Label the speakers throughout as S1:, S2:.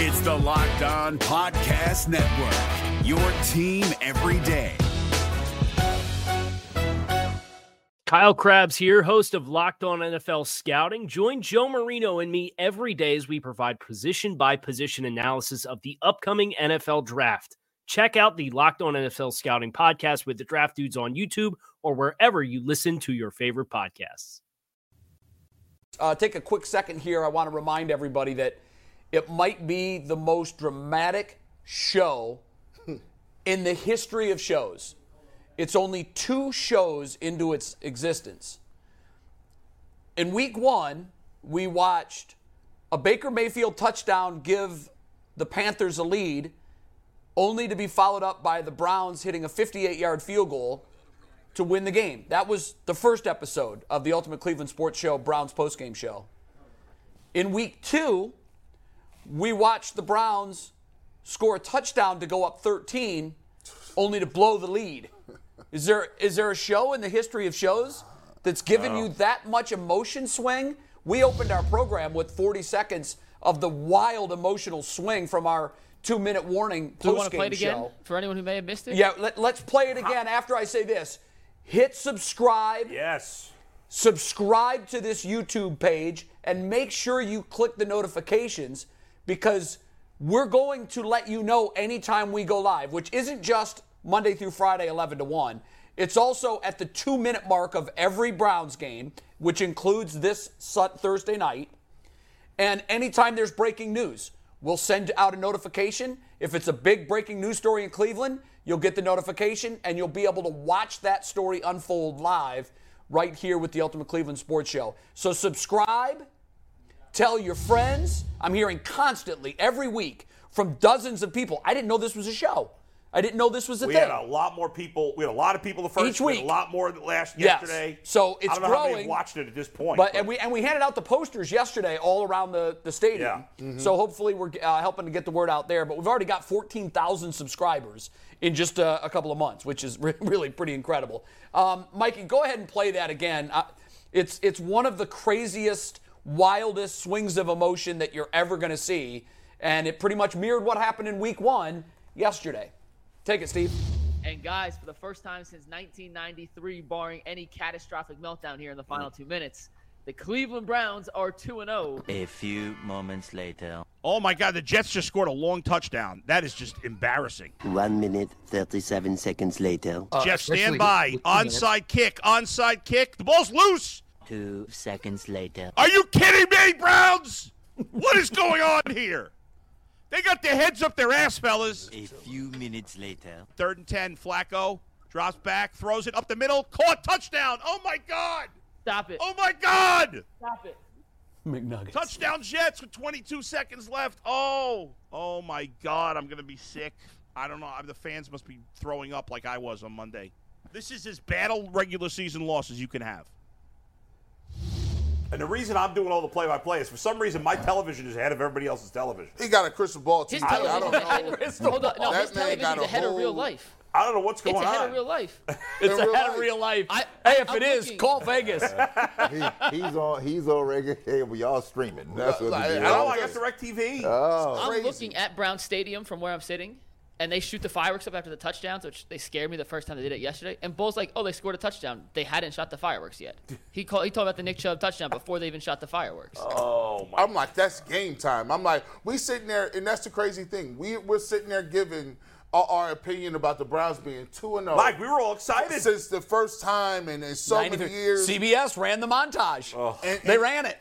S1: It's the Locked On Podcast Network, your team every day.
S2: Kyle Krabs here, host of Locked On NFL Scouting. Join Joe Marino and me every day as we provide position by position analysis of the upcoming NFL draft. Check out the Locked On NFL Scouting podcast with the draft dudes on YouTube or wherever you listen to your favorite podcasts.
S3: Uh, take a quick second here. I want to remind everybody that it might be the most dramatic show in the history of shows. It's only two shows into its existence. In week one, we watched a Baker Mayfield touchdown give the Panthers a lead, only to be followed up by the Browns hitting a 58 yard field goal to win the game. That was the first episode of the Ultimate Cleveland Sports Show, Browns postgame show. In week two, we watched the Browns score a touchdown to go up 13, only to blow the lead. Is there is there a show in the history of shows that's given you that much emotion swing? We opened our program with 40 seconds of the wild emotional swing from our two-minute warning
S4: Do we want to play
S3: postgame
S4: it again
S3: show.
S4: for anyone who may have missed it?
S3: Yeah, let, let's play it again after I say this. Hit subscribe.
S5: Yes.
S3: subscribe to this YouTube page and make sure you click the notifications because we're going to let you know anytime we go live, which isn't just Monday through Friday, 11 to 1. It's also at the two minute mark of every Browns game, which includes this Su- Thursday night. And anytime there's breaking news, we'll send out a notification. If it's a big breaking news story in Cleveland, you'll get the notification and you'll be able to watch that story unfold live right here with the Ultimate Cleveland Sports Show. So subscribe, tell your friends. I'm hearing constantly every week from dozens of people. I didn't know this was a show. I didn't know this was a
S5: We
S3: thing.
S5: had a lot more people. We had a lot of people the first
S3: Each
S5: we had
S3: week.
S5: a lot more than last
S3: Yes.
S5: yesterday.
S3: So it's
S5: I don't know how many
S3: growing.
S5: watched it at this point.
S3: But and we and we handed out the posters yesterday all around the the stadium.
S5: Yeah.
S3: So hopefully we're uh, helping to get the word out there. But we've already got 14,000 subscribers in just a, a couple of months, which is re- really pretty incredible. Um, Mikey, go ahead and play that again. Uh, it's it's one of the craziest, wildest swings of emotion that you're ever going to see, and it pretty much mirrored what happened in Week One yesterday. Take it, Steve.
S4: And guys, for the first time since 1993, barring any catastrophic meltdown here in the final two minutes, the Cleveland Browns are 2 and oh. 0.
S6: A few moments later.
S5: oh my God, the Jets just scored a long touchdown. That is just embarrassing.
S6: One minute, 37 seconds later.
S5: Jeff, stand by. Onside kick. Onside kick. The ball's loose.
S6: Two seconds later.
S5: Are you kidding me, Browns? What is going on here? They got their heads up their ass, fellas.
S6: A few minutes later.
S5: Third and ten. Flacco drops back, throws it up the middle, caught touchdown. Oh my God.
S4: Stop it.
S5: Oh my God.
S4: Stop it.
S3: McNuggets.
S5: Touchdown Jets with 22 seconds left. Oh, oh my God, I'm gonna be sick. I don't know. The fans must be throwing up like I was on Monday. This is as bad a regular season loss as you can have. And the reason I'm doing all the play-by-play is for some reason my television is ahead of everybody else's television.
S7: He got a crystal ball too.
S4: His
S7: I, I
S4: television
S7: don't
S4: is ahead
S7: know.
S4: of- Hold on. No,
S7: That
S4: his
S7: man
S4: television
S7: got
S4: is
S7: a
S4: ahead of real
S7: whole-
S4: life.
S5: I don't know what's going
S4: It's ahead
S5: on.
S4: of real life.
S3: It's
S7: In real
S3: ahead of
S7: life.
S3: real life.
S4: I-
S3: hey, if
S4: I'm
S3: it is,
S4: looking-
S3: call Vegas.
S8: He- he's on he's on regular cable. Y'all streaming. That's what
S7: I-
S8: it
S7: I
S8: is.
S5: Oh, I got direct TV.
S7: Oh,
S4: I'm
S7: crazy.
S4: looking at Brown Stadium from where I'm sitting, and they shoot the fireworks up after the touchdowns, which they scared me the first time they did it yesterday. And Bull's like, "Oh, they scored a touchdown. They hadn't shot the fireworks yet." He called. He told about the Nick Chubb touchdown before they even shot the fireworks.
S7: I'm like, that's game time. I'm like, we sitting there, and that's the crazy thing. We we're sitting there giving our, our opinion about the Browns being two and zero.
S5: Mike, we were all excited.
S7: since the first time and in so many
S3: 93.
S7: years.
S3: CBS ran the montage.
S7: And-
S3: They
S7: and-
S3: ran it.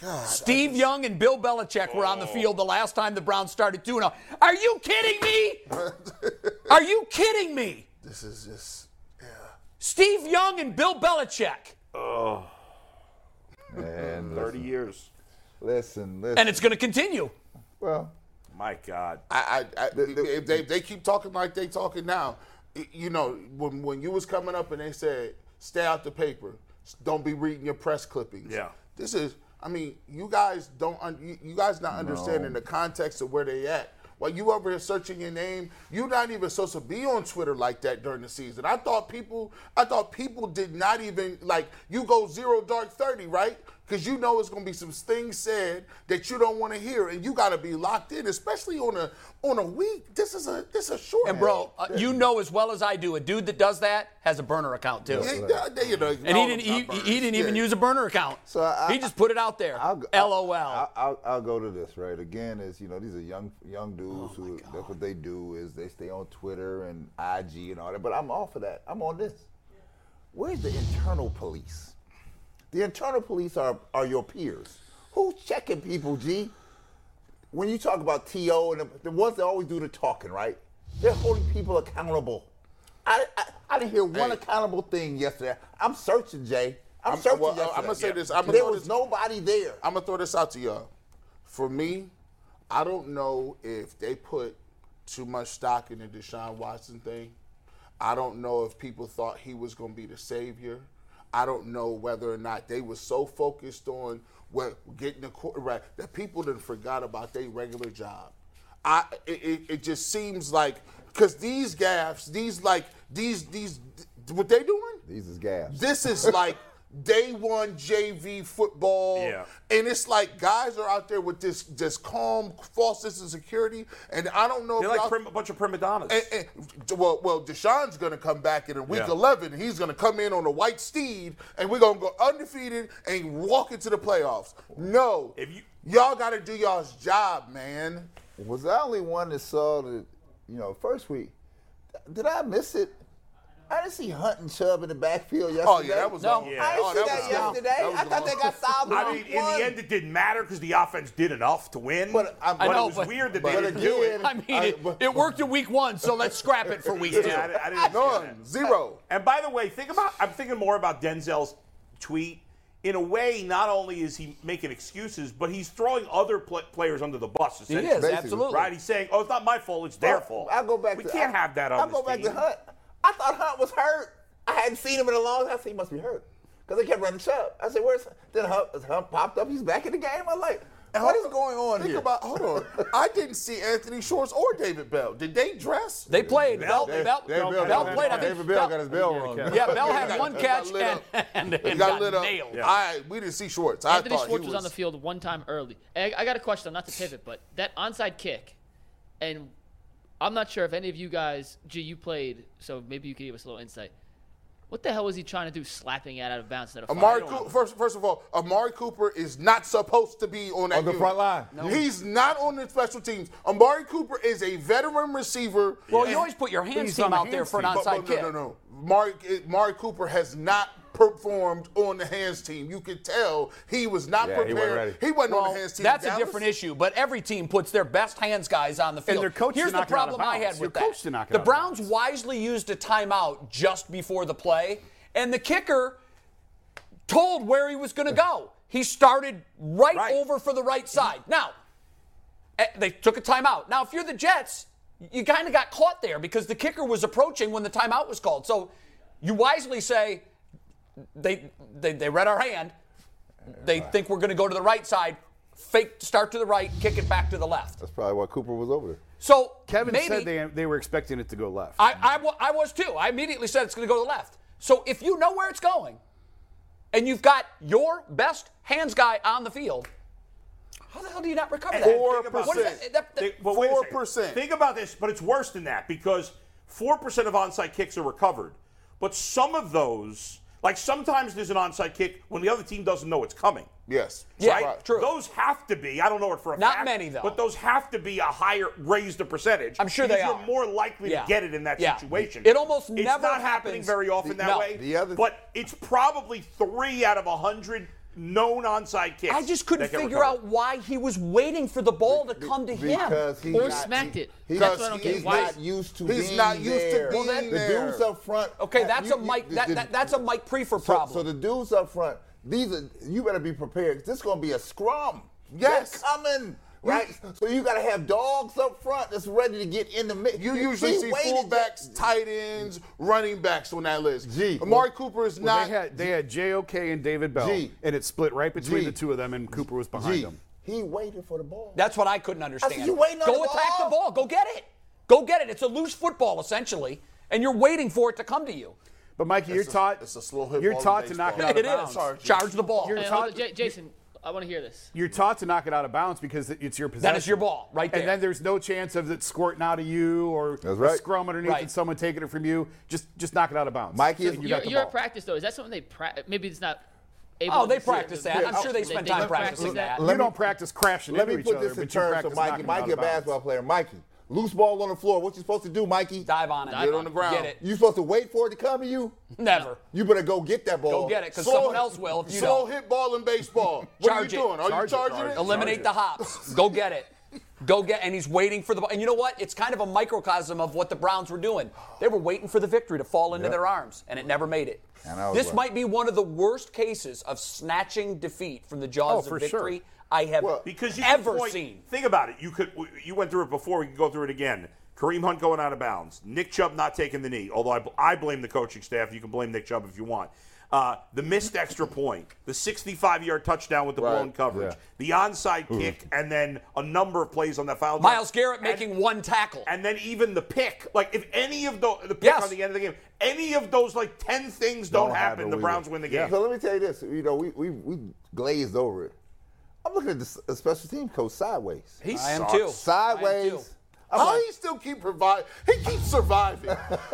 S7: God,
S3: Steve Young and Bill Belichick were on the field the last time the Browns started 2 0. Are you kidding me? Are you kidding me?
S7: this is just.
S3: Steve Young and Bill Belichick.
S8: Man,
S5: 30
S8: listen,
S5: years.
S8: listen, listen.
S3: And it's going to continue.
S8: well,
S5: My God.
S7: I, I, I if they they keep talking like they talking now, y- you know, when when you was coming up and they said stay out the paper, s- don't be reading your press clippings.
S5: Yeah.
S7: this is. I mean, you guys don't. Un, you, you guys not understanding the context of where they at. While you over here searching your name, you not even supposed to be on Twitter like that during the season. I thought people, I thought people did not even like you go zero dark thirty, right? because you know it's going to be some things said that you don't want to hear, and you got to be locked in, especially on a on a week. This is a this is a short.
S3: And bro, uh, you know as well as I do, a dude that does that has a burner account too.
S7: Yeah, yeah, yeah, you know,
S3: And he didn't. He, he didn't even use a burner account.
S8: So I-
S3: he just put it out there.
S8: I'll, go-
S3: LOL.
S8: I'll, I'll, I'll go to this right again. Is you know these are young young dudes who that's what they do is they stay on Twitter and IG and all that. But I'm off of that. I'm on this. Where's the internal police? The internal police are are your peers. Who's checking people, G? When you talk about TO and the, the ones that always do the talking, right? They're holding people accountable. I I, I didn't hear one
S7: Hey.
S8: accountable thing yesterday. I'm searching, Jay. I'm,
S7: I'm,
S8: searching
S7: well,
S8: yesterday.
S7: I'm gonna say this. I'm
S8: there
S7: gonna
S8: was nobody there.
S7: I'm gonna throw this out to y'all. For me, I don't know if they put too much stock in the Deshaun Watson thing. I don't know if people thought he was gonna be the savior. I don't know whether or not they were so focused on what getting the quarterback that people didn't forgot about their regular job. I it, it, it just seems like because these gaffes, these like these these what they doing?
S8: These is gas.
S7: This is like day one JV football.
S9: Yeah.
S7: And it's like guys are out there with this this calm false sense of security. And I don't know
S5: They're
S7: if
S5: like
S7: y'all-
S5: prim- a bunch of prima donnas.
S7: and- and- well, well, Deshaun's gonna come back in week
S5: Yeah.
S7: 11. He's gonna come in on a white steed, and we're gonna go undefeated and walk into the playoffs. No,
S5: If you-
S7: y'all gotta do y'all's job, man.
S8: Was I the only one that saw the, you know, first week? Did I miss it? I didn't see Hunt and Chubb in the backfield yesterday.
S7: Oh yeah, that was long.
S8: I didn't
S7: Oh,
S8: see that,
S7: was long.
S8: yesterday.
S7: That was
S8: I thought
S7: long.
S8: they got solved.
S5: I mean, in the end, it didn't matter because the offense did enough to win.
S8: But, I-
S5: but
S8: know,
S5: it was
S8: but-
S5: weird that
S8: but
S5: they didn't do it.
S8: again-
S3: I mean, it,
S8: but-
S3: it worked in week one, so let's scrap it for week two.
S5: Yeah, I, di- I didn't see that.
S7: None, zero.
S5: And by the way, think about I'm thinking more about Denzel's tweet. In a way, not only is he making excuses, but he's throwing other pl- players under the bus.
S3: He
S5: Essentially,
S3: is
S8: Basically,
S3: absolutely
S5: right? He's saying, "Oh, it's not my fault; it's their fault."
S8: I go back.
S5: We
S8: to,
S5: can't
S8: I,
S5: have that on
S8: I
S5: this
S8: go back
S5: team.
S8: to Hunt. I thought Hunt was hurt. I hadn't seen him in a long time. I said he must be hurt because they kept running Chubb. I said, "Where's?" Hunt? Then Hunt, Hunt popped up. He's back in the game. I'm like, "What is going on
S7: Think
S8: here?"
S7: about. Hold on. I didn't see Anthony Schwartz or David Bell. Did they dress?
S3: They played. Bell,
S8: Dave-
S3: Bell,
S8: Dave
S3: Bell,
S8: Bell got-
S3: played. I think
S8: David Bell got his bell rung.
S3: Yeah, Bell had one
S7: He
S3: catch
S7: got lit
S3: and,
S7: up.
S3: and,
S7: He
S3: and
S7: got,
S3: got
S7: lit up.
S3: nailed.
S7: I we didn't see Schwartz. I
S10: Anthony
S7: thought
S10: Schwartz
S7: he
S10: was on the field one time early. And I, I got a question, not to pivot, but that onside kick, and I'm not sure if any of you guys, G, you played, so maybe you could give us a little insight. What the hell was he trying to do, slapping it out of bounds instead of
S7: Amari
S10: firing?
S7: Coo- first, first of all, Amari Cooper is not supposed to be on that
S8: On the
S7: unit.
S8: front line.
S7: He's not on the special teams. Amari Cooper is a veteran receiver.
S3: Well, you always put your hands team out there for an
S7: But-
S3: onside
S7: but
S3: kick.
S7: no, no, no. Mark Mark Cooper has not performed on the hands team. You could tell he was not
S8: Yeah, he wasn't
S7: prepared.
S8: ready.
S7: He wasn't on
S3: Well,
S7: the hands team.
S3: that's a
S7: Dallas-
S3: different issue, but every team puts their best hands guys on the field.
S5: their coach
S3: Here's
S5: to
S3: the
S5: knock it out of
S3: problem I had
S5: bounds.
S3: with that.
S5: Your coach to knock it
S3: the
S5: out of
S3: Browns wisely used a timeout just before the play, and the kicker told where he was going to go. He started right,
S5: Right.
S3: over for the right side. Now, eh, they took a timeout. Now, if you're the Jets, you kind of got caught there because the kicker was approaching when the timeout was called. So you wisely say they they, they read our hand. They think we're going to go to the right side, fake start to the right, kick it back to the left.
S8: That's probably why Cooper was over there.
S3: So
S1: Kevin
S3: maybe,
S1: said they, they were expecting it to go left.
S3: I, I, wa- I was too. I immediately said it's going to go to the left. So if you know where it's going, and you've got your best hands guy on the field, how the hell do you not recover that?
S7: Four
S3: What is that? That- that-
S5: They- but wait a second.
S7: 4%.
S5: Think about this, but it's worse than that because four percent of onside kicks are recovered, but some of those, like sometimes there's an onside kick when the other team doesn't know it's coming.
S7: Yes.
S3: Yeah,
S7: Right.
S3: true.
S5: Those have to be. I don't know it for a
S3: Not
S5: fact.
S3: many, though.
S5: But those have to be a higher raised a percentage.
S3: I'm sure
S5: because
S3: they
S5: you're
S3: are.
S5: more likely
S3: Yeah.
S5: to get it in that
S3: Yeah.
S5: situation.
S3: It almost
S5: it's
S3: never
S5: not happening
S3: happens.
S5: very often that
S3: No.
S5: way.
S8: The other-
S5: but it's probably three out of a hundred known onside kicks.
S3: I just couldn't
S5: that get
S3: figure
S5: recovered.
S3: out why he was waiting for the ball to come to him.
S8: Because he's
S10: Or
S8: not,
S10: smacked it.
S8: He's,
S10: That's what I don't get.
S8: he's
S10: Why-
S8: not used to
S7: He's
S8: being
S7: not used to
S8: there.
S7: being
S8: the
S7: there.
S8: dudes up front.
S3: Okay,
S8: have-
S3: that's
S8: you-
S3: a Mike.
S8: you-
S3: that,
S8: the-
S3: that, that's a Mike Prefer
S8: so,
S3: problem.
S8: so the dudes up front. These are you better be prepared. 'cause This is gonna be a scrum.
S7: Yes.
S8: They're coming. Right, so you gotta have dogs up front that's ready to get in the mix.
S7: You
S8: He-
S7: usually
S8: he
S7: see
S8: waited-
S7: fullbacks, tight ends, running backs on that list.
S8: Gee,
S7: Amari
S8: well-
S7: Cooper is
S1: Well,
S7: not.
S1: they had they had JOK and David Bell,
S8: Gee.
S1: and it split right between
S8: Gee.
S1: the two of them, and Cooper was behind
S8: Gee,
S1: them.
S8: he waited for the ball.
S3: That's what I couldn't understand.
S8: you waiting on
S3: Go
S8: the
S3: attack
S8: ball?
S3: the ball. Go get it. Go get it. It's a loose football essentially, and you're waiting for it to come to you.
S1: But Mikey, you're
S7: It's a-
S1: taught
S7: it's a slow hit
S1: you're
S7: ball in
S1: taught to knock it out
S7: baseball.
S1: of
S3: It
S1: bounds.
S3: is. Charge the ball.
S1: You're
S10: Hey,
S1: taught
S10: hold it, J- Jason, I want to hear this.
S1: you're taught to knock it out of bounds because it's your possession.
S3: That is your ball, right there.
S1: And then there's no chance of it squirting out of you or
S8: That's right.
S1: a scrum underneath
S3: Right.
S1: and someone taking it from you. Just just knock it out of bounds.
S8: Mikey is-
S10: You
S1: And you
S10: your
S1: got the
S10: your
S1: ball.
S10: practice though is that something they practice? Maybe it's not. Able
S3: Oh,
S10: to
S3: they
S10: consider.
S3: practice that. I'm sure they spend
S10: do
S3: time
S10: practice
S3: practicing
S10: that.
S1: you
S8: Let me-
S1: don't practice crashing
S8: Let me
S1: into
S8: put
S1: each other,
S8: this in
S1: but you
S8: terms
S1: practice
S8: of Mikey.
S1: knocking it out
S8: Mikey, a
S1: of bounds.
S8: basketball player. Mikey, loose ball on the floor. What you supposed to do, Mikey?
S3: Dive on it.
S10: Dive
S8: Get
S10: on
S8: on the
S10: it.
S8: ground.
S3: Get it.
S8: You supposed to wait for it to come to you?
S3: Never.
S8: You better go get that ball.
S3: Go get it, 'cause
S8: Slow-
S3: someone else will if you
S8: Slow
S3: don't.
S8: hit ball in baseball. what
S3: Charge
S8: are
S3: it.
S8: you doing? Are
S1: Charge it,
S8: you charging
S1: charge
S8: it?
S1: it.
S3: Eliminate the hops. Go get it. Go get, and he's waiting for the ball. And you know what? It's kind of a microcosm of what the Browns were doing. They were waiting for the victory to fall into
S8: Yep.
S3: their arms, and it never made it.
S8: And that was
S3: This
S8: what-
S3: might be one of the worst cases of snatching defeat from the jaws
S1: Oh,
S3: of
S1: for sure.
S3: victory I have
S8: Well,
S5: Because you
S3: ever
S5: could point-
S3: seen.
S5: Think about it. You could. You went through it before. We can go through it again. Kareem Hunt going out of bounds. Nick Chubb not taking the knee. Although I, bl- I blame the coaching staff. You can blame Nick Chubb if you want. Uh, the missed extra point, the 65-yard touchdown with the
S8: Right,
S5: blown coverage,
S8: yeah.
S5: the onside kick, and then a number of plays on the foul. line.
S3: Miles Garrett making one tackle.
S5: and then even the pick. Like if any of the the pick
S3: Yes.
S5: on the end of the game, any of those like ten things don't, happen, the
S8: we
S5: Browns win the game.
S8: So let me tell you this. You know, we we, we glazed over it. I'm looking at the s- uh, special team coach sideways.
S3: he
S5: I am
S3: sucks.
S5: too.
S3: I am too.
S8: Sideways. I'm
S7: How
S8: like,
S7: he still keep provide? He keeps surviving.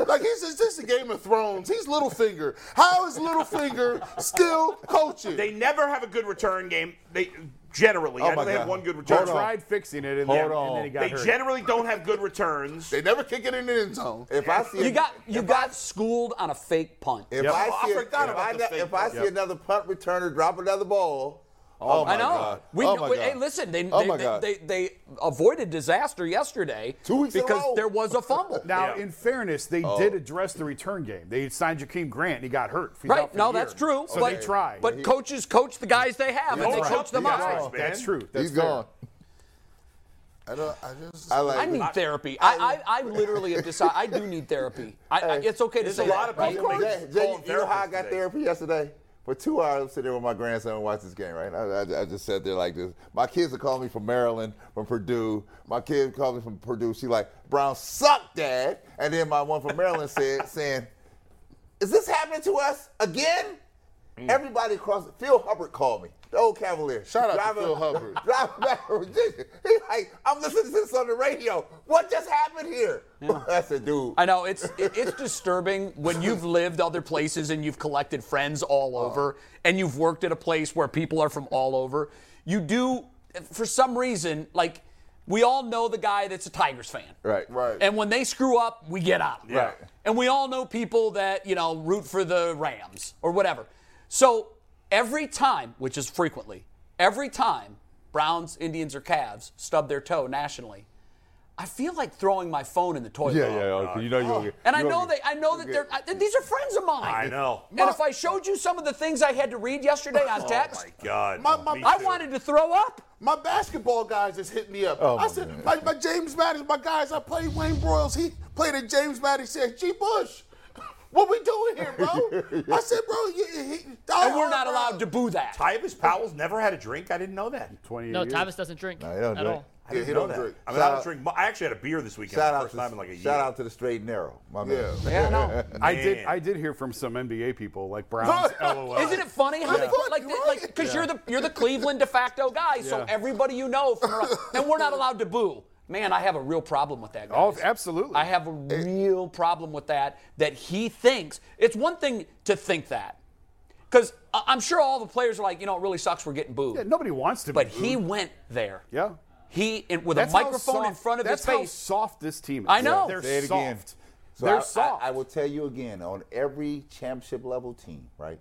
S7: like he's it's just a Game of Thrones. He's Littlefinger. How is Littlefinger still coaching?
S5: They never have a good return game. They generally, I know
S8: Oh, my
S5: they have
S8: God.
S5: one good return.
S1: They tried fixing it and,
S8: Hold
S1: then,
S8: on.
S1: and then he got
S5: They
S1: hurt.
S5: generally don't have good returns.
S7: They never kick it in the end zone.
S8: if I see
S3: You
S8: a-
S3: got you got schooled on a fake punt.
S8: If
S1: Yep.
S8: I
S1: Oh,
S8: see,
S5: I
S8: a-
S5: forgot
S8: if
S5: about
S8: I
S5: the
S8: ne-
S5: fake
S8: if I
S5: punt.
S8: see another punt returner drop another ball, oh, my
S3: I know.
S8: God.
S3: We,
S8: oh my
S3: we-
S8: God.
S3: Hey, listen, they,
S8: oh
S3: they,
S8: my
S3: they,
S8: God.
S3: they they avoided disaster yesterday
S8: Two weeks in a
S3: because
S8: row.
S3: there was a fumble.
S1: Now,
S5: Yeah.
S1: in fairness, they
S3: Oh.
S1: did address the return game. They signed Jakeem Grant and he got hurt. He's out
S3: Right?
S1: for
S3: No,
S1: the year.
S3: that's true.
S1: So
S3: but,
S1: they tried.
S3: But coaches coach the guys they have, and they
S5: That's right.
S3: coach them
S5: That's
S1: That's
S5: right.
S3: up.
S1: true. That's true. That's
S8: He's
S1: fair.
S8: gone.
S7: I, don't, I just.
S8: I like
S3: I need
S8: it.
S3: therapy. I, I, I literally have decided I do need therapy. I, I, it's okay to
S5: There's
S3: say
S5: a lot
S3: that,
S5: of
S3: right?
S5: people
S8: Jay-
S5: Calling
S8: Jay, you- you know how I
S5: therapists
S8: got
S5: today.
S8: therapy yesterday? For two hours, I'm sitting there with my grandson and watch this game, right? I, I, I just sat there like this. My kids are calling me from Maryland, from Purdue. My kid called me from Purdue. She like, Brown suck, Dad. And then my one from Maryland said, saying, is this happening to us again? Everybody across Phil Hubbard called me, the old Cavalier.
S7: Shout out to
S8: Driving-
S7: Phil Hubbard.
S8: Driving back from Virginia. He's like, I'm listening to this on the radio. What just happened here? I said, dude.
S3: I know it's it- it's disturbing when you've lived other places and you've collected friends all
S8: Uh-huh.
S3: over and you've worked at a place where people are from all over. You do for some reason like we all know the guy that's a Tigers fan.
S8: Right. Right.
S3: And when they screw up, we get out. Right. And we all know people that, you know, root for the Rams or whatever. So every time, which is frequently, every time Browns, Indians, or Cavs stub their toe nationally, I feel like throwing my phone in the toilet.
S7: Oh,
S8: yeah. You know you're going
S3: Oh, And I know they, I know that they're. I, these are friends of mine.
S5: I know.
S3: And if I showed you some of the things I had to read yesterday on text,
S5: God,
S7: My- my-
S5: me
S3: I
S5: too.
S3: wanted to throw up.
S7: My basketball guys just hit me up.
S8: Oh,
S7: I
S8: my
S7: said,
S8: God.
S7: like my James Madden, my guys, I played Wayne Broyles. He played at James Madden. He said, G. Bush, what we doing here, bro? I said, bro, you, he,
S3: And
S7: Oh,
S3: we're not allowed to boo that.
S5: Tyvis Powell's never had a drink. I didn't know that.
S1: 28
S10: No,
S1: years.
S10: Tavis doesn't drink
S8: he don't
S10: at
S8: drink.
S10: all.
S5: I didn't
S7: he
S5: know
S7: don't
S5: that.
S7: drink.
S5: I mean, I
S8: Shout
S5: don't
S8: out-
S5: drink. mu- I actually had a beer this weekend.
S8: Shout
S5: the
S8: out,
S5: first
S8: to,
S5: time in like a year.
S8: shout out to the straight and narrow, my man.
S7: Yeah.
S3: Yeah, no.
S1: I did.
S5: Man.
S1: I did hear from some NBA people like Browns. LOL.
S3: Isn't it funny how they
S7: Fuck,
S3: like
S7: you're
S3: like
S7: right.
S3: because you're the you're the Cleveland de facto guy, so
S1: Yeah.
S3: everybody you know from around, and we're not allowed to boo. Man, I have a real problem with that guy.
S1: Oh, absolutely.
S3: I have a real problem with that. That he thinks it's one thing to think that, because I'm sure all the players are like, you know, it really sucks we're getting booed.
S1: Yeah, nobody wants to. be
S3: but he
S1: booed.
S3: went there.
S1: Yeah.
S3: He and with
S1: That's
S3: a
S1: how
S3: microphone in
S1: soft-
S3: front of his
S1: that's how
S3: face.
S1: soft this team is.
S3: I know.
S1: They're
S8: Say it
S1: soft.
S8: again. So
S1: They're
S8: I,
S1: soft.
S8: I, I will tell you again on every championship level team, right?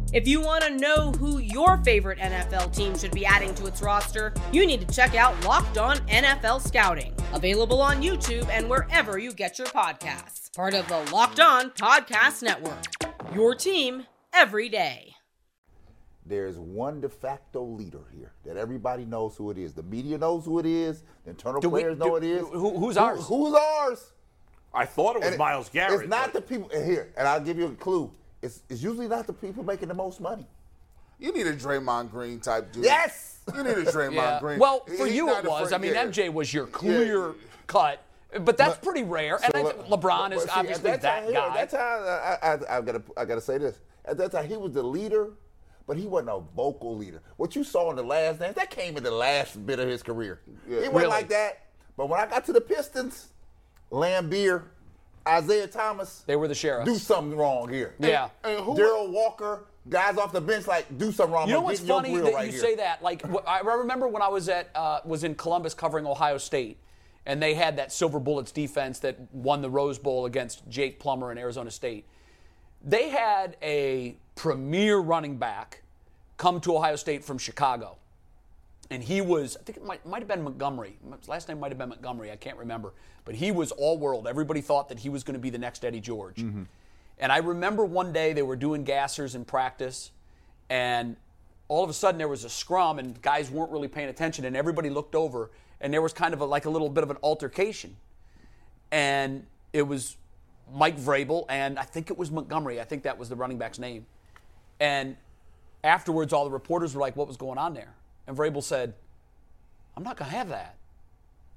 S4: If you want to know who your favorite NFL team should be adding to its roster, you need to check out Locked On NFL Scouting, available on YouTube and wherever you get your podcasts. Part of the Locked On Podcast Network. Your team every day.
S8: There's one de facto leader here that everybody knows who it is. The media knows who it is. The internal
S5: Do we-
S8: players
S5: do-
S8: know it is.
S5: who- who's
S8: Who-
S5: ours?
S8: who's ours?
S5: I thought it was
S8: And
S5: Miles Garrett.
S8: It's not the people and here, and I'll give you a clue. It's, it's usually not the people making the most money.
S7: You need a Draymond Green type dude.
S8: Yes.
S7: You need a Draymond
S3: Yeah.
S7: Green.
S3: Well, for
S7: He's
S3: you
S7: not
S3: it
S7: a
S3: was.
S7: fr-
S3: I mean,
S7: yeah.
S3: MJ was your clear cut, but that's pretty rare. And I
S8: So
S3: think
S8: le-
S3: LeBron
S8: but-
S3: is
S8: but see,
S3: obviously
S8: at
S3: that
S8: time, here,
S3: guy.
S8: At that time, I, I, I, I've got to, I got to say this. At that time, he was the leader, but he wasn't a vocal leader. What you saw in the last dance, that came in the last bit of his career. He wasn't
S3: Really?
S8: like that. But when I got to the Pistons, Lambeer, Isaiah Thomas,
S3: they were the sheriff.
S8: do something wrong here.
S3: Yeah.
S7: And who-
S8: Daryl Walker, guys off the bench, like do something wrong.
S3: You know
S8: I'm
S3: what's
S8: getting your
S3: funny
S8: grill
S3: that
S8: right
S3: you
S8: here.
S3: say that? Like wh- I remember when I was at uh, was in Columbus covering Ohio State, and they had that Silver Bullets defense that won the Rose Bowl against Jake Plummer and Arizona State. They had a premier running back come to Ohio State from Chicago, and he was I think it might might have been Montgomery. His last name might have been Montgomery. I can't remember, but he was all world. Everybody thought that he was going to be the next Eddie George.
S8: Mm-hmm.
S3: And I remember one day they were doing gassers in practice, and all of a sudden there was a scrum, and guys weren't really paying attention, and everybody looked over, and there was kind of a, like a little bit of an altercation. And it was Mike Vrabel, and I think it was Montgomery. I think that was the running back's name. And afterwards, all the reporters were like, What was going on there? And Vrabel said, I'm not going to have that.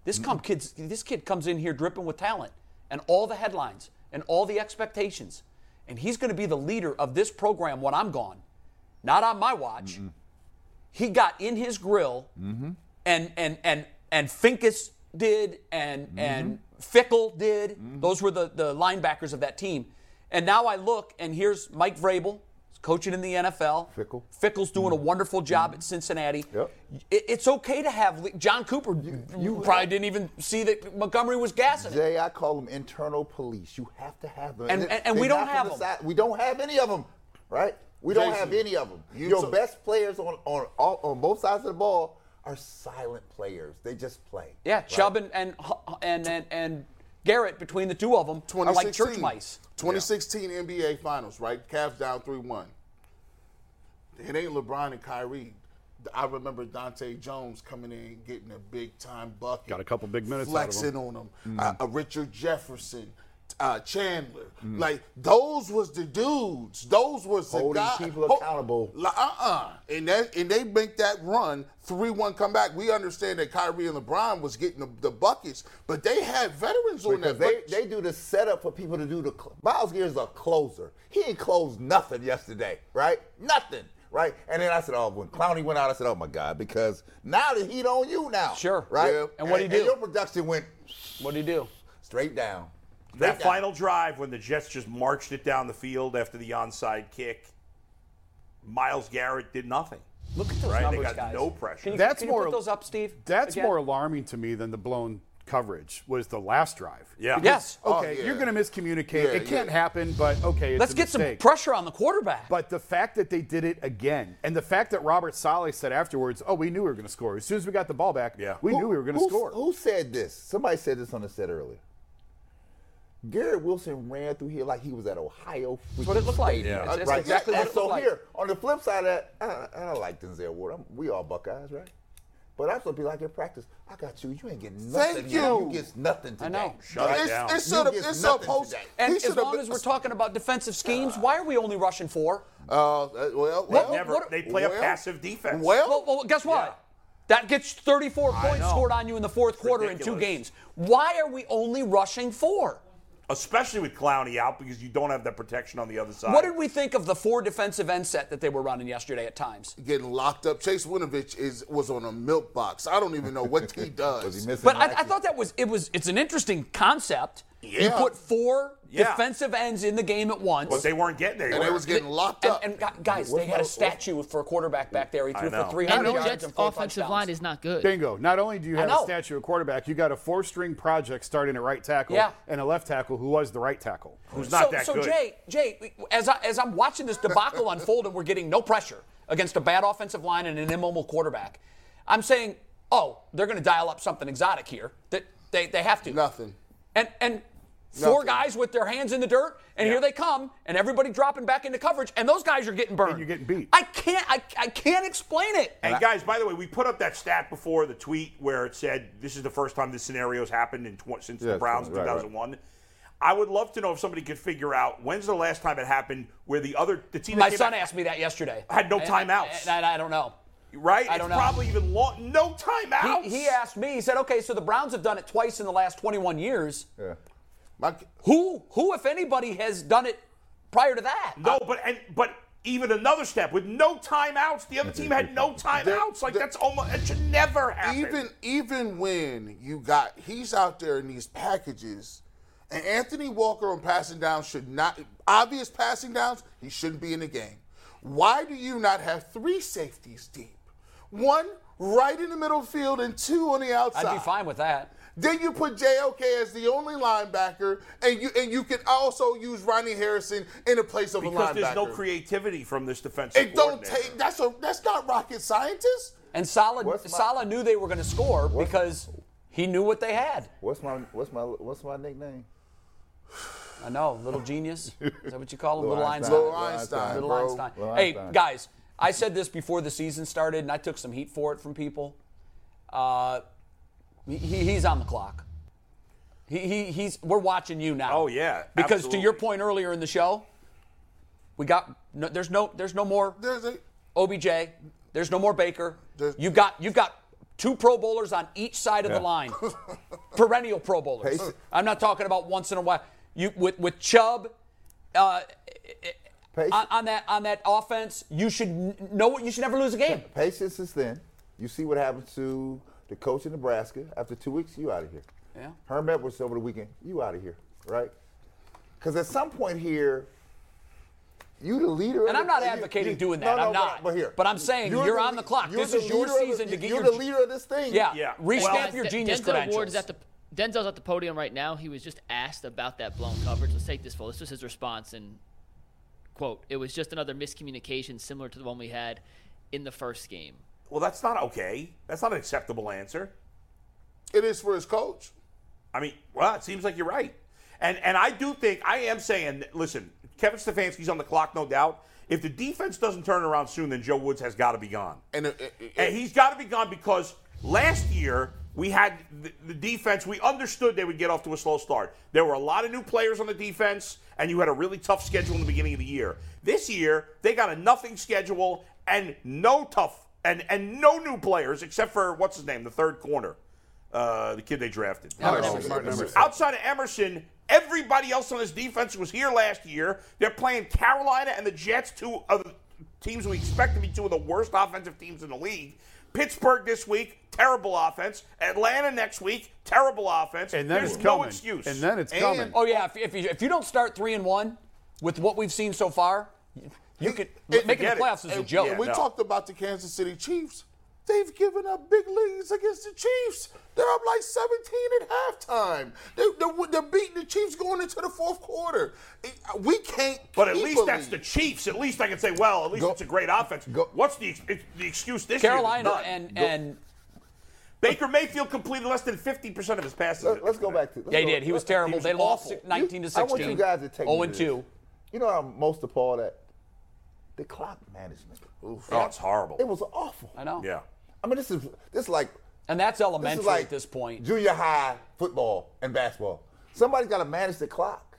S3: This come kids, this kid comes in here dripping with talent and all the headlines and all the expectations, and he's going to be the leader of this program when I'm gone, not on my watch. He got in his grill, and and and and Finkus did, and and Fickle did. Those were the the linebackers of that team. And now I look, and here's Mike Vrabel, he's coaching in the NFL.
S8: Fickle.
S3: Fickle's doing a wonderful job at Cincinnati.
S8: Yep.
S3: It- it's okay to have le- John Cooper. You probably didn't even see that Montgomery was gassing. it.
S8: Jay, I call them internal police. You have to have them.
S3: And-
S8: it-
S3: and- and
S8: they
S3: we don't
S8: knock on
S3: have
S8: the
S3: them.
S8: side- We don't have any of them, right? We don't
S7: Jason,
S8: have any of them.
S7: you
S8: Your
S7: took-
S8: best players on, on all- on both sides of the ball are silent players. They just play.
S3: Yeah, Chubb and and and and, and Garrett between the two of them are like church mice.
S7: 2016 NBA Finals, right? Cavs down 3 1. It ain't LeBron and Kyrie. I remember Dante Jones coming in, getting a big time bucket.
S1: Got a couple big minutes out of Mm-hmm.
S7: Flexing on them. Uh, a Richard Jefferson, uh, Chandler.
S1: Mm-hmm.
S7: Like, those was the dudes. Those was the
S8: Holding
S7: guys.
S8: people accountable.
S7: Uh uh. And, that, and they make that run 3 1 comeback. We understand that Kyrie and LeBron was getting the, the buckets, but they had veterans on that
S8: Because they,
S7: bench.
S8: they do the setup for people to do the. Cl- Miles Gear's a closer. He ain't closed nothing yesterday, right? Nothing, right? And then I said, oh, when Clowney went out, I said, oh my God, because now the heat on you now.
S3: Sure.
S8: Right?
S3: Yeah. And what'd he do?
S8: your production went
S3: What do you do?
S8: straight down.
S5: That
S8: Straight down.
S5: final drive when the Jets just marched it down the field after the onside kick, Miles Garrett did nothing.
S3: Look at those
S5: Right, they
S3: numbers,
S5: got
S3: guys.
S5: no pressure.
S3: Can you,
S1: That's
S3: can you
S1: more-
S3: put those up, Steve?
S1: That's
S3: Again?
S1: more alarming to me than the blown coverage was the last drive.
S5: Yeah.
S3: Yes.
S1: Okay,
S7: Oh, yeah.
S1: you're going to miscommunicate.
S7: Yeah,
S1: it can't
S7: yeah.
S1: happen, but okay. It's
S3: Let's
S1: a
S3: get some
S1: mistake.
S3: pressure on the quarterback.
S1: But the fact that they did it again, and the fact that Robert Saleh said afterwards, "Oh, we knew we were going to score as soon as we got the ball back.
S5: Yeah.
S1: we knew we were going to
S8: Who-
S1: score."
S8: Who said this? Somebody said this on the set earlier. Garrett Wilson ran through here like he was at Ohio. That's
S3: what it looked like. Yeah. That's exactly what
S8: and
S3: it
S8: so
S3: looked like.
S8: here, on the flip side of that, I, I don't like Denzel Ward. I'm, we all Buckeyes, right? But that's what it be like in practice. I got you. You ain't getting nothing.
S7: Thank
S8: today.
S7: you.
S8: gets nothing today.
S3: I know.
S5: Shut it
S7: it's,
S5: down.
S7: It's,
S8: You
S7: sort of,
S8: get
S7: it's
S8: nothing
S7: supposed.
S8: today.
S3: and
S7: he
S3: as
S7: should've
S3: long
S7: been-
S3: as we're talking about defensive schemes, why are we only rushing four?
S8: Oh,
S7: Uh, uh, well, well,
S5: Never.
S3: what-
S5: they play
S7: well,
S5: a passive defense.
S7: well,
S3: Well, well guess what? That gets 34 points
S5: know.
S3: scored on you in the fourth quarter in two
S5: ridiculous.
S3: games. Why are we only rushing four?
S5: especially with Clowney out because you don't have that protection on the other side.
S3: What did we think of the four defensive end set that they were running yesterday at times?
S7: getting locked up. Chase Winovich is was on a milk box. I don't even know what he does.
S8: Was he missing
S3: But I, I
S8: action?
S3: thought that was it was it's an interesting concept. You
S7: Yeah.
S3: put four
S5: Yeah.
S3: defensive ends in the game at once.
S5: But they weren't getting anywhere.
S7: and they was getting locked
S3: and,
S7: up.
S3: and gu- guys, they had a statue for a quarterback back there. He threw for
S5: know.
S3: 300
S10: And the
S3: yards
S10: Jets'
S3: and four
S10: offensive
S3: touchdowns.
S10: line is not good.
S1: Bingo. Not only do you
S3: I
S1: have
S3: know.
S1: a statue of quarterback, you got a four-string project starting at right tackle
S3: Yeah.
S1: and a left tackle who was the right tackle.
S5: Who's not
S3: so,
S5: that
S3: so
S5: good.
S3: Jay, Jay, as I, as I'm watching this debacle unfold and we're getting no pressure against a bad offensive line and an immobile quarterback, I'm saying, oh, they're going to dial up something exotic here. That they, they have to
S7: Nothing.
S3: And and Four guys with their hands in the dirt, and here they come, and everybody dropping back into coverage, and those guys are getting burned. you're getting beat. I can't. I, I can't explain it.
S5: And guys, by the way, we put up that stat before the tweet where it said this is the first time this scenario's happened in tw- since
S8: Yeah,
S5: the Browns
S8: right, right.
S5: 2001. I would love to know if somebody could figure out when's the last time it happened where the other the team. that
S3: My
S5: came
S3: son
S5: back-
S3: asked me that yesterday.
S5: Had no
S3: And-
S5: timeouts.
S3: and I, I don't know.
S5: Right?
S3: I don't know.
S5: It's Probably even long, no timeouts.
S3: He, he asked me. He said, "Okay, so the Browns have done it twice in the last 21 years.
S8: Yeah.
S3: who, who, if anybody, has done it prior to that?"
S5: No, but and but even another step with no timeouts. The other team had no timeouts. Like that's almost it should never happen.
S7: Even even when you got he's out there in these packages, and Anthony Walker on passing downs should not obvious passing downs, he shouldn't be in the game. Why do you not have three safeties deep? One right in the middle field and two on the outside.
S3: I'd be fine with that.
S7: Then you put JOK as the only linebacker, and you and you can also use Ronnie Harrison in the place of a linebacker.
S5: because there's no creativity from this defensive.
S7: it don't
S5: coordinator.
S7: take that's a that's not rocket scientist.
S3: And Salah,
S8: What's my-
S3: Salah knew they were going to score because he knew what they had.
S8: What's my what's my what's my nickname?
S3: I know, little genius. Is that what you call him?
S8: Little
S3: Little
S8: Einstein.
S3: Einstein. Little
S8: Little Einstein, bro.
S3: Einstein.
S8: Little
S3: hey,
S8: Einstein.
S3: guys, I said this before the season started, and I took some heat for it from people. Uh, he, he- he's on the clock. He, he, he's. We're watching you now.
S5: Oh yeah,
S3: Because to your
S5: absolutely.
S3: point earlier in the show, we got no, there's no there's no more
S7: There's a
S3: OBJ. There's no more Baker.
S7: There's-
S3: You've got you've got two Pro Bowlers on each side of
S8: Yeah.
S3: the line, perennial Pro Bowlers.
S8: Pace-
S3: I'm not talking about once in a while. You with with Chubb. Uh,
S8: Pace-
S3: on, on that on that offense, you should n- know you should never lose a game.
S8: Patience is thin. You see what happens to the coach in Nebraska after two weeks. You out of here.
S3: Yeah.
S8: Herm Edwards over the weekend. You out of here, right? Because at some point here, you the leader. of
S3: And
S8: the-
S3: I'm not
S8: you-
S3: advocating
S8: you-
S3: doing that.
S8: no, no,
S3: I'm not.
S8: But, but here,
S3: But I'm saying you're, on the clock.
S8: you're
S3: This
S8: the
S3: is your
S8: leader of the-
S3: season to get
S8: You're
S3: your
S8: the leader of this thing.
S3: Yeah.
S5: Yeah.
S3: Restamp
S5: Well,
S3: your
S10: De-
S3: genius
S10: Denzel
S3: credentials.
S10: Ward is at the Denzel's at the podium right now. He was just asked about that blown coverage. Let's take this full. This was his response and quote. It was just another miscommunication similar to the one we had in the first game.
S5: Well, that's not okay. That's not an acceptable answer.
S7: It is for his coach.
S5: I mean, well, it seems like you're right. And and I do think I am saying, listen, Kevin Stefanski's on the clock, no doubt. If the defense doesn't turn around soon, then Joe Woods has got to be gone.
S7: And uh, it- it- it-
S5: And he's got to be gone because last year we had the, the defense. We understood they would get off to a slow start. There were a lot of new players on the defense, and you had a really tough schedule in the beginning of the year. This year they got a nothing schedule and no tough and and no new players except for what's his name, the third corner, uh, the kid they drafted. Outside of Emerson, everybody else on this defense was here last year. They're playing Carolina and the Jets, two of the teams we expect to be two of the worst offensive teams in the league. Pittsburgh this week, terrible offense. Atlanta next week, terrible offense.
S1: And then
S5: There's
S1: it's
S5: no
S1: coming.
S5: excuse.
S1: And then it's coming.
S3: Oh yeah, if, if you if you don't start three and one with what we've seen so far, you could
S7: it-
S3: making the
S5: forget it.
S3: playoffs is a
S5: It-
S3: joke.
S5: yeah,
S7: we
S5: no.
S7: talked about the Kansas City Chiefs. They've given up big leads against the Chiefs. They're up like 17 at halftime. They, they're, they're beating the Chiefs going into the fourth quarter. It- We can't.
S5: but at
S7: keep
S5: least
S7: a
S5: that's the
S7: lead.
S5: Chiefs. At least I can say, well, at least
S8: Go-
S5: it's a great offense.
S8: go-
S5: What's the, ex- it's the excuse this
S3: Carolina
S5: year? None.
S3: and and
S5: Baker Mayfield completed less than 50% of his passes.
S8: Let, us go back to. let's
S3: they
S8: go-
S3: did. He was
S8: let's-
S3: terrible.
S5: was
S3: They lost
S5: awful.
S3: 19 to
S8: I
S3: 16.
S8: want you guys to take.
S3: 0
S8: me
S3: and
S8: to
S3: 2.
S8: this. You know what I'm most appalled at? The clock management.
S5: Oh, it's horrible.
S8: It was awful.
S3: I know.
S5: yeah.
S8: I mean, this is this is like
S3: And that's
S8: this is
S3: elementary
S8: like
S3: at this point.
S8: Junior high football and basketball. Somebody's got to manage the clock.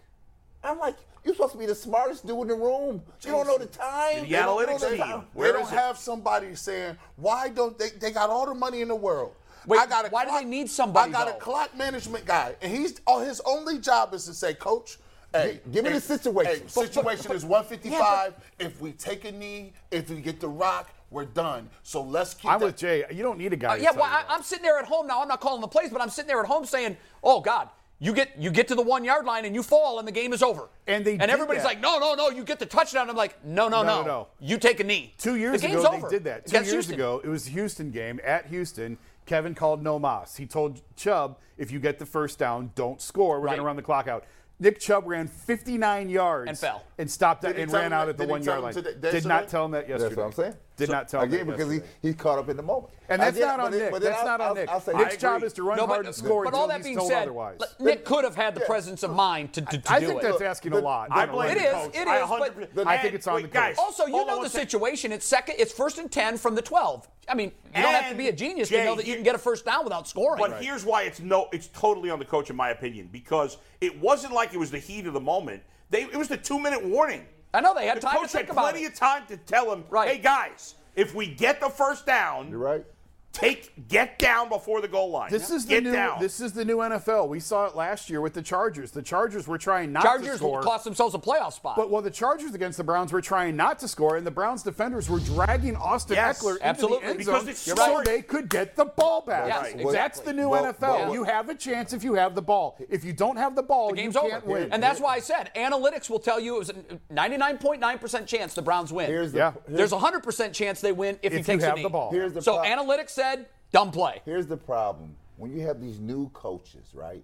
S8: I'm like, you're supposed to be the smartest dude in the room. You don't know the time.
S5: The
S8: You don't know
S5: analytics
S8: the
S5: team.
S8: time.
S5: Where
S7: they don't
S5: is it?
S7: have somebody saying, why don't they? They got all the money in the world.
S3: Wait,
S7: I got a
S3: why do
S7: clock-
S3: they need somebody,
S7: I got
S3: though?
S7: a clock management guy, and he's oh, his only job is to say, Coach, hey,
S8: Gi- give me
S7: hey,
S8: the situation."
S7: hey,
S8: But- but-
S7: situation is 155. if we take a knee, if we get the rock, we're done. So let's keep.
S1: I'm
S7: that-
S1: with Jay. You don't need a guy.
S3: Uh,
S1: to
S3: yeah,
S1: tell
S3: well,
S1: you
S3: I,
S1: that.
S3: I'm sitting there at home now. I'm not calling the plays, but I'm sitting there at home saying, "Oh God, you get you get to the one yard line and you fall, and the game is over."
S1: And they
S3: and
S1: did
S3: everybody's
S1: that.
S3: like, "No, no, no, you get the touchdown." I'm like, "No, no,
S1: No,
S3: no,
S1: no, no.
S3: you take a knee."
S1: Two years
S3: the game's
S1: ago,
S3: over
S1: they did that. Two years
S3: against Houston.
S1: ago, it was the Houston game at Houston. Kevin called no mas. He told Chubb, if you get the first down, don't score. We're going
S3: Right.
S1: to run the clock out. Nick Chubb ran 59 yards
S3: And fell.
S1: and stopped
S7: Did
S1: that
S7: he
S1: and
S7: tell
S1: ran
S7: him
S1: out
S7: that-
S1: at the
S7: did he
S1: one
S7: tell
S1: yard
S7: him
S1: line.
S7: today-
S1: Did
S7: yesterday?
S1: not tell him that yesterday.
S8: That's what I'm saying.
S1: Did
S8: So,
S1: not tell him
S8: again
S1: that
S8: because
S1: yesterday.
S8: he, he's caught up in the moment.
S1: And that's
S8: Again,
S1: not on
S8: but then-
S1: Nick.
S8: but then
S1: That's
S8: I'll-
S1: not on
S8: I'll-
S1: Nick.
S8: I'll say
S1: Nick's
S8: this.
S1: job is to run
S3: No,
S1: hard
S3: but, uh,
S1: and score
S3: but
S1: until
S3: all that
S1: he's
S3: being
S1: told
S3: said,
S1: otherwise.
S3: like, Nick could have had the presence of mind to, to, to
S1: I
S3: do
S1: think
S3: it.
S1: that's asking a lot.
S5: I
S1: on a
S5: blame
S1: running
S5: the
S3: It
S1: back.
S3: is,
S5: coach.
S3: it
S5: I
S3: is,
S5: 100%
S3: but-
S1: I think it's on
S5: wait,
S1: the
S5: guys.
S1: coach.
S3: Also, you
S5: hold on
S3: know
S5: one
S3: the
S5: second.
S3: situation. It's second. It's first and ten from the twelve. I mean, you don't have to
S5: And,
S3: be a genius
S5: Jay,
S3: to know that you
S5: you-
S3: can get a first down without scoring.
S5: But here's why it's no, it's totally on the coach in my opinion because it wasn't like it was the heat of the moment. They it was the two minute warning.
S3: I know they had
S5: the
S3: time to
S5: coach
S3: think
S5: had
S3: about
S5: plenty
S3: it.
S5: of time to tell him,
S3: Right.
S5: hey guys, if we get the first down,
S8: You're right.
S5: take get down before the goal line.
S1: This is the
S5: get
S1: new.
S5: down.
S1: This is the new NFL. We saw it last year with the Chargers. The Chargers were trying not to
S3: Chargers
S1: score.
S3: cost themselves a playoff spot.
S1: But while the Chargers against the Browns were trying not to score, and the Browns defenders were dragging Austin
S5: Yes,
S1: Eckler into
S3: absolutely.
S1: the end
S5: Because
S1: zone
S5: it's
S1: so
S5: scoring.
S1: they could get the ball back.
S3: Yes,
S1: That's
S3: exactly.
S1: the new
S8: Well,
S1: NFL.
S8: well,
S1: you have a chance if you have the ball. If you don't have the ball,
S3: the game's
S1: you
S3: over.
S1: can't win.
S3: And that's why I said analytics will tell you it was a 99.9% chance the Browns win.
S8: Here's the,
S1: Yeah.
S8: here's,
S3: There's a 100% chance they win if, he
S1: If you
S3: takes a
S1: have
S3: knee.
S1: the ball.
S8: Here's the
S3: so
S8: prob-
S3: analytics said, dumb play.
S8: here's the problem. When you have these new coaches, right?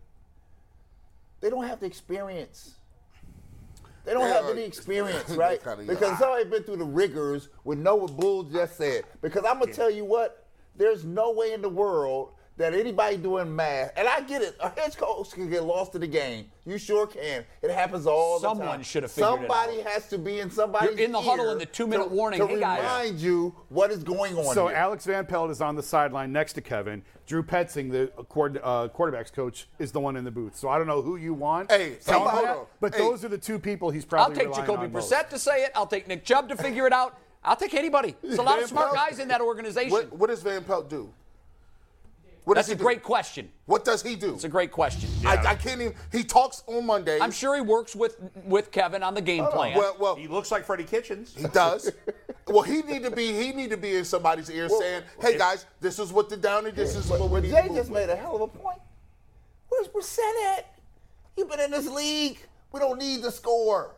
S8: They don't have the experience. They don't
S7: Yeah,
S8: have
S7: like-
S8: any experience,
S7: they
S8: right?
S7: kinda-
S8: because somebody been through the rigors with know what Bull just said. Because I'm gonna tell you what, there's no way in the world that anybody doing math, and I get it, a head coach can get lost in the game. You sure can. It happens all the time.
S3: Someone should have figured it
S8: Somebody
S3: out.
S8: has to be in somebody's
S3: You're in the huddle
S8: ear
S3: in the two-minute
S8: to-
S3: warning,
S8: to
S3: "Hey, guys."
S8: remind you what is going on.
S1: So
S8: here.
S1: Alex Van Pelt is on the sideline next to Kevin. Drew Petzing, the quar- uh, quarterbacks coach, is the one in the booth. So I don't know who you want. Tell
S7: Hey,
S1: him
S7: somebody-
S1: that,
S7: hold on.
S1: But
S7: Hey.
S1: those are the two people he's
S3: I'll
S1: probably.
S3: take
S1: relying
S3: Jacoby
S1: on most.
S3: Brissett to say it. I'll take Nick Chubb to figure it out. I'll take anybody. There's a lot of
S7: Van
S3: smart
S7: Pelt-
S3: guys in that organization.
S7: What, what does Van Pelt do? What does
S3: That's
S7: he
S3: a
S7: do?
S3: great question.
S7: What does he do?
S3: It's a great question.
S7: I, I can't even. He talks on Monday.
S3: I'm sure he works with with Kevin on the game plan.
S7: Well, well,
S5: he looks like Freddie Kitchens.
S7: He does. well, he need to be he need to be in somebody's ear saying, "Hey guys, this is what the down and this is what we
S8: But
S7: need." to
S8: Jay
S7: move
S8: just
S7: with."
S8: made a hell of a point. Where's percent at? You've been in this league. We don't need the score.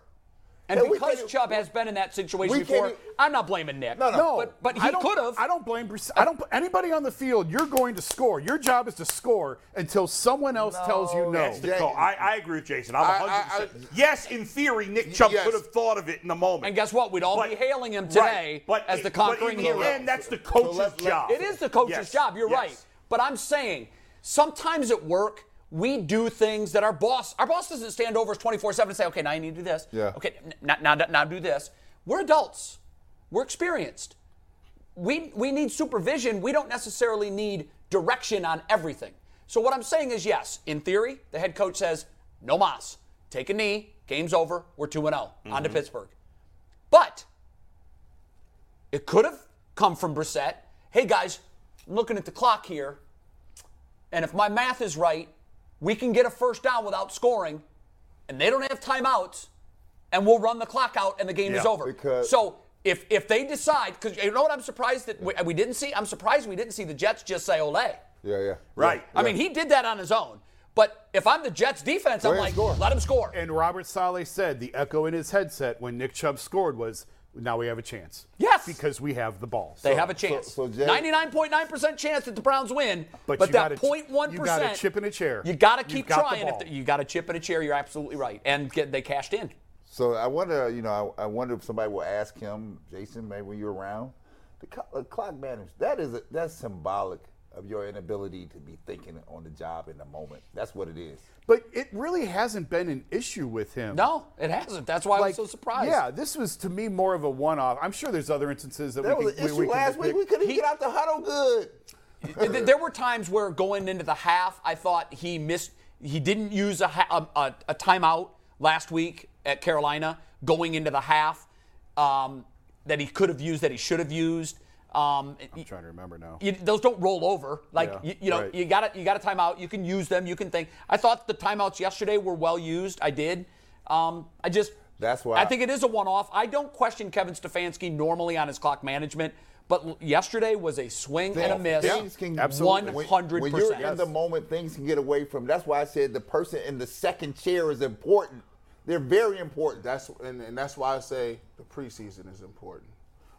S3: and
S8: yeah, we
S3: because
S8: can't-
S3: Chubb has been in that situation
S8: we
S3: before,
S8: can't e-
S3: I'm not blaming Nick.
S8: No, no.
S1: No,
S3: But, but
S1: I
S3: he
S1: don't-
S3: could have.
S1: I don't blame. Brissett. I don't. Anybody on the field, you're going to score. Your job is to score until someone else tells you no.
S5: That's the
S7: Jay-
S5: call. I, I agree with Jason. I'm
S7: I-
S5: 100.
S7: I-
S5: percent
S7: I-
S5: Yes, in theory, Nick Chubb
S7: Yes.
S5: could have thought of it in the moment.
S3: And guess what? We'd all be
S5: But-
S3: hailing him
S5: right.
S3: today
S5: But
S3: as the
S5: it- but
S3: conquering
S5: in the
S3: hero.
S5: end, that's the coach's
S8: let- let-
S5: job.
S3: It is the coach's
S5: Yes.
S3: job. You're
S5: Yes.
S3: right. But I'm saying sometimes at work we do things that our boss our boss doesn't stand over us 24/7 and say, "Okay, now you need to do this."
S8: Yeah.
S3: Okay, n- now now now do this. We're adults. We're experienced. We we need supervision. We don't necessarily need direction on everything. So what I'm saying is yes, in theory, the head coach says, "No mas. Take a knee. Game's over. We're 2 and 0. On to
S5: Mm-hmm.
S3: Pittsburgh." But it could have come from Brissett. Hey guys, I'm looking at the clock here, and if my math is right, we can get a first down without scoring, and they don't have timeouts, and we'll run the clock out, and the game is
S5: Yeah,
S3: over.
S8: because-
S3: So if if they decide, because you know what, I'm surprised that we, we didn't see. I'm surprised we didn't see the Jets just say "Olay."
S8: Yeah, yeah.
S5: Right.
S3: I mean, he did that on his own. But if I'm the Jets defense, I'm
S8: ahead
S3: like,
S8: and score.
S3: let him score.
S1: And Robert Saleh said the echo in his headset when Nick Chubb scored was, "Now we have a chance."
S3: Yes.
S1: because we have the ball.
S3: They have a chance.
S8: so Jay-
S3: 99.9% chance that the Browns win, but,
S1: But you
S3: that
S1: gotta-
S3: 0.1%.
S1: you gotta chip in a chair.
S3: You got to
S1: You've
S3: keep
S1: got the
S3: trying. If
S1: ball.
S3: the- you got to chip in a chair. You're absolutely right. And get, they cashed in.
S8: So I wonder, Uh, you know, I, I wonder if somebody will ask him, Jason, maybe when you're around, the, co- the clock matters. That is a, that's symbolic of your inability to be thinking on the job in the moment. That's what it is.
S1: But it really hasn't been an issue with him.
S3: No, it hasn't. That's why I was so surprised.
S1: Yeah, this was to me more of a one-off. I'm sure there's other instances that
S8: That
S1: we
S8: was
S1: can.
S8: an issue
S1: we, we can
S8: last week.
S1: nitpick.
S8: We couldn't get out the huddle good.
S3: Th- th- there were times where going into the half, I thought he missed. He didn't use a, ha- a, a, a timeout last week at Carolina going into the half um, that he could have used, that he should have used. Um,
S1: I'm trying to remember now.
S3: you, those don't roll over. Like
S1: Yeah,
S3: you, you know,
S1: right.
S3: you got to you got a timeout. You can use them. You can think. I thought the timeouts yesterday were well used. I did. Um, I just.
S8: That's why
S3: I
S8: I-
S3: think it is a one-off. I don't question Kevin Stefanski normally on his clock management, but l- yesterday was a swing and a miss.
S8: Things can-
S1: absolutely.
S8: When-
S3: 100%.
S8: When you're in the moment, things can get away from. That's why I said the person in the second chair is important. They're very important.
S7: That's and, and that's why I say the preseason is important.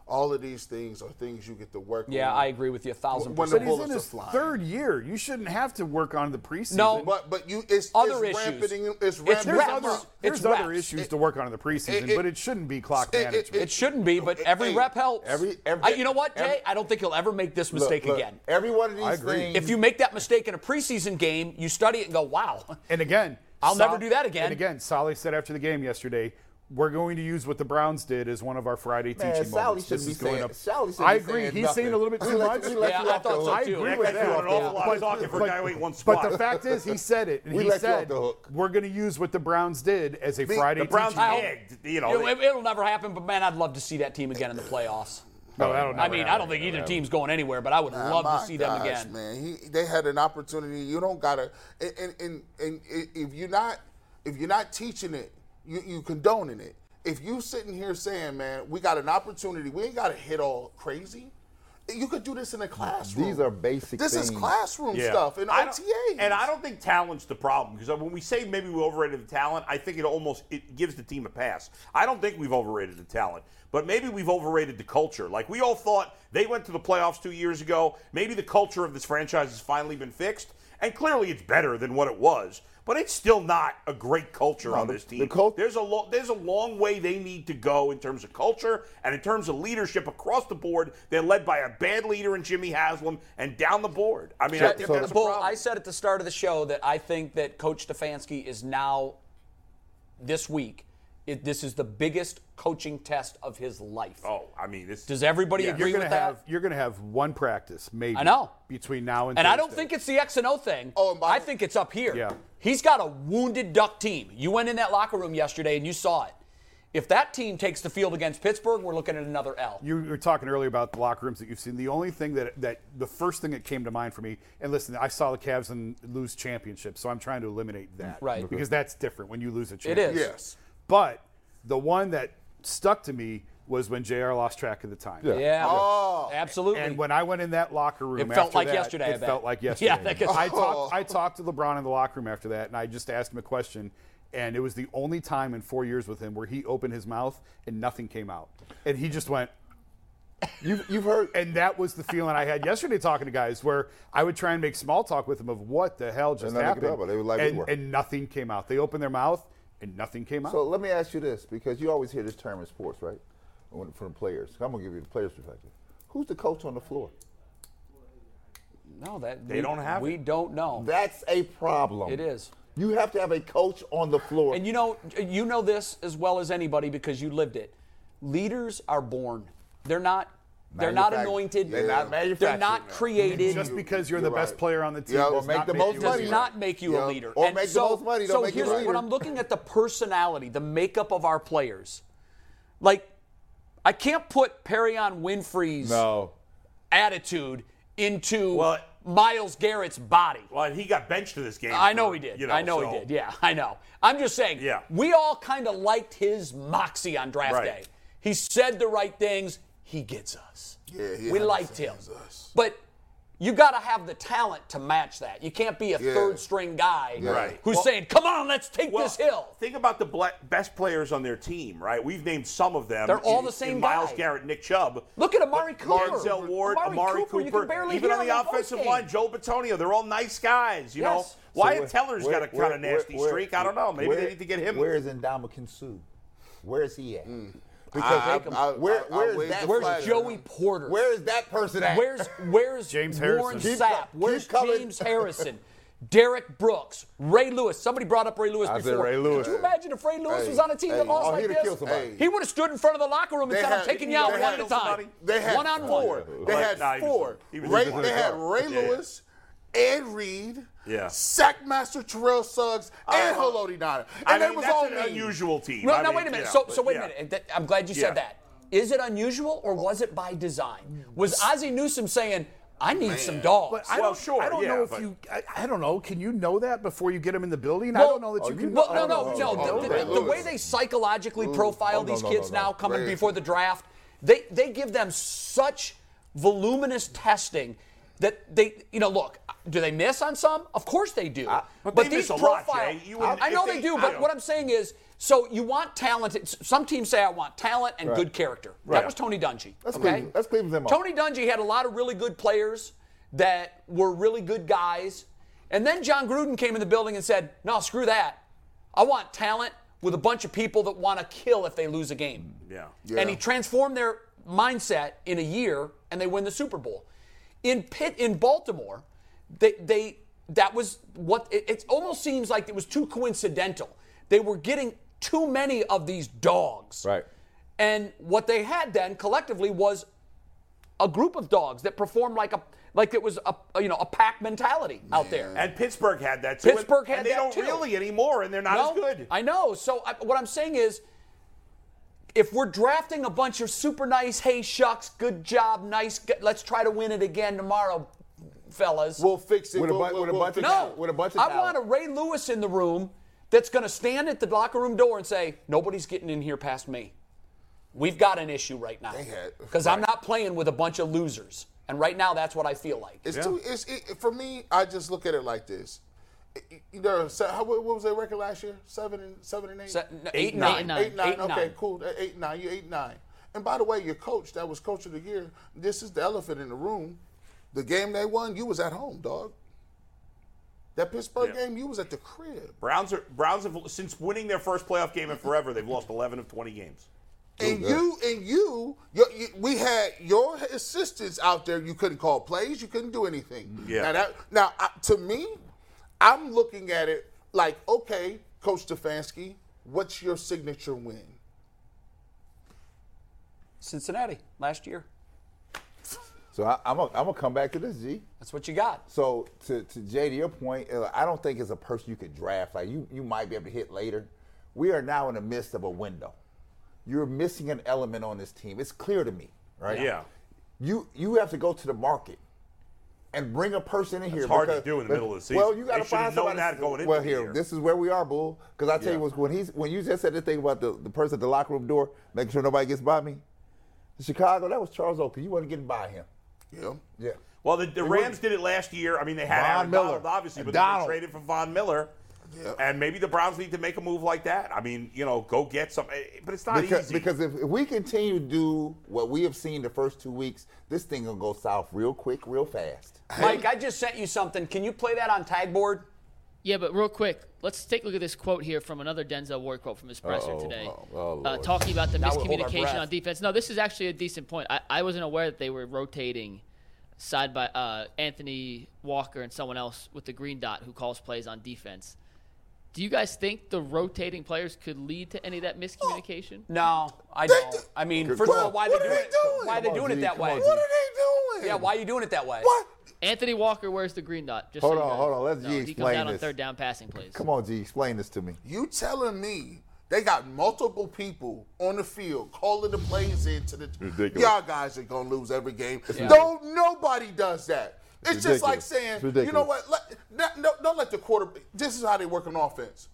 S7: All of these things are things you get to work
S3: Yeah,
S7: on.
S3: I agree with you a thousand
S7: When the
S3: percent.
S1: But he's in
S7: bullets are
S1: his
S7: flying.
S1: third year. You shouldn't have to work on the preseason.
S3: No,
S7: But but you it's
S3: Other
S7: it's
S3: issues.
S7: Rampeting,
S3: It's
S7: it's ramping
S1: there's
S3: reps.
S1: other,
S7: up.
S1: there's
S3: It's
S1: other
S3: reps.
S1: issues to work on in the preseason,
S7: it-
S1: but it shouldn't be clock
S7: it- it-
S1: management.
S3: It shouldn't be, but every
S7: Hey,
S3: rep helps.
S7: every- every-
S3: I- you know what, Jay?
S7: every-
S3: I don't think he'll ever make this
S7: Look,
S3: mistake
S7: look,
S3: again.
S7: Every one of these
S1: agree.
S7: things.
S3: If you make that mistake in a preseason game, you study it and go, "Wow,
S1: and again,
S3: I'll never do that again.
S1: And again, Sally said after the game yesterday, we're going to use what the Browns did as one of our Friday
S8: Man,
S1: teaching
S8: Sally
S1: moments. This
S8: shouldn't be
S1: is going
S8: saying-
S1: up.
S8: Sally shouldn't
S1: I
S8: be
S1: agree.
S8: saying
S1: He's saying a
S8: nothing.
S1: little bit
S8: We
S1: too
S8: let
S1: much.
S8: you- we let
S3: Yeah,
S8: you
S3: I
S8: off the
S3: thought so,
S8: hook.
S3: too.
S1: I agree
S5: That
S1: with
S5: guy's
S1: that.
S5: doing an awful lot of talking for a guy who ain't won
S1: but
S5: squat.
S1: the fact is, he said it. And
S8: We
S1: he
S8: let you off
S1: said,
S8: the hook.
S1: "We're going to use what the Browns did as a Friday."
S5: the Browns
S1: teaching moment."
S5: egged, you know.
S3: You know,
S5: they-
S3: it, it'll never happen." But man, I'd love to see that team again in the playoffs.
S1: No, that'll
S3: I
S1: never
S3: mean, I
S1: happen.
S3: don't think either team's going anywhere, but I would
S7: Ah,
S3: love
S7: my
S3: to see them
S7: gosh,
S3: again.
S7: Man, he, they had an opportunity. You don't gotta. And and, and and i- if you're not if you're not teaching it, you you condoning it. If you sitting here saying, man, we got an opportunity. We ain't gotta hit all crazy. You could do this in a classroom.
S8: These are basic
S7: This is
S8: things.
S7: classroom
S5: Yeah.
S7: stuff and
S5: I don't-
S7: OTAs.
S5: And I don't think talent's the problem because when we say maybe we overrated the talent, I think it almost it gives the team a pass. I don't think we've overrated the talent, but maybe we've overrated the culture. Like we all thought they went to the playoffs two years ago. Maybe the culture of this franchise has finally been fixed, and clearly it's better than what it was. But it's still not a great culture on this team.
S8: the cul-
S5: there's a lo- there's a long way they need to go in terms of culture and in terms of leadership across the board. They're led by a bad leader in Jimmy Haslam and down the board. I mean, I think
S8: so-
S5: that's a
S3: Bull,
S5: problem.
S3: I said at the start of the show that I think that Coach Stefanski is now, this week, it, this is the biggest coaching test of his life.
S5: Oh, I mean, this
S3: Does everybody
S5: Yeah.
S3: agree
S1: You're
S3: with
S1: gonna
S3: that?
S1: have you're gonna have one practice, maybe.
S3: I know.
S1: between now and
S3: and I don't
S1: Thursday.
S3: think it's the X and O thing.
S7: Oh, and by-
S3: I think it's up here.
S1: Yeah.
S3: He's got a wounded duck team. You went in that locker room yesterday and you saw it. If that team takes the field against Pittsburgh, we're looking at another L.
S1: You were talking earlier about the locker rooms that you've seen. The only thing that, that the first thing that came to mind for me, and listen, I saw the Cavs and lose championships, so I'm trying to eliminate that.
S3: Right.
S1: Because that's different when you lose a
S3: It
S1: championship.
S3: is.
S7: yes.
S1: But the one that stuck to me was when JR lost track of the time.
S3: Yeah. Oh,
S5: Oh.
S3: Absolutely.
S1: And when I went in that locker room,
S3: It felt
S1: after
S3: like
S1: that,
S3: yesterday, I
S1: It
S3: bet.
S1: felt like
S3: Yeah,
S1: yesterday.
S3: that gets-
S1: I talked. I talked to LeBron in the locker room after that, and I just asked him a question, and it was the only time in four years with him where he opened his mouth and nothing came out, and he just went. You've, you've heard, and that was the feeling I had yesterday talking to guys, where I would try and make small talk with them of what the hell just
S8: nothing came
S1: happened,
S8: out, but they were like, we
S1: and,
S8: were.
S1: and nothing came out. They opened their mouth, and nothing came out.
S8: So let me ask you this, because you always hear this term in sports, right? When- From the players. I'm gonna give you the players' perspective. Who's the coach on the floor?
S3: no, that
S5: They
S3: we,
S5: don't have
S3: We
S5: it.
S3: don't know.
S8: That's a problem.
S3: It is.
S8: You have to have a coach on the floor.
S3: And you know, you know this as well as anybody because you lived it. Leaders are born. They're not. They're not
S8: Manufact-
S3: anointed.
S8: They're not
S3: They're
S8: manufactured.
S3: not created.
S1: just because you're,
S8: You're
S1: the best
S8: right.
S1: player on the team,
S8: Yeah,
S1: does
S8: or make
S1: not
S8: the
S1: make you
S8: most
S1: a
S3: It
S8: money.
S3: does
S1: leader.
S3: not make you a
S8: Yeah,
S3: leader.
S8: or make the most money, don't
S3: so
S8: make you a
S3: here's
S8: leader.
S3: what I'm looking at the personality, the makeup of our players. Like, I can't put Perion Winfrey's
S8: no.
S3: attitude into
S5: Well-
S3: Miles Garrett's body.
S5: Well, he got benched to this game.
S3: I know
S5: for,
S3: he did.
S5: you know,
S3: I know
S5: so-
S3: he did. Yeah, I know. I'm just saying.
S5: Yeah.
S3: We all kind of liked his moxie on draft
S5: Right.
S3: day. He said the right things. He gets us.
S7: Yeah, he
S3: we liked him.
S7: understands us.
S3: But you got to have the talent to match that. You can't be a
S7: Yeah.
S3: third string guy
S5: Right.
S3: who's
S5: Well-
S3: saying, "Come on, let's take
S5: Well,
S3: this hill."
S5: Think about the bla- best players on their team, right? We've named some of them.
S3: They're all
S5: in-
S3: the same
S5: in Miles
S3: guy.
S5: Garrett, Nick Chubb.
S3: Look at Amari
S5: But
S3: Cooper.
S5: Denzel Ward,
S3: Amari
S5: Amari,
S3: Cooper,
S5: Cooper.
S3: you can barely
S5: Even
S3: hear
S5: on
S3: him
S5: the
S3: in both
S5: offensive
S3: games.
S5: line, Joe Batonio. They're all nice guys, you know.
S3: Yes.
S5: Wyatt
S8: where-
S5: Teller's
S8: where-
S5: got a kind
S8: where-
S5: of nasty
S8: where-
S5: streak. I don't know. Maybe
S8: where-
S5: they need to get him.
S8: Where is Indomitian Sue? Where is he at?
S3: Hmm.
S7: I- I- I-
S8: where,
S7: I- I
S8: where is
S7: waved
S8: that
S7: the
S3: Where's
S7: flag.
S3: Joey Porter?
S8: Where is that person at?
S3: Where's Where's
S1: James
S3: Warren
S1: Harrison.
S8: Keep
S3: Sapp?
S8: co- keep
S3: Where's
S8: coming.
S3: James Harrison? Derek Brooks, Ray Lewis. Somebody brought up Ray Lewis
S8: I said
S3: before.
S8: Ray Lewis.
S3: Could you imagine if Ray Lewis
S7: Hey,
S3: was on a team
S7: hey,
S3: that lost
S7: oh,
S3: like
S8: he'd
S3: this?
S8: have killed somebody.
S3: He would have stood in front of the locker room and
S7: They
S3: said, "I'm
S7: had-
S3: taking you out
S7: they
S3: one
S7: had
S3: at a time,
S5: somebody-
S7: They had
S3: one on four."
S7: They
S5: Right,
S7: had
S5: nah, he was-
S7: four.
S5: he was
S7: Ray,
S5: just
S7: they had
S5: hurt.
S7: Ray
S5: Yeah, yeah.
S7: Lewis, Ed Reed,
S5: Yeah.
S7: Sackmaster Terrell Suggs, and
S5: I-
S7: Haloti Doner. And
S5: I
S7: they
S5: mean,
S7: was
S5: that's
S7: all
S5: an
S7: mean.
S5: unusual team.
S3: No,
S5: I
S3: now
S5: mean,
S3: wait a minute.
S5: yeah,
S3: so,
S5: but
S3: so wait
S5: yeah.
S3: a minute. That- I'm glad you
S5: Yeah.
S3: said that. Is it unusual or was it by design? Was Ozzie Newsome saying, "I need some dogs"?
S1: But I
S5: Well,
S1: don't,
S5: sure,
S1: I don't
S5: yeah,
S1: know if
S5: but-
S1: you. I, I don't know. Can you know that before you get them in the building? I don't know that you can.
S3: Well, no, no,
S8: oh,
S3: no.
S8: oh,
S3: the-
S8: oh,
S3: the,
S8: Ray
S3: the
S8: Lewis.
S3: way they psychologically profile
S8: Oh, no,
S3: these
S8: no,
S3: kids
S8: no, no.
S3: now, coming
S7: Ray-
S3: before the draft, they they give them such voluminous testing that they, you know, look, do they miss on some? Of course they do.
S5: Uh, but they miss a lot, Jay. You wouldn't-
S3: I know
S5: if
S3: they,
S5: they-
S3: do.
S5: I
S3: But
S5: don't-
S3: what I'm saying is, So you want talent. s- Some teams say I want talent and
S8: Right.
S3: good character.
S8: Right.
S3: That was Tony Dungy.
S8: That's
S3: okay?
S8: Cleveland- that's Cleveland's MO.
S3: Tony Dungy had a lot of really good players that were really good guys, and then John Gruden came in the building and said, "No, screw that. I want talent with a bunch of people that want to kill if they lose a game."
S5: Yeah.
S3: And he transformed their mindset in a year, and they win the Super Bowl. In Pitt, in Baltimore, they, they that was what it, it almost seems like it was too coincidental. They were getting too many of these dogs,
S8: Right.
S3: and what they had then collectively was a group of dogs that performed like a like it was a you know a pack mentality out there.
S5: And Pittsburgh had that too. and-
S3: Pittsburgh had
S5: and they
S3: that
S5: don't
S3: too.
S5: really anymore, and they're not
S3: no,
S5: as good.
S3: I know. So I, what I'm saying is, if we're drafting a bunch of super nice, hey shucks, good job, nice, g- let's try to win it again tomorrow, fellas.
S7: We'll fix it
S8: With a
S7: we'll-
S8: bu-
S7: we'll-
S8: with a
S7: we'll
S8: bunch of
S7: fix
S3: no,
S7: it.
S8: with a bunch of
S3: I want
S8: talent.
S3: a Ray Lewis in the room that's going to stand at the locker room door and say, nobody's getting in here past me. We've got an issue right now
S7: had-
S3: because I'm not playing with a bunch of losers. And right now, that's what I feel like.
S7: It's too. It's it, for me. I just look at it like this. It- it- There are, se- how, what what was their record last year? Seven and seven and eight.
S3: Se- no, eight and
S10: nine. Nine.
S7: Eight nine.
S3: Eight and
S7: okay,
S3: nine.
S7: cool. That Eight nine. You eight nine. And by the way, your coach that was coach of the year. This is the elephant in the room. The game they won, you was at home, dog. That Pittsburgh
S5: Yeah.
S7: game, you was at the crib.
S5: Browns are Browns have since winning their first playoff game in forever, they've lost 11 of 20 games.
S7: And you and you, your, you, we had your assistants out there. You couldn't call plays. You couldn't do anything.
S5: Yeah.
S7: Now, that, now I, to me, I'm looking at it like, okay, Coach Stefanski, what's your signature win?
S3: Cincinnati last year.
S8: So I, I'm gonna I'm gonna come back to this, G.
S3: That's what you got.
S8: So to, to Jay, to your point, uh, I don't think it's a person you could draft. Like you, you might be able to hit later. We are now in the midst of a window. You're missing an element on this team. It's clear to me, right?
S5: Yeah.
S8: You you have to go to the market and bring a person in here.
S5: hard to do in the middle of the season.
S8: Well, you got to
S5: They should have
S8: find
S5: known
S8: somebody.
S5: that going into
S8: well,
S5: the
S8: here,
S5: year.
S8: this is where we are, bull. Because I tell
S5: Yeah.
S8: you, what's when he's when you just said the thing about the, the person at the locker room door making sure nobody gets by me. Chicago, that was Charles Oakley. You weren't getting by him.
S7: Yeah.
S8: Yeah.
S5: Well, the, the Rams did it last year. I mean, they had
S8: Von
S5: Aaron
S8: Miller.
S5: Donald, obviously, but
S8: Donald.
S5: they traded for Von Miller. And maybe the Browns need to make a move like that. I mean, you know, go get some. eh, But it's not
S8: Because,
S5: easy.
S8: because if, if we continue to do what we have seen the first two weeks, this thing gonna go south real quick, real fast.
S3: Mike, I just sent you something. Can you play that on tagboard?
S10: Yeah, but real quick, let's take a look at this quote here from another Denzel Ward quote from his presser
S8: Uh-oh.
S10: today,
S8: Oh, oh,
S10: uh,
S8: Lord.
S10: talking about the
S3: Now we hold our
S10: miscommunication
S3: breath.
S10: on defense. No, this is actually a decent point. I, I wasn't aware that they were rotating side by uh, Anthony Walker and someone else with the green dot who calls plays on defense. Do you guys think the rotating players could lead to any of that miscommunication?
S3: No, I don't. I mean, first of
S8: Well,
S3: all, why they
S8: what
S3: doing
S8: are they
S3: it?
S8: doing?
S3: Why are they
S8: Come on,
S3: doing it
S8: G,
S3: that
S8: come
S3: way?
S8: on, G.
S7: What are they doing?
S3: Yeah, why are you doing it that way?
S7: What?
S10: Anthony Walker wears the green dot. Just
S8: Hold
S10: so you
S8: on,
S10: guys
S8: hold on, let's
S10: know.
S8: G
S10: He comes
S8: explain
S10: out on
S8: this.
S10: third down passing plays.
S8: Come on, G, explain this to me.
S7: You telling me they got multiple people on the field calling the plays into the
S8: Ridiculous.
S7: y'all guys are gonna lose every game. No, nobody does that. It's, just like
S8: ridiculous.
S7: saying,
S8: It's
S7: you know
S8: ridiculous.
S7: what? Let, not, no, don't let the quarterback. This is how they work on offense.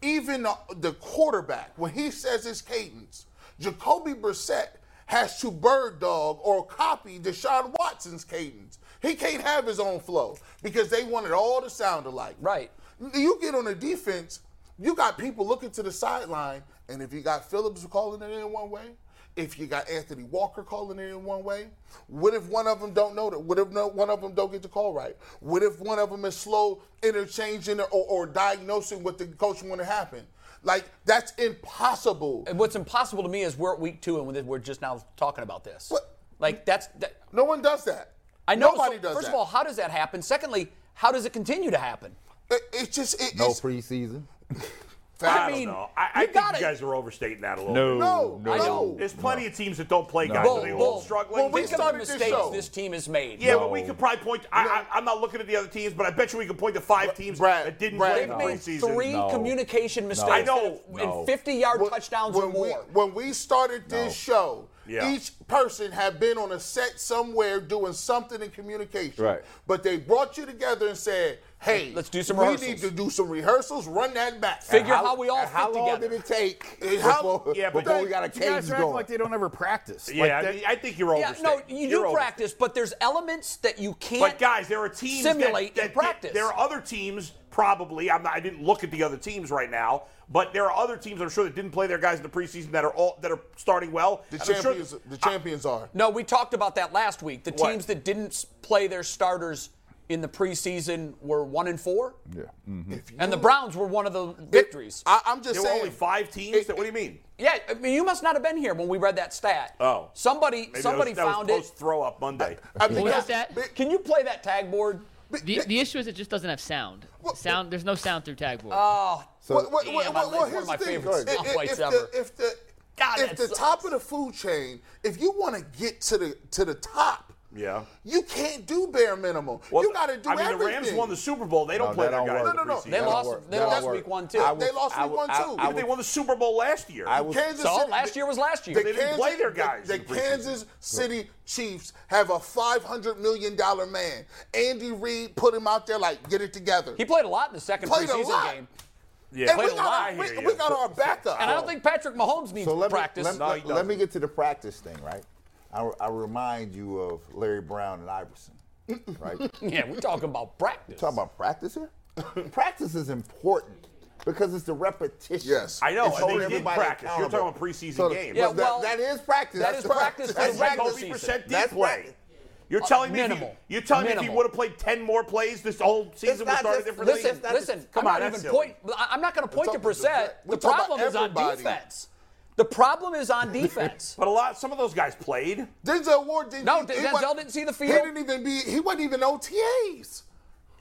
S7: Even the, the quarterback, when he says his cadence, Jacoby Brissett has to bird dog or copy Deshaun Watson's cadence. He can't have his own flow because they want it all to sound alike.
S3: Right.
S7: You get on the defense, you got people looking to the sideline, and if you got Phillips calling it in one way, if you got Anthony Walker calling it in one way, what if one of them don't know that? What if no, one of them don't get the call right? What if one of them is slow interchanging or, or diagnosing what the coach want to happen? Like that's impossible.
S3: And what's impossible to me is we're at week two and we're just now talking about this.
S7: What?
S3: Like that's that,
S7: No one does that.
S3: I know.
S7: nobody
S3: so
S7: does
S3: first
S7: that.
S3: of all, how does that happen? Secondly, how does it continue to happen?
S7: it, it's just it,
S8: No
S7: it's
S8: preseason.
S5: I,
S3: mean,
S5: don't know. I,
S3: you
S5: I think
S3: gotta-
S5: you guys are overstating that a little bit.
S7: no,
S3: I
S7: no.
S3: don't.
S5: There's plenty of teams that don't play guys,
S3: Bull,
S5: and they
S3: bull.
S5: all struggling.
S7: Well, we
S5: Think
S3: Think
S5: of-
S3: of the
S7: started this
S3: mistakes
S7: show.
S3: this, team has made.
S5: yeah, but we could probably point. I, I, I'm not looking at the other teams, but I bet you we could point to five teams
S7: Brad,
S5: that didn't
S7: Brad,
S5: play
S3: They've
S5: in the
S3: made
S5: preseason.
S3: three
S8: No.
S3: communication mistakes
S5: I know.
S3: that have- in 50-yard touchdowns or more.
S7: we, When we started this
S8: No.
S7: show,
S5: Yeah.
S7: each person had been on a set somewhere doing something in communication.
S8: Right.
S7: But they brought you together and said, hey,
S3: Let's do some
S7: we
S3: rehearsals.
S7: need to do some rehearsals, run that back.
S3: Figure how we all
S7: and how
S3: fit
S7: long
S3: together.
S7: did it take
S5: And how-
S7: before,
S5: yeah, but
S7: before
S5: they-
S7: we got a
S1: You guys
S7: cage
S1: are acting
S7: going?
S1: like they don't ever practice.
S5: Yeah,
S1: Like
S5: I,
S1: that-
S5: mean, I think you're
S3: Yeah,
S5: overstating.
S3: no, you
S5: You're
S3: do practice, but there's elements that you can't.
S5: But guys, there are teams that-
S3: simulate
S5: that,
S3: in practice.
S5: There are other teams, probably. I'm not, I didn't look at the other teams right now, but there are other teams I'm sure that didn't play their guys in the preseason that are all that are starting well.
S7: the
S5: And I'm sure-
S7: champions, the champions are.
S3: No, we talked about that last week. The
S5: What?
S3: teams that didn't s- play their starters in the preseason were one and four,
S8: Yeah.
S7: If you-
S3: and the Browns were one of the victories.
S7: I, I'm just
S5: there were
S7: saying.
S5: only five teams.
S7: it-
S5: that, what do you mean?
S3: yeah, I mean, you must not have been here when we read that stat.
S5: Oh.
S3: somebody,
S5: Maybe
S3: somebody
S5: that was,
S3: found
S5: that was
S3: it.
S5: post throw up Monday.
S7: I mean,
S10: What
S7: yeah,
S10: was that?
S7: but-
S3: Can you play that tag board?
S10: The, the issue is it just doesn't have sound. Sound. There's no sound through tag board.
S8: So
S7: Well, well,
S3: Damn,
S7: well,
S3: I
S7: well,
S3: love
S7: well,
S3: one
S7: here's
S3: of my
S7: the thing.
S3: favorite
S7: If- if-
S3: stoplights
S7: if the-
S3: ever.
S7: If the,
S3: God,
S7: if
S3: that
S7: the
S3: sucks.
S7: top of the food chain, if you want to get to the to the top,
S5: Yeah.
S7: you can't do bare minimum.
S5: Well,
S7: you got to do
S5: I mean,
S7: everything.
S5: the Rams won the Super Bowl. They don't
S8: No,
S5: play
S8: that
S5: their
S8: don't
S5: guys.
S8: work.
S5: in the
S7: No, no, no.
S5: preseason.
S3: They
S7: I
S3: lost.
S7: would-
S3: They
S7: I
S3: lost
S7: would-
S3: week one too.
S8: I would-
S7: They lost
S8: I
S7: week
S8: would-
S7: one,
S8: I-
S7: too.
S8: I
S5: But they
S8: would-
S5: won the Super Bowl last year.
S8: I was-
S7: Kansas
S3: So
S7: City,
S3: last year was last year.
S7: the
S5: They didn't play their
S7: the-
S5: guys
S7: The,
S5: in the preseason.
S7: Kansas City Chiefs have a five hundred million dollar man. Andy Reid put him out there like, get it together.
S3: He played a lot in the second
S7: Played a
S3: preseason
S7: lot.
S3: game,
S5: yeah.
S7: and we
S3: played a
S7: got,
S3: lot
S7: our,
S5: here,
S7: we,
S5: yeah.
S7: we got our backup.
S3: and I don't think Patrick Mahomes needs
S8: So let me,
S3: practice.
S8: let,
S5: No, he
S8: let- let me
S5: doesn't.
S8: get to the practice thing, right? I, I remind you of Larry Brown and Iverson, right?
S3: yeah, we're talking about practice.
S8: Talk about practice here. practice is important because it's the repetition.
S7: Yes.
S5: I know, and
S8: It's
S5: they
S8: holding
S5: did
S8: everybody
S5: practice. You're
S8: accountable.
S5: talking about preseason
S8: So,
S5: games.
S8: but
S3: Yeah, well,
S8: that, that is practice.
S3: that
S8: That's
S3: is
S8: what-
S3: practice for
S8: that's
S3: the regular
S8: practice.
S5: Kobe
S3: season.
S5: Percent did
S8: That's
S5: play.
S8: right.
S5: You're telling me
S3: Minimal.
S5: If you, you're telling me if
S3: Minimal.
S5: he would have played ten more plays, this whole season would
S8: not
S5: started
S8: just-
S5: differently.
S3: Listen,
S8: That's-
S3: listen. I'm
S8: come on,
S3: not
S8: that's
S3: even
S8: silly.
S3: point. I- I'm not going to point to
S7: talking-
S3: Brissett.
S7: we're
S3: The
S7: talking about
S3: problem is on
S7: everybody.
S3: defense. The problem is on defense.
S5: But a lot, some of those guys played.
S7: Denzel Ward didn't.
S3: No,
S7: he
S3: Denzel
S7: wasn't-
S3: didn't see the
S7: He
S3: field.
S7: didn't even be. He wasn't even OTAs.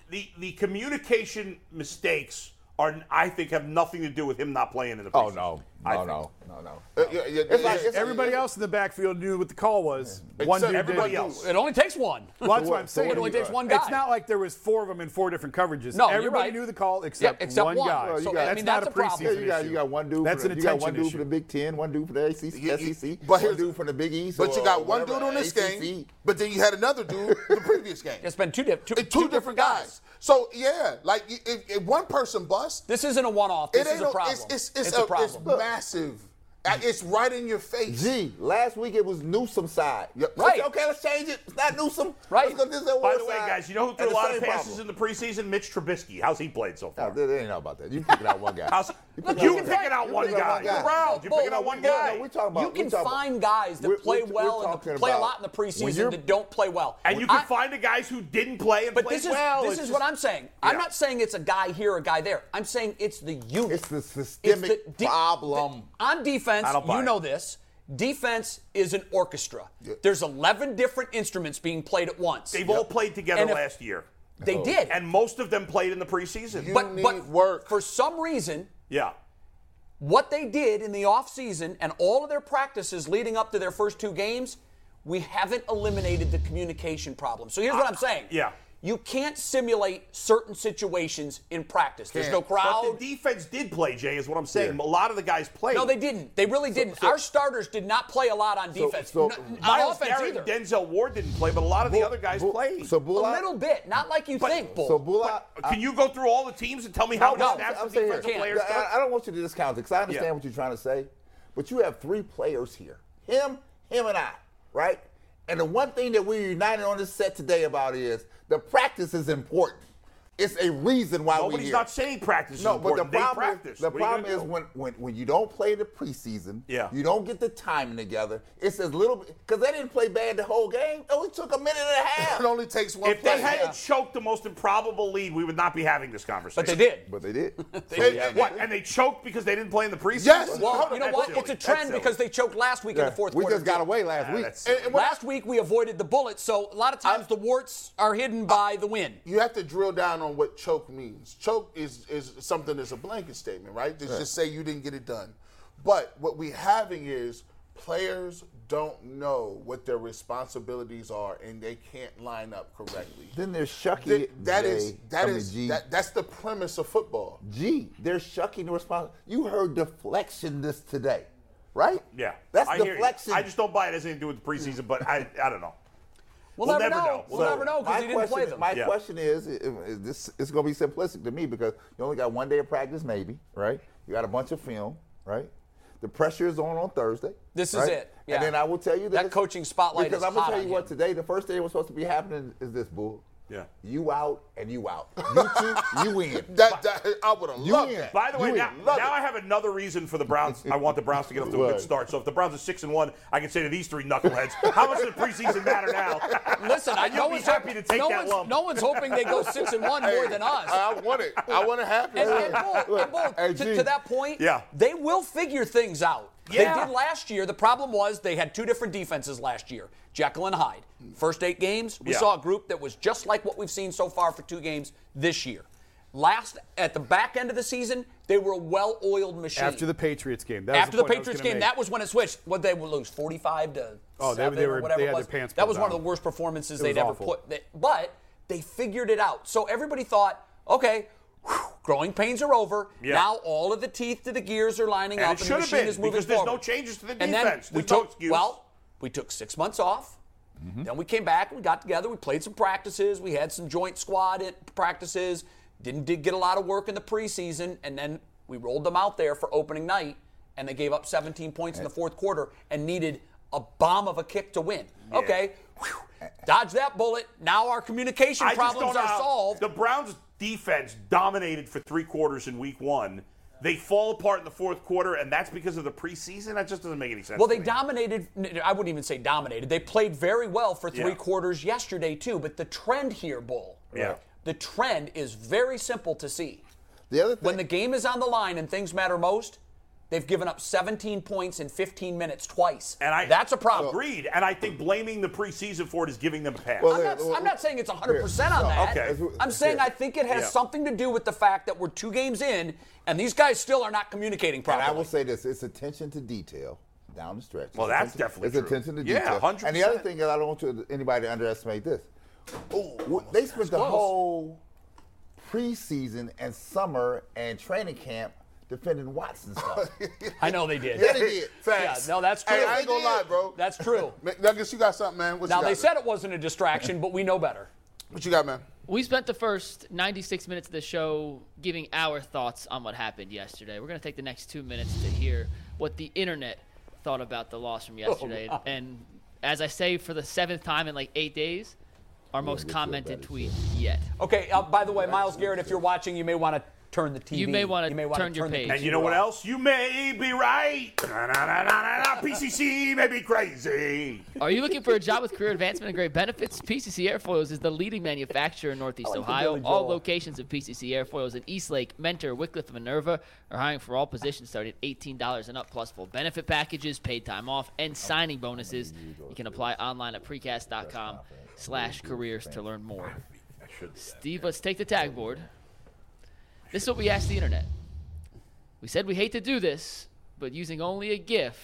S5: The the communication mistakes are, I think, have nothing to do with him not playing in the
S8: Oh
S5: preseason.
S8: no,
S5: I
S8: no,
S5: think-
S8: no, no, no.
S7: Uh, yeah, yeah, yeah,
S8: like-
S7: yeah.
S8: it's like-
S1: Everybody else in the backfield knew what the call was. One
S7: Except
S1: dude
S5: Everybody
S1: didn't.
S5: else.
S3: It only takes one.
S1: Well, that's what I'm
S8: So
S1: saying.
S8: what do we do? It only takes
S3: one guy.
S1: It's not like there was four of them in four different coverages.
S3: No, you're
S1: everybody
S3: right.
S1: knew the call except,
S3: Yeah, except
S1: one,
S3: one.
S1: guy.
S3: So,
S8: you
S1: that's,
S8: got- I
S3: mean,
S1: not
S3: that's
S1: a
S3: a problem.
S1: preseason
S8: Yeah, you got
S1: issue.
S8: you got one dude.
S1: That's
S8: for the,
S1: an
S8: you got one
S1: attention
S8: dude
S1: issue.
S8: for the Big Ten, one dude for the SEC,
S7: You- you-
S8: SEC
S7: but
S8: E one
S7: here's-
S8: dude from the Big East.
S7: But
S8: or
S7: you got one
S8: whatever,
S7: dude on this
S8: ACC.
S7: game, but then you had another dude the previous game.
S3: It's been two diff- two-
S7: Uh,
S3: two different guys.
S7: So yeah, like y- if, if one person busts,
S3: This isn't a one-off. This
S7: it ain't
S3: is a
S7: no-
S3: problem.
S7: It's, it's, it's,
S3: a,
S7: a- it's
S3: problem.
S7: massive. Uh, It's right in your face.
S8: Gee, last week it was Newsom side.
S7: Yep.
S3: Right.
S8: Okay, let's change it. It's not Newsom.
S3: Right.
S8: Let's go this other
S5: By
S8: one
S5: the way,
S8: side.
S5: guys, you know who
S8: And
S5: threw a
S8: the
S5: lot of
S8: same
S5: passes
S8: problem.
S5: in the preseason? Mitch Trubisky. How's he played so
S8: No,
S5: far?
S8: they, they ain't know about that. You picking out one guy.
S5: How's, you
S8: picking out one guy.
S5: picking out
S8: You
S5: one
S8: picking out
S5: guy.
S8: one
S5: You're
S8: guy.
S5: Browns. You're
S3: Bull,
S5: picking out one
S8: no,
S5: guy.
S8: no, we're talking about.
S3: you can
S8: we're talking
S3: find
S8: about-
S3: guys that
S8: we're-
S3: play
S8: we're
S3: well and
S8: talking
S3: the- play a
S8: about-
S3: lot in the
S8: when
S3: preseason
S8: you're-
S3: that don't play well.
S5: And you can
S3: I-
S5: find the guys who didn't play and
S3: But
S5: played
S3: this is
S5: well.
S3: this
S5: It's
S3: is
S5: just-
S3: what I'm saying. I'm
S5: Yeah.
S3: not saying it's a guy here, a guy there. I'm saying it's the unit.
S8: It's the
S3: It's
S8: systemic
S3: de-
S8: problem.
S3: the- on defense,
S5: I don't buy
S3: you
S5: it.
S3: know this. Defense is an orchestra. There's 11 different instruments being played at once.
S5: They've all played together
S3: And if-
S5: last year,
S3: They did.
S5: and most of them played in the preseason.
S3: but
S7: need
S3: but
S7: work.
S3: for some reason,
S5: yeah,
S3: what they did in the offseason and all of their practices leading up to their first two games, we haven't eliminated the communication problem. So here's what I'm saying.
S5: yeah.
S3: You can't simulate certain situations in practice. There's no
S5: but
S3: crowd.
S5: the defense did play. Jay is what I'm saying. A lot of the guys played.
S3: No, they didn't. They really didn't. Our starters did not play a lot on defense.
S8: so-
S3: N- on
S5: Miles
S3: offense
S5: Garrett,
S3: either.
S5: Denzel Ward didn't play, but a lot of the other guys
S8: Bu-
S5: played.
S8: So
S3: a
S8: Bula.
S3: little bit, not like you think, Bull.
S8: So Bula.
S5: Can you go through all the teams and tell me how
S3: No,
S5: many snaps
S8: I'm
S5: the
S8: saying
S5: defensive
S8: here,
S5: players
S8: I- I,
S5: took?
S8: I don't want you to discount it because I understand
S5: Yeah.
S8: what you're trying to say, but you have three players here: him, him, and I, right? And the one thing that we're united on this set today about is the practice is important. It's a reason why we're
S5: Nobody's
S8: here.
S5: not saying practice.
S8: No,
S5: is
S8: but the
S5: important. they
S8: problem,
S5: practice.
S8: is,
S5: What
S8: the
S5: are you
S8: problem
S5: gonna
S8: is
S5: do?
S8: when, when when you don't play the preseason,
S5: Yeah.
S8: you don't get the timing together. It's as little because they didn't play bad the whole game. It only took a minute and a half.
S7: It only takes one.
S5: if they
S7: play.
S5: hadn't choked the most improbable lead, we would not be having this conversation.
S3: but they did.
S8: but they did.
S7: Hey, hey,
S5: What?
S7: hey,
S5: And they choked because they didn't play in the preseason.
S7: Yes.
S3: Well,
S7: Hold
S3: you
S7: on,
S3: know
S5: That's
S3: what?
S5: silly.
S3: It's a
S5: That's
S3: trend
S5: silly.
S3: because they choked last week in the fourth
S8: we
S3: quarter.
S8: just got away last
S5: Ah,
S8: week.
S5: that's-
S7: and- and what-
S3: Last week we avoided the bullets, so a lot of times the warts are hidden by the wind.
S7: you have to drill down on what choke means. Choke is is something that's a blanket statement, right? Just, just say you didn't get it done. But what we having is players don't know what their responsibilities are and they can't line up correctly.
S8: Then there's Shucky.
S7: Th- that is
S8: Jay, I
S7: that
S8: mean,
S7: is
S8: G.
S7: that, that's the premise of football.
S8: Gee, they're shucking the response. You heard deflection this today, right?
S5: Yeah.
S8: That's
S5: I hear you.
S8: deflection.
S5: I just don't buy it as anything to do with the preseason, but I, I don't know.
S3: We'll never know. We'll never know 'cause
S8: my
S3: he didn't play
S8: question-
S3: them.
S8: My
S3: Yeah.
S8: question is, i- i- is this it's going to be simplistic to me because you only got one day of practice, maybe, right? You got a bunch of film, right? The pressure is on on Thursday.
S3: This is
S8: right?
S3: it, yeah.
S8: And then I will tell you
S3: That
S8: this,
S3: coaching spotlight
S8: Because
S3: is
S8: I'm gonna
S3: hot
S8: tell
S3: on
S8: you what today. The first thing that was supposed to be happening is this bull.
S5: Yeah.
S8: You out and you out. You two, you in.
S7: That, that I would have
S8: You
S7: loved
S8: in.
S7: that.
S5: By the way,
S8: You
S5: now,
S8: would love
S5: now
S8: it.
S5: I have another reason for the Browns. I want the Browns to get off to a
S8: Right.
S5: good start. So if the Browns are six and one, I can say to these three knuckleheads, how much does preseason matter now?
S3: Listen, I,
S5: You'll
S3: no
S5: be
S3: one's
S5: happy
S3: hoping-
S5: to take
S3: no
S5: that
S3: one's,
S5: lump.
S3: No one's hoping they go six and one more
S7: Hey,
S3: than us.
S8: uh-huh.
S7: I want it. I want it happen.
S3: And, and Bull, and Bull,
S8: Hey,
S3: to,
S8: G.
S3: to that point,
S5: Yeah.
S3: they will figure things out. They
S5: Yeah.
S3: did last year. The problem was they had two different defenses last year Jekyll and Hyde. First eight games, we
S5: Yeah.
S3: saw a group that was just like what we've seen so far for two games this year. Last, at the back end of the season, they were a well oiled machine.
S1: After the Patriots game. That was
S3: After the
S1: point I was
S3: Patriots
S1: gonna
S3: game,
S1: make.
S3: that was when it switched. What they would lose, forty-five to
S1: Oh, they-
S3: seven
S1: they
S3: or
S1: were-
S3: whatever
S1: they
S3: it
S1: had
S3: was.
S1: their pants
S3: that
S1: pulled
S3: was one of
S1: down.
S3: the worst performances
S1: It
S3: they'd
S1: was
S3: ever
S1: awful.
S3: put. They- But they figured it out. So everybody thought, okay, whew, growing pains are over.
S5: Yeah.
S3: Now all of the teeth to the gears are lining
S5: And
S3: up, and
S5: it should
S3: the
S5: have
S3: machine
S5: been,
S3: is moving
S5: because there's
S3: forward.
S5: no changes to the
S3: And then
S5: defense.
S3: we
S5: There's no
S3: took
S5: excuse.
S3: well, we took six months off. Then we came back. We got together. We played some practices. We had some joint squad at practices. Didn't did get a lot of work in the preseason, and then we rolled them out there for opening night, and they gave up 17 points in the fourth quarter and needed a bomb of a kick to win. Okay, whew, dodge that bullet. Now our communication
S5: I just
S3: problems
S5: don't know
S3: are
S5: how-
S3: solved.
S5: The Browns defense dominated for three quarters in week one. They fall apart in the fourth quarter, and that's because of the preseason. That just doesn't make any sense.
S3: Well,
S5: to
S3: they
S5: me.
S3: dominated. n- I wouldn't even say dominated. They played very well for three
S5: Yeah.
S3: quarters yesterday too. But the trend here, Bull.
S5: Yeah.
S3: The trend is very simple to see.
S8: The other thing,
S3: When the game is on the line and things matter most, they've given up 17 points in 15 minutes twice.
S5: and I
S3: that's a problem.
S5: Agreed. And I think blaming the preseason for it is giving them a pass.
S3: I'm not, I'm not saying it's 100% on that.
S5: Okay.
S3: I'm saying I think it has
S5: Yeah.
S3: something to do with the fact that we're two games in and these guys still are not communicating
S8: And
S3: properly.
S8: I will say this: it's attention to detail down the stretch.
S5: Well,
S8: It's
S5: that's
S8: attention-
S5: definitely
S8: it's
S5: true.
S8: attention to
S5: Yeah,
S8: detail.
S5: 100%.
S8: And the other thing is, I don't want you- anybody to underestimate this. Oh, they spent the whole preseason and summer and training camp defending Watson stuff.
S3: I know they did.
S7: Yeah, they did.
S3: Yeah,
S7: Facts.
S3: no, that's true.
S7: Hey, I ain't gonna lie, bro.
S3: That's true.
S7: Nuggets, you got something, man? What
S3: now,
S7: you got,
S3: they
S7: man?
S3: said it wasn't a distraction, but we know better.
S7: What you got, man?
S10: We spent the first 96 minutes of the show giving our thoughts on what happened yesterday. We're going to take the next two minutes to hear what the internet thought about the loss from yesterday. And as I say, for the seventh time in like eight days, our most commented tweet yet.
S3: Okay, uh, by the way, Miles Garrett, if you're watching, you may want to turn the TV.
S10: You may wanna
S3: wanna
S10: turn your
S3: the
S10: page.
S5: And you know what
S3: off.
S5: else? You may be right. Na, na, na, na, na, na. PCC may be crazy.
S10: Are you looking for a job with career advancement and great benefits? PCC Airfoils is the leading manufacturer in Northeast
S3: like the
S10: Ohio.
S3: Billy
S10: All
S3: Joel.
S10: locations of PCC Airfoils in Eastlake, Mentor, Wickliffe, and Minerva are hiring for all positions starting at $18 and up, plus full benefit packages, paid time off, and signing bonuses. You can apply online at precast.com slash careers to learn more. Steve, let's take the tag board. This is what we asked the internet. We said we hate to do this, but using only a GIF.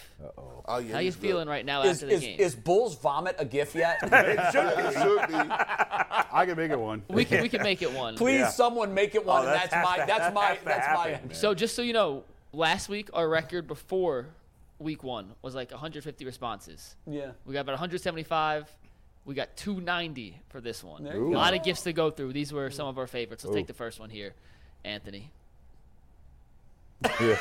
S7: Oh yeah.
S10: How you
S7: he's good.
S10: feeling right now
S3: Is,
S10: after the
S3: is,
S10: game?
S3: is Bull's vomit a gif yet?
S7: It should be.
S1: I can make it one.
S10: We can we can make it one.
S3: Please,
S5: Yeah.
S3: someone make it one.
S5: Oh,
S3: and
S5: that's
S3: that's my
S5: half the-
S3: that's my
S5: half the
S3: that's my.
S5: happen, man.
S10: So just so you know, last week our record before week one was like 150 responses.
S3: Yeah.
S10: We got about 175. We got 290 for this one.
S3: There
S10: A
S3: you go.
S10: lot of gifts to go through. These were some of our favorites. Let's take the first one here, Anthony.
S7: That's good.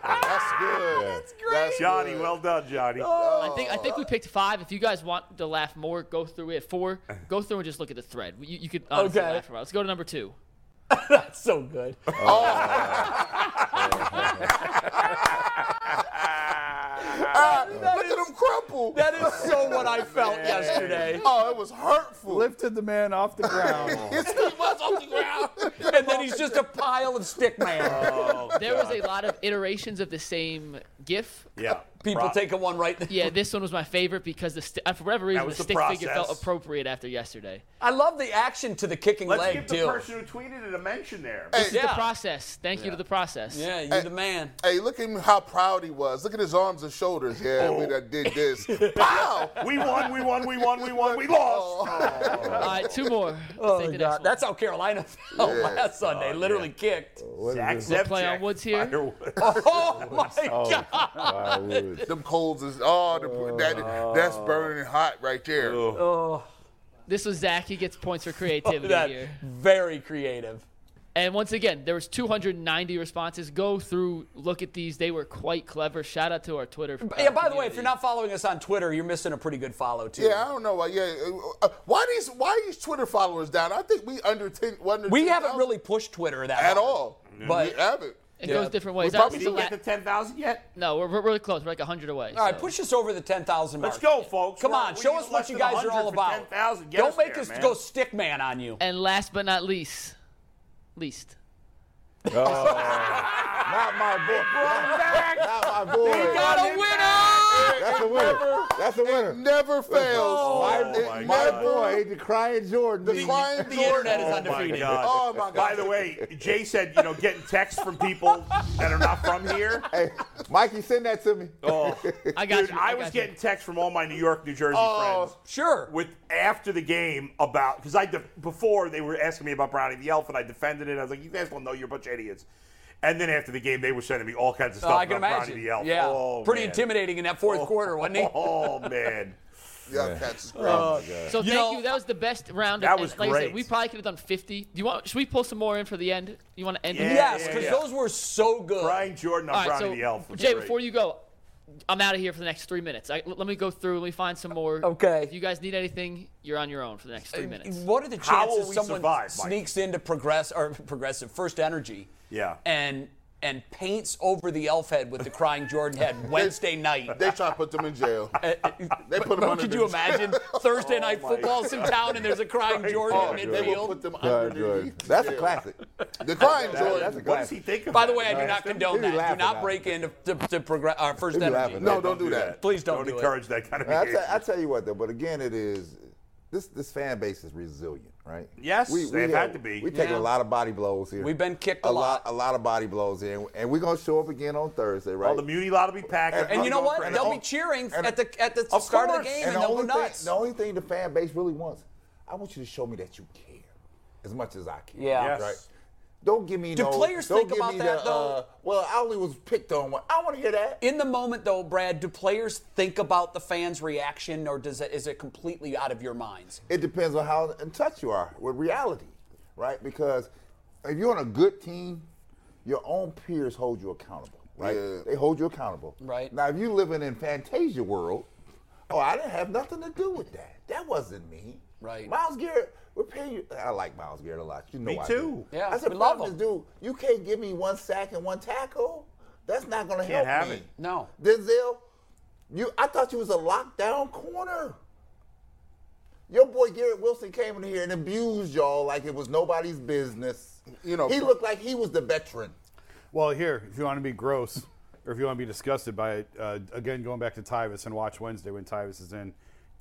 S7: That's great.
S5: Johnny, well done, Johnny.
S8: Oh.
S10: I think I think we picked five. If you guys want to laugh more, go through. We had four. Go through and just look at the thread. You, you could honestly
S3: Okay.
S10: laugh for a while. Let's go to number two.
S3: That's so good.
S5: Oh.
S3: Oh.
S7: Look at him crumple.
S3: Uh, That is so what I felt yesterday.
S7: oh, it was hurtful.
S1: Lifted the man off the ground.
S7: His feet was on the ground.
S3: And then he's just a pile of stick man.
S10: There was a lot of iterations of the same GIF.
S5: Yeah.
S3: People
S5: Pro-
S3: taking one right.
S10: Yeah, this one was my favorite because the st- for whatever reason the
S5: was the
S10: stick figure felt
S5: process.
S10: appropriate after yesterday.
S3: I love the action to the kicking
S5: Let's
S3: leg
S5: give the
S3: too.
S5: person who tweeted it a mention there.
S10: This is
S3: Yeah.
S10: the process. Thank you to the process.
S3: yeah, you're the man.
S7: Hey, look at him, how proud he was. Look at his arms and shoulders. Yeah,
S3: Oh.
S7: we done did this. Pow!
S5: We won, we won, we won, we won, we lost.
S10: All right, two more. Let's take
S3: Oh
S10: the
S3: my
S10: next
S3: God,
S10: one.
S3: that's how Carolina felt last Sunday. Literally kicked.
S5: Zach
S10: We'll play
S5: Zepcek.
S10: on woods here.
S5: Firewood.
S3: Oh my God!
S8: Firewood.
S7: them, them coals is all the that that's burning hot right there.
S10: Oh. This was Zach. He gets points for creativity
S3: That-
S10: here.
S3: Very creative.
S10: And once again, there was 290 responses. Go through, look at these. They were quite clever. Shout out to our Twitter. uh,
S3: Yeah, by the way,
S10: community.
S3: if you're not following us on Twitter, you're missing a pretty good follow too.
S7: Yeah, I don't know why. Yeah, uh, uh, why these why these Twitter followers down? I think we under ten. Under
S3: We
S7: 10,000
S3: haven't really pushed Twitter that
S7: at
S3: hard,
S7: all.
S3: But
S7: we haven't.
S10: it
S3: yeah.
S10: goes different ways.
S5: We
S10: That was
S5: probably
S10: the
S5: didn't
S10: la-
S5: get to 10,000 yet.
S10: no, we're, we're really close. We're like 100 away.
S3: all right,
S10: so-
S3: push us over the 10,000 mark.
S5: Let's go, folks.
S3: Come
S5: We're-
S3: on,
S5: we
S3: show
S5: need
S3: us
S5: less
S3: what you
S5: than
S3: guys are
S5: 100
S3: all
S5: for
S3: about.
S5: 10,000. Get
S3: Don't
S5: us
S3: make
S5: there,
S3: us
S5: man.
S3: go stick man on you.
S10: And last but not least, least.
S8: Oh. Not my boy. Not my boy.
S10: a winner!
S8: That's a winner. That's a winner.
S7: Never fails.
S5: Oh,
S7: It
S5: my
S7: never-
S8: My boy, the crying Jordan.
S7: The
S8: beat me.
S7: crying
S3: The
S7: Jordan.
S3: internet is
S5: Oh my
S3: undefeated.
S5: God.
S7: Oh my God.
S5: By the way, Jay said, you know, getting texts from people that are not from here.
S8: Hey, Mikey, send that to me.
S5: Oh,
S10: I got
S5: dude,
S10: you.
S5: I,
S10: I
S5: was
S10: got you.
S5: getting texts from all my New York, New Jersey friends
S3: Sure. Uh,
S5: with after the game about because I de- before they were asking me about Brownie the Elf and I defended it. I was like, you guys will know you're a bunch of idiots. And then after the game, they were sending me all kinds of
S3: Oh,
S5: stuff
S3: I can
S5: about
S3: imagine.
S5: Brownie the Elf.
S3: Yeah.
S5: Oh,
S3: pretty
S5: man.
S3: intimidating in that fourth quarter, wasn't he?
S5: Oh man,
S7: Y'all cats is crazy.
S10: So
S3: You
S10: thank
S3: know-
S10: you. That was the best round.
S5: That
S10: of,
S5: was
S10: and like I
S5: great.
S10: said, we probably could have done 50. Do you want? Should we pull some more in for the end? You want to end?
S5: Yeah.
S10: it?
S3: yes, because
S5: yeah.
S3: those were so good.
S5: Brian Jordan on
S10: All right. So
S5: Brownie the Elf. was
S10: Jay,
S5: great.
S10: before you go, I'm out of here for the next three minutes. I, let me go through. Let me find some more.
S3: Okay.
S10: If you guys need anything, you're on your own for the next three minutes.
S3: What are the
S5: How will
S3: chances
S5: we
S3: someone
S5: survive, Mike?
S3: sneaks into progress or progressive first energy?
S5: Yeah.
S3: And and paints over the elf head with the crying Jordan head Wednesday night.
S7: They try to put them in jail.
S8: Eh,
S3: Uh, uh,
S7: They put them
S3: but
S7: under
S3: could
S7: the-
S3: you imagine
S5: Oh,
S3: Thursday night
S5: my
S3: football's in town and there's a crying Jordan at
S5: Jordan.
S7: They will
S3: midfield?
S7: put them
S8: Crying Jordan.
S7: underneath.
S8: That's a classic.
S7: The crying
S8: That-
S7: Jordan.
S8: that's a
S5: what does
S8: classic.
S5: he think of?
S3: By the
S5: that?
S3: way, I do not
S8: They be
S3: condone that. Do
S8: laughing at
S3: not
S8: it.
S3: break into to, to progress, uh, first
S8: They be
S3: energy.
S8: laughing
S7: No,
S8: at it.
S7: don't do that.
S3: Please don't do it.
S5: encourage that kind of
S8: Man, I
S5: behavior.
S8: tell, I tell you what, though, but again, it is this this fan base is resilient, right?
S5: Yes, they've had to be.
S8: We taking
S10: Yeah.
S8: a lot of body blows here.
S3: We've been kicked a
S8: a lot,
S3: lot.
S8: a lot of body blows here, and- and we're gonna show up again on Thursday, right?
S5: All the muni lot will be packed.
S8: And-
S3: And you know what?
S8: And
S3: They'll
S8: all-
S3: be cheering
S8: and-
S3: at the at the
S5: Of
S3: start of the
S5: course.
S3: game, and,
S8: and the
S3: they'll go
S8: only
S3: nuts.
S8: thing, the only thing the fan base really wants, I want you to show me that you care as much as I care.
S3: Yeah.
S5: Yes.
S8: Right. Don't give me
S3: Do
S8: no.
S3: players
S8: don't
S3: think
S8: give
S3: about
S8: me
S3: that,
S8: the, uh,
S3: though?
S8: well, I only was picked on one. I want to hear that.
S3: In the moment, though, Brad, do players think about the fans' reaction, or does it, is it completely out of your minds?
S8: It depends on how in touch you are with reality, right? Because if you're on a good team, your own peers hold you accountable, right?
S7: Yeah.
S8: They hold you accountable.
S3: Right.
S8: Now, if you living in Fantasia world, oh, I didn't have nothing to do with that. That wasn't me.
S3: Right.
S8: Miles Garrett, we're paying you. I like Miles Garrett a lot. You know
S5: Me
S8: I
S5: too.
S8: Do.
S3: Yeah,
S8: I said,
S3: we love
S8: "Problem
S3: him.
S8: is, dude, you can't give me one sack and one tackle. That's not going to
S5: Can't
S8: help
S5: have
S8: me.
S5: it.
S3: No.
S8: Denzel, you I thought you was a lockdown corner. Your boy Garrett Wilson came in here and abused y'all like it was nobody's business.
S7: You know,
S8: he looked like he was the veteran.
S1: Well, here, if you want to be gross or if you want to be disgusted by it, uh, again, going back to Tyvis and watch Wednesday when Tyvis is in,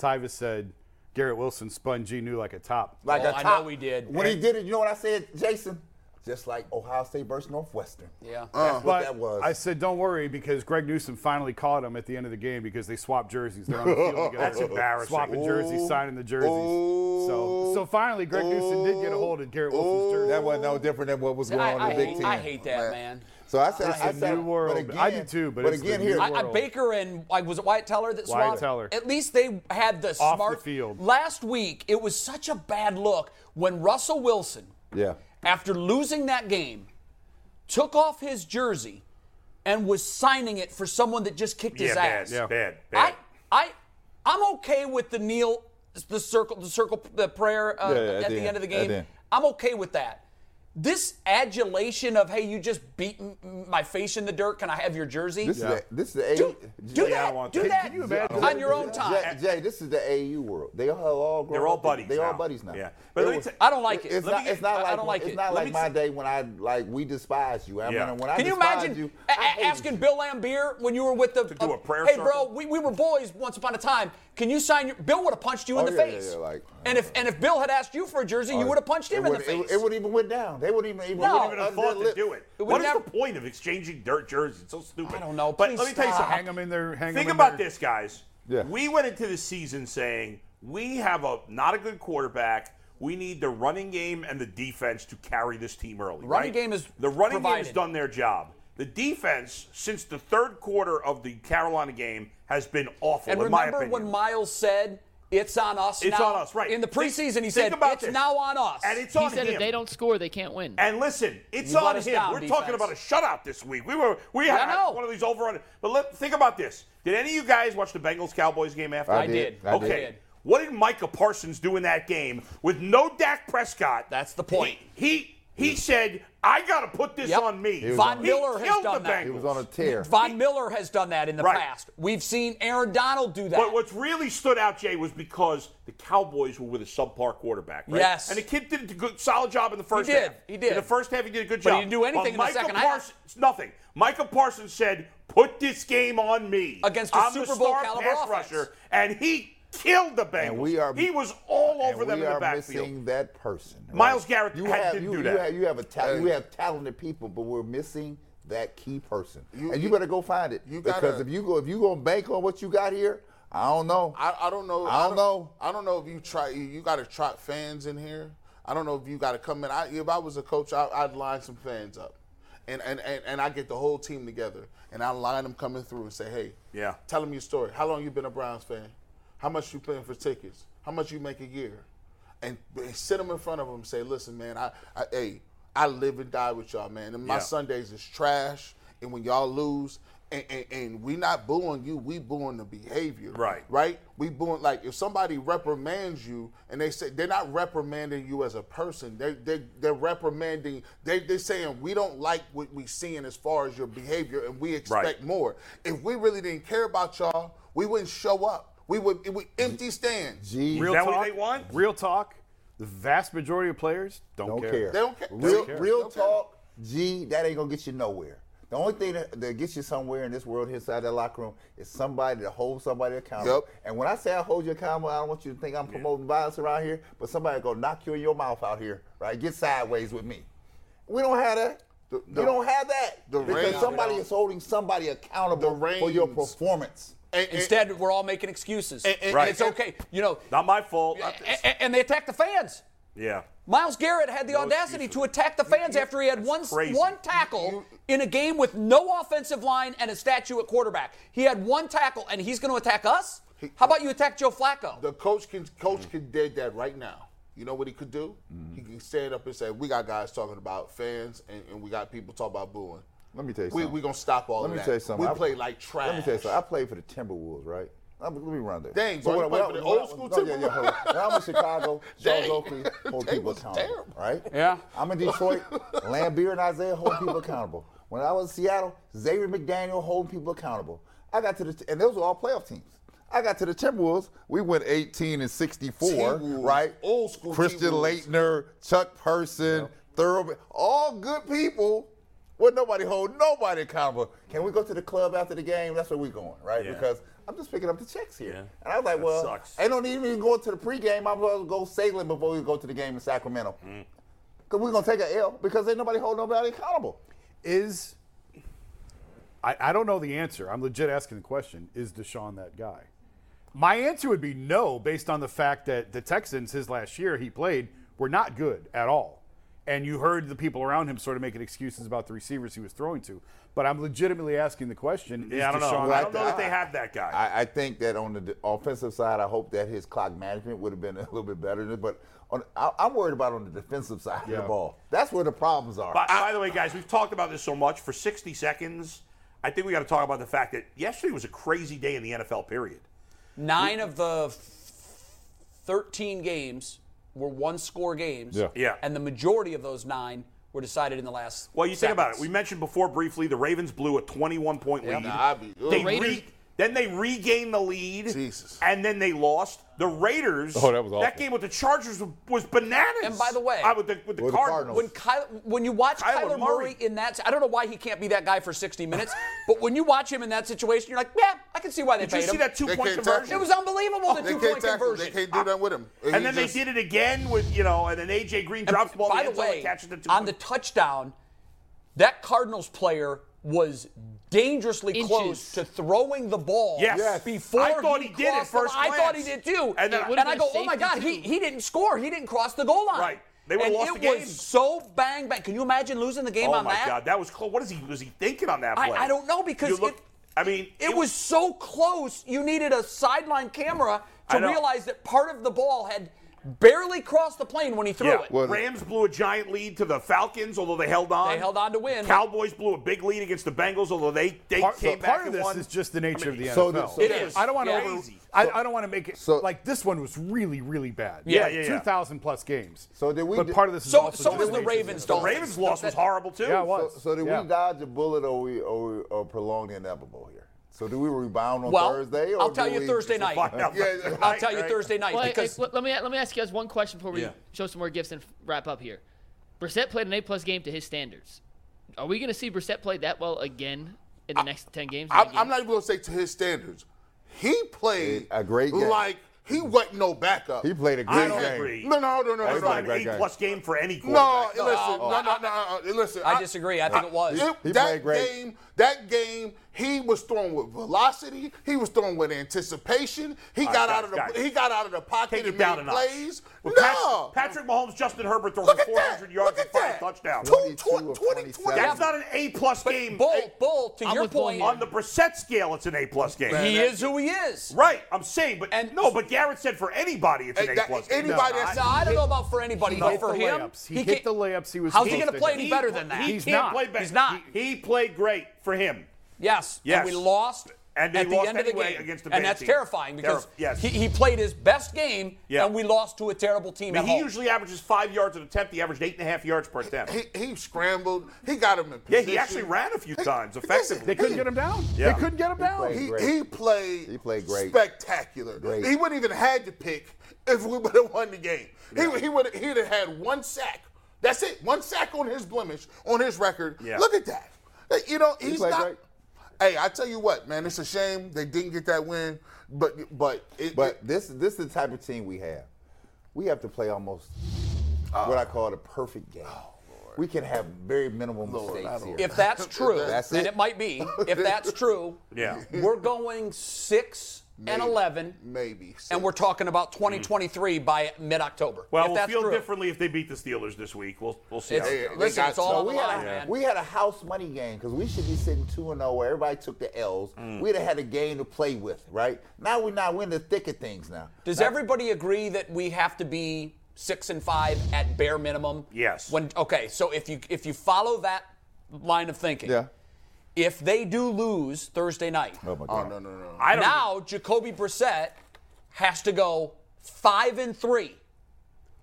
S1: Tyvis said Garrett Wilson spun G new like a top.
S8: Like
S3: Oh,
S8: a
S3: I
S8: top.
S3: know he did.
S8: When he did it, you know what I said, Jason? Just like Ohio State versus Northwestern.
S3: Yeah.
S8: That's what
S1: But
S8: that was.
S1: I said, don't worry because Greg Newsom finally caught him at the end of the game because they swapped jerseys. They're on the field together.
S5: That's embarrassing.
S1: Swapping jerseys, signing the jerseys. so, so finally, Greg Newsom did get a hold of Garrett Wilson's jersey.
S8: that wasn't no different than what was going
S3: I,
S8: on
S3: I
S8: in the Big
S3: hate,
S8: Ten.
S3: I hate that, man.
S8: So I said,
S1: It's
S8: I
S1: the
S8: said,
S1: new world.
S8: But again,
S1: I do too, but it's the
S8: again
S1: new
S8: here,
S1: world.
S3: I, I, Baker and I was it Wyatt Teller that
S1: Wyatt
S3: swapped.
S1: Teller.
S3: At least they had the
S1: the
S3: smart
S1: field.
S3: Last week, it was such a bad look when Russell Wilson,
S8: yeah,
S3: after losing that game, took off his jersey and was signing it for someone that just kicked
S5: yeah,
S3: his
S5: bad,
S3: ass.
S5: yeah, bad,
S3: I,
S5: bad.
S3: I, I'm okay with the kneel, the circle, the circle, the prayer uh,
S8: Yeah, yeah,
S3: at, the, end, of the
S8: at the
S3: game.
S8: end.
S3: I'm okay with that. This adulation of hey, you just beat m- my face in the dirt. Can I have your jersey?
S8: this is the, this is the
S3: do,
S8: eighty-
S3: do
S5: Yeah, I
S3: that.
S5: want
S3: do
S5: that.
S3: that
S5: Can you
S8: Jay-
S5: imagine?
S3: on your own time.
S8: Jay, Jay, this is the AU world. They all all grown
S5: They're all
S8: up and-
S5: buddies.
S8: They
S5: now.
S8: all buddies now.
S5: Yeah, but let me
S8: was-
S5: tell-
S3: I don't like it. Let
S8: It's
S3: me
S8: not,
S3: get-
S8: it's not
S3: I-
S8: like
S3: I don't like
S8: it's
S3: it.
S8: not
S3: Let
S8: like
S3: me
S8: my
S3: t-
S8: day when I like we despise you. I
S5: Yeah.
S8: mean, when I
S3: Can you
S8: despise
S3: imagine
S8: you,
S3: a-
S8: I
S3: a-
S8: hated
S3: asking
S8: you.
S3: Bill Lambier when you were with the? To
S5: do a prayer
S3: Hey, bro,
S5: circle?
S3: we, we were boys once upon a time. Can you sign your? Bill would have punched you in
S8: Oh,
S3: the
S8: yeah, yeah,
S3: face.
S8: yeah, like- Oh,
S3: and if and if Bill had asked you for a jersey, you would have punched him in
S8: it
S3: the
S8: would- it-
S3: face.
S8: It, would even went down. They wouldn't even even.
S3: No.
S5: I
S8: wouldn't even
S5: would have
S8: under
S5: thought
S8: their
S5: to
S8: lip.
S5: do it.
S3: would
S5: What is
S3: never-
S5: the point of exchanging dirt jerseys? It's so stupid.
S3: I don't know.
S5: But
S3: Please
S5: let me tell you
S3: stop.
S5: something.
S1: Hang 'em in there. Hang 'em
S5: Think
S1: in
S5: about
S1: there.
S5: this, guys.
S8: Yeah.
S5: We went into the season saying we have a not a good quarterback. We need the running game and the defense to carry this team early.
S3: Running
S5: right?
S3: game is
S5: the running game
S3: provided.
S5: has done their job. The defense since the third quarter of the Carolina game has been awful.
S3: And
S5: in my
S3: remember
S5: opinion.
S3: when Miles said, "It's on us."
S5: It's
S3: now."
S5: on us, right.
S3: In the
S5: Think-
S3: preseason, he
S5: think
S3: said,
S5: about
S3: "It's
S5: this.
S3: now on us."
S5: And it's
S10: he
S5: on
S10: said
S5: him.
S10: if they don't score, they can't win.
S5: And listen, it's
S3: You let
S5: on
S3: us
S5: him.
S3: down,
S5: We're
S3: defense.
S5: talking about a shutout this week. We were we
S3: Yeah, I
S5: had
S3: know.
S5: one of these over on. But let, think about this. Did any of you guys watch the Bengals Cowboys game after?
S3: I did. I
S5: okay.
S3: did.
S5: What did Micah Parsons do in that game with no Dak Prescott?
S3: That's the point.
S5: He he, he said, "I got to put this
S3: Yep.
S5: on me."
S3: He was Von
S5: He
S3: Miller has
S5: killed
S3: done
S5: the
S3: that.
S5: Bengals.
S8: He was on a tear.
S3: Von Miller has done that in the
S5: Right.
S3: past. We've seen Aaron Donald do that.
S5: But what's really stood out, Jay, was because the Cowboys were with a subpar quarterback, right?
S3: Yes.
S5: And the kid did a good, solid job in the first
S3: did.
S5: half.
S3: He did.
S5: In the first half, he did a good
S3: But
S5: job.
S3: he didn't do anything in the
S5: Micah
S3: second half.
S5: Parsons, Nothing. Micah Parsons said, "Put this game on me."
S3: Against a
S5: I'm
S3: Super
S5: the
S3: Bowl
S5: star
S3: caliber
S5: pass
S3: offense.
S5: rusher, and he killed the Bengals.
S8: And we are-
S5: He was all
S8: And
S5: over them
S8: we
S5: in the
S8: are
S5: backfield.
S8: missing that person. right?
S5: Miles Garrett
S8: you
S5: had-
S8: have,
S5: didn't
S8: you,
S5: do that.
S8: You have, you have a ta-
S7: Hey.
S8: you have talented people, but we're missing that key person.
S7: You-
S8: and you,
S7: you-
S8: better go find it
S7: you
S8: because
S7: gotta-
S8: if you go if you gonna bank on what you got here, I don't know.
S7: I, I don't know.
S8: I don't know.
S7: I don't know if you try. You, you got to trot fans in here. I don't know if you got to come in. I, if I was a coach, I, I'd line some fans up, and and and, and I get the whole team together, and I line them coming through and say, hey,
S5: Yeah.
S7: tell them your story. How long you been a Browns fan? How much you paying for tickets? How much you make a year? And, and sit them in front of them and say, listen, man, I, I hey, I live and die with y'all, man. And my
S5: Yeah.
S7: Sundays is trash. And when y'all lose. And, and, and we not booing you, we booing the behavior.
S5: Right.
S7: Right? We booing like if somebody reprimands you and they say they're not reprimanding you as a person. They they they're reprimanding they they're saying we don't like what we seeing as far as your behavior and we expect more. If we really didn't care about y'all, we wouldn't show up. We would it would empty stands.
S8: Gee,
S5: Real- Is that what they want?
S1: Real talk. The vast majority of players don't,
S8: don't care.
S7: They don't care.
S8: Real,
S7: They don't
S8: real
S7: care.
S8: talk. Gee, that ain't gonna get you nowhere. The only thing that, that gets you somewhere in this world inside that locker room is somebody to hold somebody accountable.
S7: Yep.
S8: And when I say I hold you accountable, I don't want you to think I'm promoting violence around here, but somebody gonna knock you in your mouth out here, right? Get sideways with me. We don't have that.
S7: The-
S8: we
S7: the-
S8: don't have that.
S7: the
S8: because
S7: reins-
S8: somebody is holding somebody accountable
S7: The
S8: for your
S7: reins.
S8: performance.
S7: And- and-
S3: Instead, we're all making excuses.
S7: And- and-
S3: And
S7: Right.
S3: It's okay. You know,
S5: Not my fault.
S3: a- a- and they attack the fans.
S5: yeah.
S3: Miles Garrett had the audacity
S5: excuses.
S3: to attack the fans after he had one
S5: crazy.
S3: one tackle in a game with no offensive line and a statue at quarterback. He had one tackle, and he's going to attack us. How about you attack Joe Flacco?
S7: The coach can coach can did that right now. You know what he could do? He can stand up and say, "We got guys talking about fans, and, and we got people talking about booing."
S8: Let me tell you
S7: we,
S8: something.
S7: We gonna stop all
S8: Let
S7: of
S8: me
S7: that.
S8: tell you something.
S7: We
S8: I-
S7: play like trash.
S8: Let me tell you something. I played for the Timberwolves, right? I'm, let me run there.
S7: Dang, bro, you played for the old school
S8: no, yeah, yeah, hold on. When I'm in Chicago,
S7: Dang.
S8: Charles Oakley hold
S7: They
S8: people
S7: was
S8: accountable,
S7: terrible.
S8: right?
S3: Yeah.
S8: I'm in Detroit, Lambeer and Isaiah hold people accountable. When I was in Seattle, Xavier McDaniel holding people accountable. I got to the and those were all playoff teams. I got to the Timberwolves. We went 18 and 64,
S7: T-Wolves,
S8: right?
S7: old school
S8: Christian
S7: T-Wolves.
S8: Leitner, Chuck Person, Thurman, all good people. Where nobody hold nobody accountable. Can we go to the club after the game? That's where we going, right?
S5: Yeah.
S8: Because I'm just picking up the checks here.
S5: Yeah.
S8: And I was like,
S5: That
S8: well,
S5: sucks.
S8: they don't even go to the pregame. I'm going to go sailing before we go to the game in Sacramento.
S5: Mm.
S8: Because we're going to take an L because ain't nobody hold nobody accountable.
S1: Is I, I don't know the answer. I'm legit asking the question. Is Deshaun that guy? My answer would be no, based on the fact that the Texans, his last year he played, were not good at all. And you heard the people around him sort of making excuses about the receivers he was throwing to. But I'm legitimately asking the question. is
S5: Yeah, I don't know.
S1: Deshaun
S5: I
S1: that
S5: don't know
S1: guy?
S5: that they have that guy.
S8: I, I think that on the d- offensive side, I hope that his clock management would have been a little bit better. But on, I, I'm worried about on the defensive side of
S1: Yeah.
S8: the ball. That's where the problems are.
S5: By, by the way, guys, we've talked about this so much for 60 seconds. I think we got to talk about the fact that yesterday was a crazy day in the NFL. Period.
S3: Nine of the f- 13 games were one-score games.
S1: Yeah.
S5: Yeah.
S3: And the majority of those nine were decided in the last.
S5: Well, you think about it.
S3: seconds.
S5: We mentioned before briefly the Ravens blew a 21 point lead.
S7: nah, I be-
S5: they
S7: ugh.
S5: re- then they regained the lead.
S7: Jesus.
S5: And then they lost. The Raiders.
S8: Oh, that was awful.
S5: game with the Chargers was, was bananas.
S3: And by the way-
S5: I, with the, with the
S8: With the
S5: Cardinals.
S8: Cardinals.
S3: when Kyle, when you watch
S5: Kyler
S3: Kyler,
S5: Murray.
S3: Murray in that, I don't know why he can't be that guy for 60 minutes, but when you watch him in that situation, you're like, yeah, I can see why they
S5: Did
S3: paid
S5: you see
S3: him.
S5: that two point
S7: can't tackle.
S5: conversion?
S3: It was
S5: Oh,
S3: unbelievable the
S7: they
S3: two
S7: can't
S3: point
S7: tackle. They
S3: conversion.
S7: can't do that with him.
S5: and then they did it again with you know, and then AJ Green drops the ball. in
S3: By the
S5: the end zone and
S3: way,
S5: catches the two
S3: on the
S5: point-
S3: touchdown, that Cardinals player was dangerously
S10: Inches.
S3: close to throwing the ball
S5: Yes. Yes.
S3: before
S5: I thought he did at
S3: crossed the-
S5: first
S3: I thought he
S5: glance.
S3: did too.
S5: And
S3: And,
S5: then- It would've
S3: I
S10: been
S3: go,
S10: a
S3: oh my
S10: safety,
S3: God, he,
S10: too."
S3: he didn't score. He didn't cross the goal line.
S5: Right. They would have
S3: and
S5: lost
S3: it
S5: the game.
S3: was so bang bang. Can you imagine losing the game
S5: oh
S3: on
S5: my
S3: that?
S5: God, that was close. What is he? Was he thinking on that
S3: I-
S5: play?
S3: I don't know, because
S5: You look-
S3: it-
S5: I mean,
S3: It was so close. You needed a sideline camera
S5: I
S3: to
S5: know.
S3: realize that part of the ball had barely crossed the plane when he threw
S5: Yeah,
S3: it.
S5: Rams blew a giant lead to the Falcons, although they held on.
S3: They held on to win.
S5: Cowboys blew a big lead against the Bengals, although they they
S1: part,
S5: came
S1: so
S5: back
S1: part of
S5: and
S1: this
S5: won.
S1: is just the nature
S5: mean,
S1: of the
S5: so
S1: NFL.
S5: the- It so- is.
S1: I don't want to
S5: Yeah.
S1: over.
S5: Crazy.
S1: I, I don't want to make it
S8: So-
S1: like this one was really, really bad.
S5: Yeah,
S1: Like
S5: yeah, yeah.
S1: Two thousand plus games.
S8: So did we
S1: But
S8: d-
S1: part of this is
S3: So,
S1: also
S3: so
S1: just
S3: was the
S1: nature of
S3: Ravens.
S1: NFL.
S5: the
S3: Dolphins.
S5: Ravens' loss was
S3: That-
S5: horrible too.
S1: Yeah, it
S8: So,
S1: was.
S8: so did
S1: Yeah.
S8: we dodge a bullet or we or, we- or prolong the inevitable here? So do we rebound on
S3: Well,
S8: Thursday? Or
S3: I'll
S8: do
S3: tell you
S8: we-
S3: Thursday night.
S5: find out.
S8: Yeah,
S3: I'll
S5: Right,
S3: tell you
S5: right.
S3: Thursday night
S10: Well, hey,
S3: because
S10: hey, let- let me let me ask you guys one question before we
S5: Yeah.
S10: show some more gifts and f- wrap up here. Brissett played an A plus game to his standards. Are we going to see Brissett play that well again in the next ten games?
S7: I'm,
S10: nine
S7: I'm
S10: games?
S7: not even gonna say to his standards. He played
S8: A great game.
S7: Like he wasn't no backup.
S8: He played a great
S5: I don't
S8: game.
S5: agree.
S7: No, no, no, no,
S5: That's
S7: no,
S5: not an
S7: no.
S8: great game.
S5: eight-plus game for any
S7: No,
S5: quarterback.
S7: listen,
S8: Oh,
S7: no, no, no, uh, uh, listen.
S3: I disagree. I think it was.
S7: It-
S8: He
S7: that
S8: played great.
S7: game, that game, he was throwing with velocity. He was throwing with anticipation. He
S5: All
S7: got
S5: right,
S7: out of the
S5: guys, guys.
S7: he got out of the pocket
S5: Take
S7: and
S5: it down a
S7: made
S5: notch.
S7: plays.
S5: With
S7: no,
S5: Pat- Patrick Mahomes, Justin Herbert throws
S7: look
S5: for
S7: at
S5: 400
S7: that.
S5: yards
S7: look
S5: and five
S7: at that.
S5: touchdowns.
S7: Two,
S8: 22
S7: two,
S8: of
S7: 20,
S8: 27.
S5: That's not an A-plus game.
S3: Bull, Bull, to
S10: I'm
S3: your
S10: with Bull
S3: point,
S10: here.
S5: On the Brissett scale, it's an A-plus game.
S3: he is who he is.
S5: Right, I'm saying, but
S3: And-
S5: no, but Garrett said for anybody, it's an
S7: Hey, that-
S5: A-plus game.
S7: anybody that's
S3: Now, I don't know about for anybody,
S1: He
S3: but
S1: hit
S3: for
S1: the
S3: him,
S1: layups. He, hit
S3: can't-
S1: the layups. He was.
S3: How's he
S1: supposed
S3: gonna play any
S1: do.
S3: better than that?
S5: He
S1: He's
S5: can't
S1: not.
S5: play better.
S3: He's not.
S5: He, he played great for him.
S3: Yes.
S5: Yes.
S3: And we lost
S5: And they
S3: at the
S5: lost
S3: end of the
S5: anyway
S3: game.
S5: against a bad
S3: and that's
S5: team.
S3: terrifying because
S5: Terrif- yes.
S3: he, he played his best game
S5: Yeah.
S3: and we lost to a terrible team
S5: I mean,
S3: at
S5: he
S3: home.
S5: usually averages five yards an attempt. He averaged eight and a half yards per attempt.
S7: He, he scrambled. He got him in
S5: yeah,
S7: position.
S5: he actually ran a few times effectively.
S1: They couldn't get him down.
S5: Yeah.
S1: They couldn't get him down.
S8: played
S7: He,
S8: great.
S7: he played.
S8: He played great.
S7: Spectacular.
S8: Great.
S7: He wouldn't even had to pick if we would have won the game. He, he would he'd have had one sack. That's it. One sack on his blemish on his record.
S5: Yeah.
S7: Look at that. You know he's
S8: played
S7: not.
S8: great.
S7: Hey, I tell you what, man, it's a shame they didn't get that win, but but it,
S8: But this this is the type of team we have. We have to play almost what I call the perfect game.
S7: Oh,
S8: We can have very minimal mistakes here.
S3: If that's true,
S8: That's
S3: and
S8: it.
S3: it might be, if that's true,
S5: Yeah.
S3: we're going six and eleven,
S7: maybe.
S3: and we're talking about 2023 by mid-October.
S5: well,
S3: if
S5: we'll
S3: that's
S5: feel
S3: true,
S5: differently if they beat the Steelers this week. We'll we'll see.
S3: It's,
S5: how it goes.
S3: listen, it's all
S8: So
S3: on the
S8: we had,
S3: line,
S8: a,
S3: man.
S8: we had a house money game because we should be sitting 2 and 0 where everybody took the L's. We'd have had a game to play with, right? Now we're not we're in the thick of things now.
S3: Does everybody agree that we have to be six and five at bare minimum?
S5: Yes.
S3: When okay, so if you if you follow that line of thinking,
S8: Yeah.
S3: if they do lose Thursday night,
S8: Oh
S7: oh
S8: my God.
S7: no no no.
S5: I don't
S3: now Jacoby Brissett has to go five and three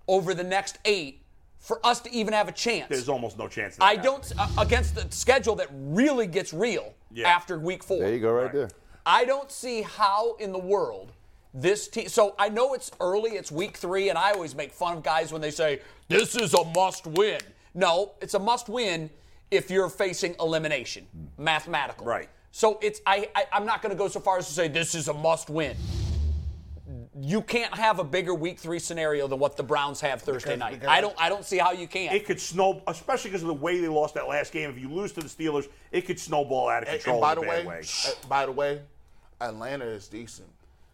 S3: over the next eight for us to even have a chance.
S5: There's almost no chance. of
S3: I
S5: that.
S3: don't uh, against the schedule that really gets real
S5: Yeah.
S3: after week four.
S8: There you go, right, there.
S3: I don't see how in the world this team. So I know it's early, it's week three, and I always make fun of guys when they say, this is a must win. No, it's a must win if you're facing elimination, mathematical.
S5: Right.
S3: So it's I, I I'm not going to go so far as to say this is a must win. You can't have a bigger week three scenario than what the Browns have Thursday night. I don't I don't see how you can.
S5: It could snow, especially because of the way they lost that last game. If you lose to the Steelers, it could snowball out of
S7: And,
S5: control.
S7: and by the
S5: in a
S7: way,
S5: bad
S7: uh, by the way, Atlanta is decent.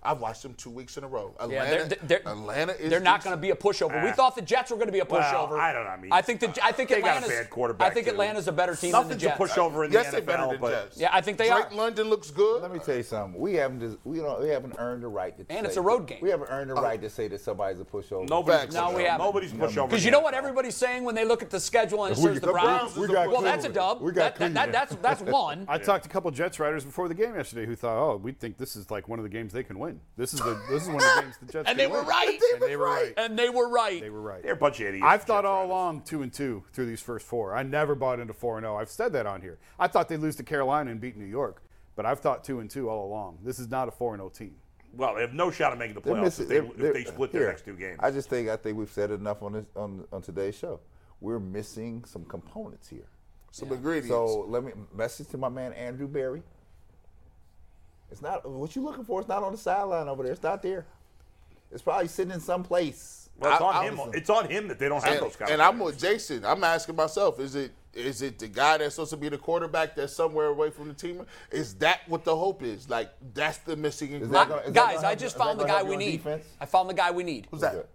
S7: I've watched them two weeks in a row.
S3: Yeah,
S7: Atlanta,
S3: they're, they're,
S7: Atlanta is.
S3: they're not going
S7: decent.
S3: to be a pushover. we
S5: Ah.
S3: thought the Jets were going to be a
S5: Well,
S3: pushover.
S5: I don't know, I mean,
S3: I think the I think
S5: they got a
S3: Atlanta's
S5: bad quarterback,
S3: I think
S5: too.
S3: Atlanta's a better team than the
S5: Nothing's a
S3: Jets.
S5: pushover in
S7: Yes,
S5: the
S7: they're
S5: NFL.
S7: better than
S5: but
S7: Jets.
S3: Yeah, I think they
S7: Drake
S3: are.
S7: London looks good.
S8: Let me tell you something. We haven't dis- we don't we haven't earned the right to
S3: And it's
S8: say-
S3: a road game.
S8: We haven't earned the right to say that somebody's a pushover.
S5: nobody's
S7: Facts. No,
S5: pushover.
S3: we haven't.
S5: Nobody's pushover.
S3: Because you
S5: in the
S3: know what
S5: NFL.
S3: everybody's saying when they look at the schedule and it
S8: We-
S3: says the,
S8: the
S3: Browns.
S8: Browns is a
S3: well, that's a
S8: pushover.
S3: dub.
S8: We got
S3: that, that,
S8: Cleveland.
S3: that, that's that's one.
S1: I talked to a couple Jets riders before the game yesterday who thought, "Oh, we think this is like one of the games they can win. This is the this is one of the games the Jets." can
S3: And they were
S1: win."
S3: right.
S1: And they were right.
S3: And they were right.
S1: They were right.
S5: They're a bunch of idiots.
S1: I've thought
S5: Jets
S1: all
S5: fans.
S1: along two and two through these first four. I never bought into four and zero. I've said that on here. I thought they'd lose to Carolina and beat New York, but I've thought two and two all along. This is not a four and zero team.
S5: Well, they have no shot of making the
S8: They're
S5: playoffs
S8: missing-
S5: if they,
S8: they're-
S5: if
S8: they're-
S5: they split their
S8: here.
S5: next two games.
S8: I just think I think we've said enough on this on, on today's show. We're missing some components here.
S7: Some ingredients.
S8: So let me message to my man Andrew Berry. It's not what you looking for. It's not on the sideline over there. It's not there. It's probably sitting in some place.
S5: well, it's
S7: I-
S5: on
S7: I-
S5: him. It's on him that they don't have
S7: and,
S5: those guys.
S7: and I'm with Jason. I'm asking myself: Is it is it the guy that's supposed to be the quarterback that's somewhere away from the team? Is that what the hope is? Like that's the missing
S8: that
S7: ingredient.
S8: gonna- is that
S3: Guys,
S8: gonna
S3: I
S8: help-
S3: just
S8: is that
S3: found the
S8: gonna
S3: guy
S8: help you
S3: we
S8: on
S3: need.
S8: defense?
S3: I found the guy we need.
S7: Who's that?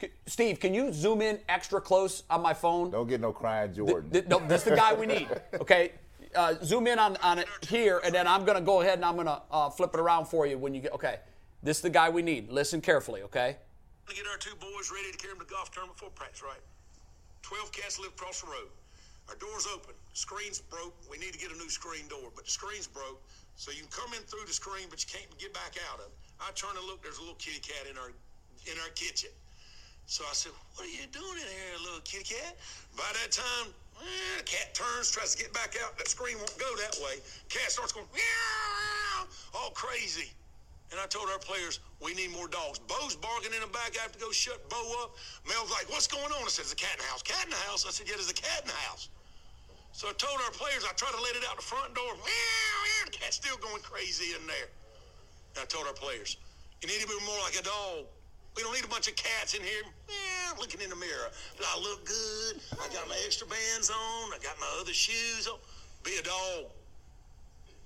S3: C- Steve, can you zoom in extra close on my phone?
S8: Don't get no crying Jordan.
S3: Th- no, this is the guy we need. Okay, uh, zoom in on, on it here, and then I'm gonna go ahead and I'm gonna uh, flip it around for you when you get. Okay, this is the guy we need. Listen carefully, okay?
S11: to get our two boys ready to carry them to golf tournament before practice, right? 12 cats live across the road. Our door's open. Screen's broke. We need to get a new screen door, but the screen's broke. So you can come in through the screen, but you can't get back out of it. I turn and look. There's a little kitty cat in our in our kitchen. So I said, "What are you doing in here, little kitty cat?" By that time, eh, the cat turns, tries to get back out. That screen won't go that way. Cat starts going meow, all crazy. And I told our players, we need more dogs. Bo's barking in the back. I have to go shut Bo up. Mel's like, what's going on? I said, there's a cat in the house. Cat in the house? I said, yeah, there's a cat in the house. So I told our players, I tried to let it out the front door. Meow, meow, the cat's still going crazy in there. And I told our players, you need to be more like a dog. We don't need a bunch of cats in here. Meow, looking in the mirror. Do I look good? I got my extra bands on. I got my other shoes on. Be a dog.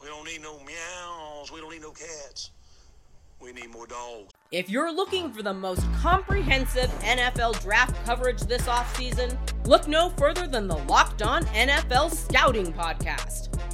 S11: We don't need no meows. We don't need no cats. We need more dogs.
S4: If you're looking for the most comprehensive NFL draft coverage this offseason, look no further than the Locked On NFL Scouting Podcast.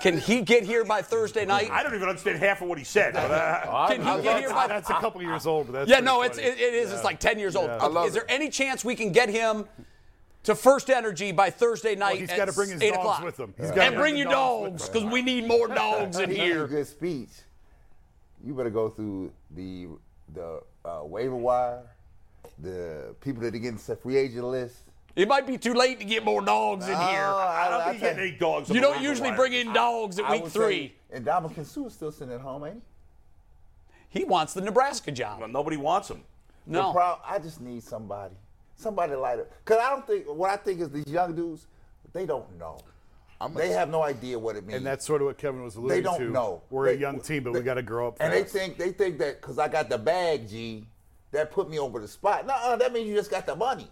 S3: Can he get here by Thursday night?
S5: I don't even understand half of what he said. but, uh,
S3: Can he get here by?
S1: Ah, That's a couple years old, but that's
S3: yeah,
S1: pretty
S3: no, it's
S1: funny.
S3: it, it is. It's like ten years old.
S1: Yeah.
S3: Okay, Is there any chance we can get him to First Energy by Thursday night?
S1: he's
S3: at
S1: gotta bring his
S3: eight
S1: dogs
S3: o'clock?
S1: with him. He's
S3: and
S1: gotta bring
S3: bring
S1: the
S3: your
S1: dogs
S3: dogs because we need more dogs in
S8: That's a
S3: here.
S8: Good speech. You better go through the the uh, waiver wire, the people that are getting the free agent list.
S3: It might be too late to get more dogs
S8: Ah.
S3: in here.
S8: I,
S5: I don't think
S8: I
S5: you get any dogs. on
S3: You
S5: the
S3: don't
S5: waiver
S3: usually
S5: wire.
S3: bring in dogs at
S8: I
S3: week
S8: would
S3: three.
S8: Say, and Dominic Kinsu is still sitting at home, ain't he?
S3: He wants the Nebraska job.
S5: Well, nobody wants them.
S8: The
S3: No,
S8: prob- I just need somebody, somebody light up. Cause I don't think what I think is these young dudes, they don't know. they have no idea what it means.
S1: And that's sort of what Kevin was alluding
S8: They don't
S1: to.
S8: know.
S1: We're a
S8: They-
S1: young team, but we
S8: they-
S1: got to grow up.
S8: And they
S1: fast.
S8: think they think that because I got the bag, G, that put me over the spot. Nah, that means you just got the money.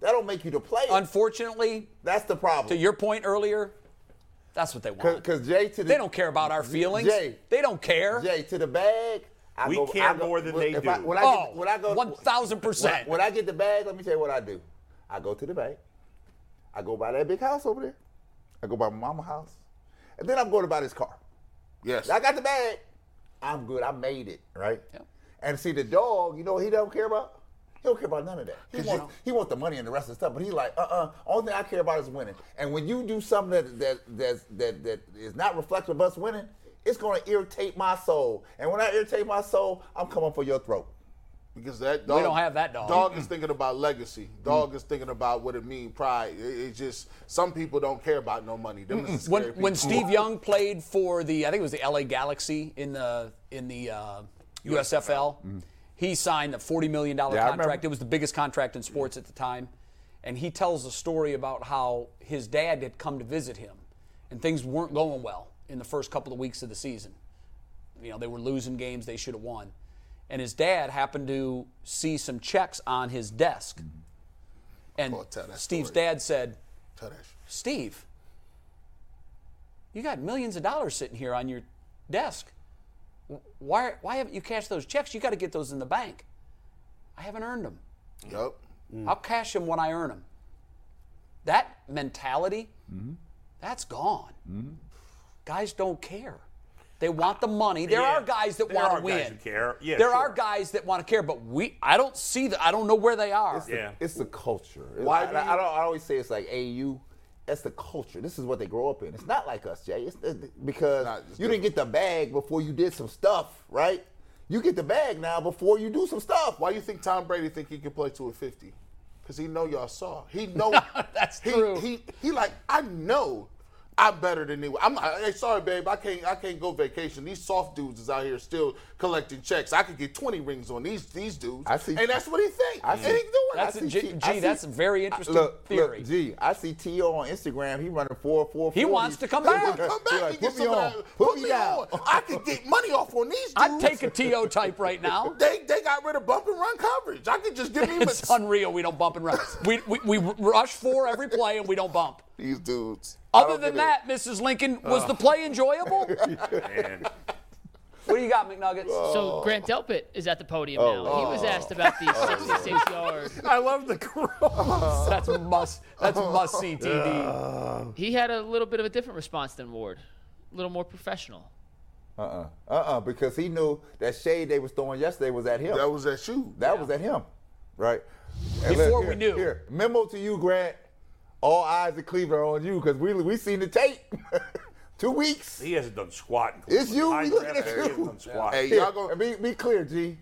S8: That don't make you the player.
S3: unfortunately,
S8: That's the problem.
S3: to your point earlier, that's what they want.
S8: because Jay to the,
S3: They don't care about our feelings.
S8: Jay,
S3: They don't care.
S8: Jay to the bag. I
S5: We
S8: go,
S5: care
S8: I go,
S5: more than
S8: when-
S5: they
S8: if I,
S5: do.
S8: when I
S3: Oh,
S8: get, when I go,
S3: 1,000%.
S8: When, I- when I get the bag, let me tell you what I do. I go to the bank. I go buy that big house over there. I go buy my mama house, and then I'm going to buy this car.
S7: Yes.
S8: I got the bag. I'm good. I made it, right? And see, the dog, you know what he don't care about? He don't care about none of that. He wants he want the money and the rest of the stuff, but he like, uh-uh, only thing I care about is winning. And when you do something that that that's- that, that is not reflective of us winning, it's going to irritate my soul. And when I irritate my soul, I'm coming for your throat.
S7: Because that dog,
S3: don't have that dog.
S7: Dog is thinking about legacy. Dog is thinking about what it means, pride. It, it just some people don't care about no money. Them is the
S3: when
S7: scary
S3: when
S7: people.
S3: Steve Young played for the I think it was the LA Galaxy in the in the uh, USFL,
S7: Mm-hmm.
S3: he signed a forty million dollar
S8: Yeah, I
S3: contract.
S8: remember.
S3: It was the biggest contract in sports at the time, and he tells a story about how his dad had come to visit him, and things weren't going well in the first couple of weeks of the season. You know they were losing games they should have won, and his dad happened to see some checks on his desk, and
S7: Oh, Mm-hmm. tell that
S3: Steve's
S7: story.
S3: dad said.
S7: Tell that shit.
S3: Steve, you got millions of dollars sitting here on your desk. W- Why, why haven't you cashed those checks? You got to get those in the bank. I haven't earned them.
S7: Yup.
S3: I'll cash them when I earn them. That mentality, that's gone. Guys don't care. They want the money. There
S5: Yeah,
S3: are guys that
S5: there
S3: want
S5: are
S3: to
S5: guys
S3: win.
S5: who care. Yeah,
S3: there
S5: sure.
S3: are guys that want to care, but we I don't see that. I don't know where they are.
S5: Yeah.
S8: It's the culture.
S7: Why
S8: Why? I,
S7: do you-
S8: I, don't, I always say it's like AU. That's the culture. This is what they grow up in. It's not like us, Jay. It's, it's- because
S7: Nah, it's
S8: you didn't get the bag before you did some stuff, right? You get the bag now before you do some stuff.
S7: Why you think Tom Brady think he can play to a fifty? Because he know y'all saw. He know
S3: That's
S7: he,
S3: true.
S7: He he like I know
S8: I'm better than you. I'm I- hey, sorry, babe. I can't. I can't go vacation. These soft dudes is out here still collecting checks. I could get 20 rings on these these dudes.
S7: I see-
S8: And that's what he thinks.
S7: I see-
S8: And he doing. it.
S7: I see T- I see- I- Uh, look, Look, G, I see T.O. on Instagram. He running four, four,
S3: He wants to come back.
S7: He wants to come back. He put me on. Put, me down.
S8: I could get money off on these dudes.
S3: I'd take a TO type right now.
S8: They they got rid of bump and run coverage. I could just give him
S3: It's unreal. We don't bump and run. We, we, we rush four every play and we don't bump.
S8: These dudes.
S3: Other than that, Mrs. Lincoln, was
S8: Uh.
S3: the play enjoyable? What do you got, McNuggets?
S12: So Oh, Grant Delpit is at the podium
S3: Oh,
S12: now. He was
S3: wow.
S12: asked about the
S7: Oh,
S12: 66 yard.
S3: I love the gross. That's must. That's must see TV.
S12: He had a little bit of a different response than Ward, a little more professional.
S7: Uh-uh. Uh-uh. Because he knew that shade they was throwing yesterday was at him.
S8: That was at you.
S7: That was at him. Right. And
S8: Before we
S7: here,
S8: knew.
S7: Here, memo to you, Grant. All eyes in Cleveland are on you because we we seen the tape. Two weeks.
S5: He hasn't done squat. in
S7: It's
S5: Cleveland.
S7: you.
S5: High
S7: We looking
S5: draft
S7: at
S5: area, he hasn't
S7: you.
S5: done squat.
S7: Hey, y'all go. Be, be clear, G.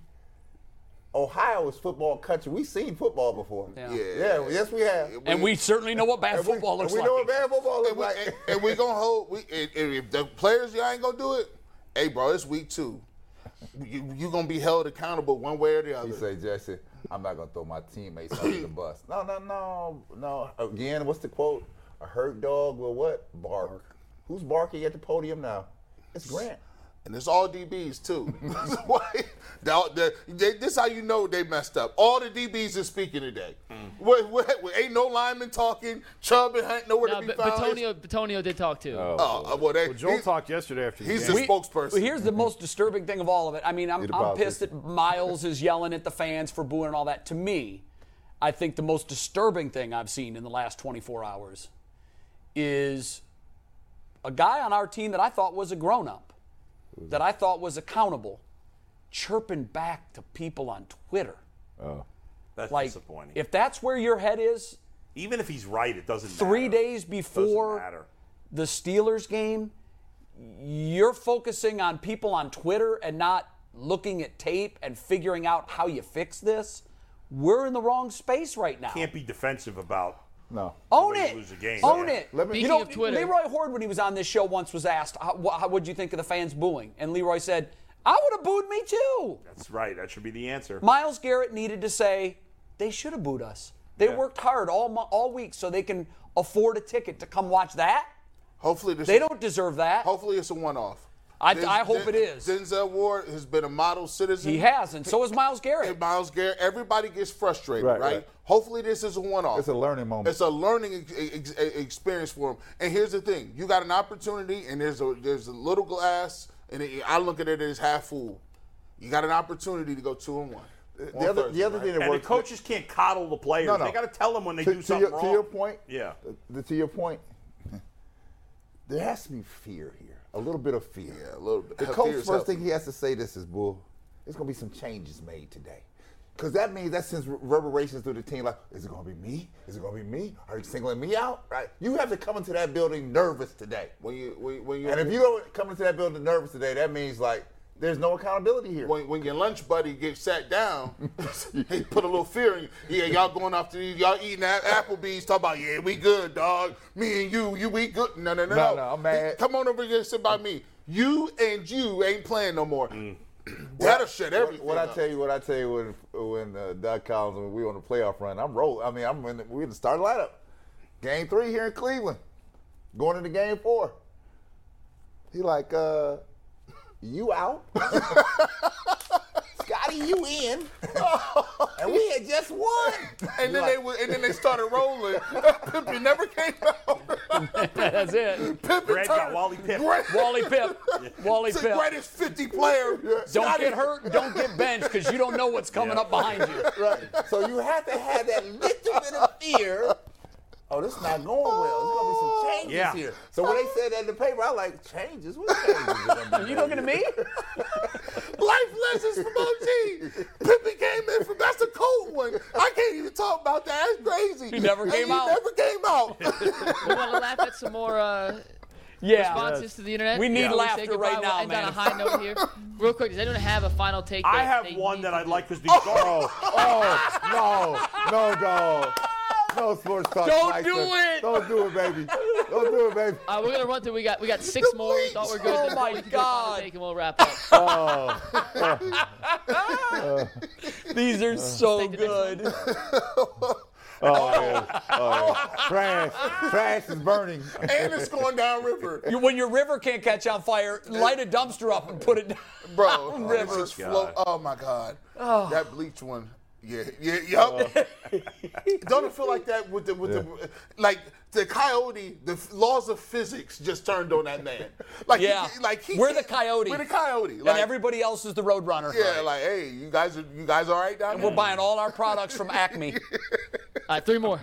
S7: Ohio is football country. We seen football before. Yeah. Yeah. Yes, we have.
S3: And we certainly know what bad football looks
S7: and
S3: like.
S7: we know what bad football looks
S8: and we,
S7: like.
S8: and, and we gonna hold. We and, and if the players y'all ain't gonna do it, hey bro, it's week two. You you gonna be held accountable one way or the other.
S7: He say, Jesse, I'm not gonna throw my teammates under the bus. No, no, no, no. Again, what's the quote? A hurt dog will what? Bark. Who's barking at the podium now? It's Grant.
S8: And it's all DBs too. That's why- the- the- they- this how you know they messed up. All the DBs is speaking today.
S3: Mm.
S8: What, what, what- ain't no lineman talking. Chubb and Hunt nowhere
S12: No,
S8: to be
S12: but
S8: found.
S12: Batonio, Batonio did talk too.
S8: Oh, uh, well, they,
S13: Joel talked yesterday after the
S8: he's
S13: game.
S8: the spokesperson.
S3: Well, here's the most disturbing thing of all of it. I mean, I'm,
S13: You're the
S3: I'm
S13: politician.
S3: pissed that Miles is yelling at the fans for booing and all that. To me, I think the most disturbing thing I've seen in the last 24 hours is a guy on our team that I thought was a grown up,
S8: Mm-hmm.
S3: that I thought was accountable, chirping back to people on Twitter.
S7: Oh.
S5: That's
S3: like,
S5: disappointing.
S3: If that's where your head is,
S5: Even if he's right, it doesn't matter.
S3: three days before the Steelers game, you're focusing on people on Twitter and not looking at tape and figuring out how you fix this. We're in the wrong space right now.
S5: Can't be defensive about
S7: no.
S3: Own
S5: the way
S3: it.
S5: you lose a game,
S3: Own
S5: man.
S3: it.
S5: Let me-
S3: you
S5: Speaking
S3: know,
S5: of Twitter-
S3: Leroy Horde, when he was on this show once, was asked, how, wha- how, What'd you think of the fans booing? And Leroy said, I would have booed me too.
S5: That's right. That should be the answer.
S3: Miles Garrett needed to say, They should have booed us. They worked hard all, mo- all week so they can afford a ticket to come watch that.
S8: Hopefully, this
S3: they don't deserve that.
S8: Hopefully, it's a one-off.
S3: I-
S8: Denz-
S3: I hope
S8: Den-
S3: it is.
S8: Denzel Ward has been a model citizen.
S3: He has, and so has Miles Garrett.
S8: And Miles Garrett. Everybody gets frustrated,
S7: Right,
S8: right?
S7: right.
S8: Hopefully, this is a one-off.
S7: It's a learning moment.
S8: It's a learning ex- ex- ex- experience for him. And here's the thing: you got an opportunity, and there's a there's a little glass, and it, I look at it as half full. You got an opportunity to go two and one.
S7: The
S8: on
S7: other- the
S8: Thursday,
S7: other
S8: right?
S7: thing that
S5: And the
S7: worked-
S5: coaches can't coddle the players.
S7: No, no.
S5: They got to tell them when they
S7: To-
S5: do
S7: to
S5: something
S7: your-
S5: wrong.
S7: to your point,
S5: Yeah.
S7: The- to your point, there has to be fear here. A little bit of fear.
S8: Yeah, a little bit.
S7: The
S8: Fear
S7: coach
S8: is
S7: first
S8: healthy.
S7: thing he has to say this is, "Bull, there's gonna be some changes made today." Because that means that sends reverberations through the team. Like, is it gonna be me? Is it gonna be me? Are you singling me out? Right? You have to come into that building nervous today.
S8: when you when, when you
S7: And if you don't come into that building nervous today, that means like there's no accountability here.
S8: when, when your lunch buddy gets sat down, he put a little fear in you. Yeah, y'all going off to these, y'all eating at Applebee's, talk about, yeah, we good, dog. Me and you, you we good. No, no, no,
S7: No, no, I'm mad.
S8: Come on over here and sit by me. You and you ain't playing no more. That'll shut everything
S7: What, what I
S8: up.
S7: tell you, what I tell you, when when uh, Doug Collins, when we on the playoff run, I'm roll. I mean, I'm in. The, we in the starting lineup. Game three here in Cleveland, going into game four. He like, uh, you out? Scotty, you in? and we had just won.
S8: And then they wa- and then they started rolling. Pimpy never came out.
S3: That's it.
S8: Pimpin
S5: Brad got Wally Pipp.
S3: Wally Pip. Wally
S8: It's
S3: Pip.
S8: the greatest 50 player.
S3: Don't
S8: Scotty-
S3: get hurt. Don't get benched because you don't know what's coming up behind you.
S7: Right. So you have to have that little bit of fear. Oh, this is not going well. There's gonna be some changes
S5: Yeah.
S7: here. So when they said that in the paper, I like changes. What changes? is gonna be
S3: Are you looking at me?
S8: Life lessons from OG. Pippi came in from that's a cold one. I can't even talk about that. That's crazy.
S3: He never
S8: And
S3: came out.
S8: Never came out.
S12: We want to laugh at some more uh,
S3: Yeah.
S12: responses to the internet.
S3: We need
S12: Before say
S3: laughter right
S12: goodbye,
S3: now,
S12: we'll end
S3: man.
S12: on a high note here. Real quick, does anyone have a final take? that
S5: I have
S12: they
S5: one
S12: need
S5: that
S12: to
S5: I'd
S12: do?
S5: like because these oh.
S7: Oh, no, no, dog. No sports talk.
S3: Don't
S7: Meister.
S3: do it.
S7: Don't do it, baby.
S8: Don't do it, baby.
S10: Uh, we're gonna run through. We got we got six more. We thought we were good.
S3: Oh
S10: There's more
S3: my
S10: we can do. Final
S3: God. Oh.
S10: take, and we'll wrap up.
S3: These are so good.
S8: Oh, yeah. Oh, yeah. Trash. Trash is burning.
S7: and it's going downriver.
S3: You- when your river can't catch on fire, light a dumpster up and put it down.
S7: Bro,
S3: River.
S7: it's just float. Oh my god,
S3: Oh.
S7: that bleach one. Yeah, yeah, yup.
S8: Oh.
S7: Don't it feel like that with the with the like the coyote? The f- laws of physics just turned on that man. Like
S3: Yeah.
S7: he, like he
S3: We're the
S7: can't-
S3: coyote.
S7: We're the coyote.
S3: and everybody else is the Roadrunner.
S7: yeah, like hey, you guys are you guys all right down
S3: And
S7: there?
S3: we're buying all our products from Acme.
S10: All right, three more.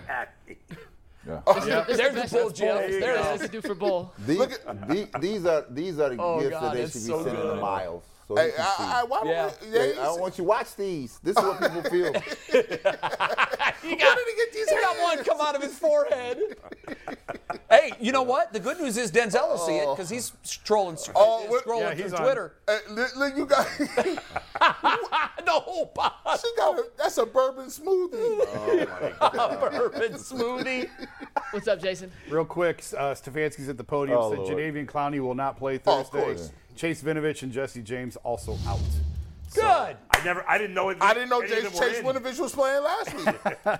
S3: There's the bull, Jim.
S10: There,
S3: There it
S10: there
S3: is.
S10: is a do for bull.
S8: These, the- these are these are the
S3: Oh,
S8: gifts
S3: God,
S8: that they
S3: it's
S8: should be
S3: so
S8: sending
S3: good.
S8: to Miles. So he
S7: Hey,
S8: can see.
S7: I, I, why don't
S3: Yeah.
S7: we- yeah,
S8: Hey,
S7: he's-
S8: I want you to watch these. This is what people feel.
S7: Where did he get these?
S3: He's got one
S7: hands?
S3: come out of his forehead. hey, you know what? The good news is Denzel will see it because he's trolling,
S7: Oh,
S3: uh,
S7: what-
S3: scrolling
S1: Yeah,
S3: through
S1: he's on.
S3: Twitter.
S7: Hey, look, look, you got.
S3: No, Bob.
S7: she got a, that's a bourbon smoothie.
S3: Bourbon smoothie.
S10: What's up, Jason?
S1: Real quick, uh, Stefanski's at the podium.
S8: Oh,
S1: said
S8: Lord.
S1: Jadavian Clowney will not play
S7: Oh, of
S1: Thursday.
S7: course.
S1: Chase Vinovich and Jesse James also out.
S3: Good.
S5: I never. I didn't know. It,
S7: I didn't know
S5: any of
S7: Chase,
S5: them were
S7: Chase
S5: in.
S7: Winovich was playing last week.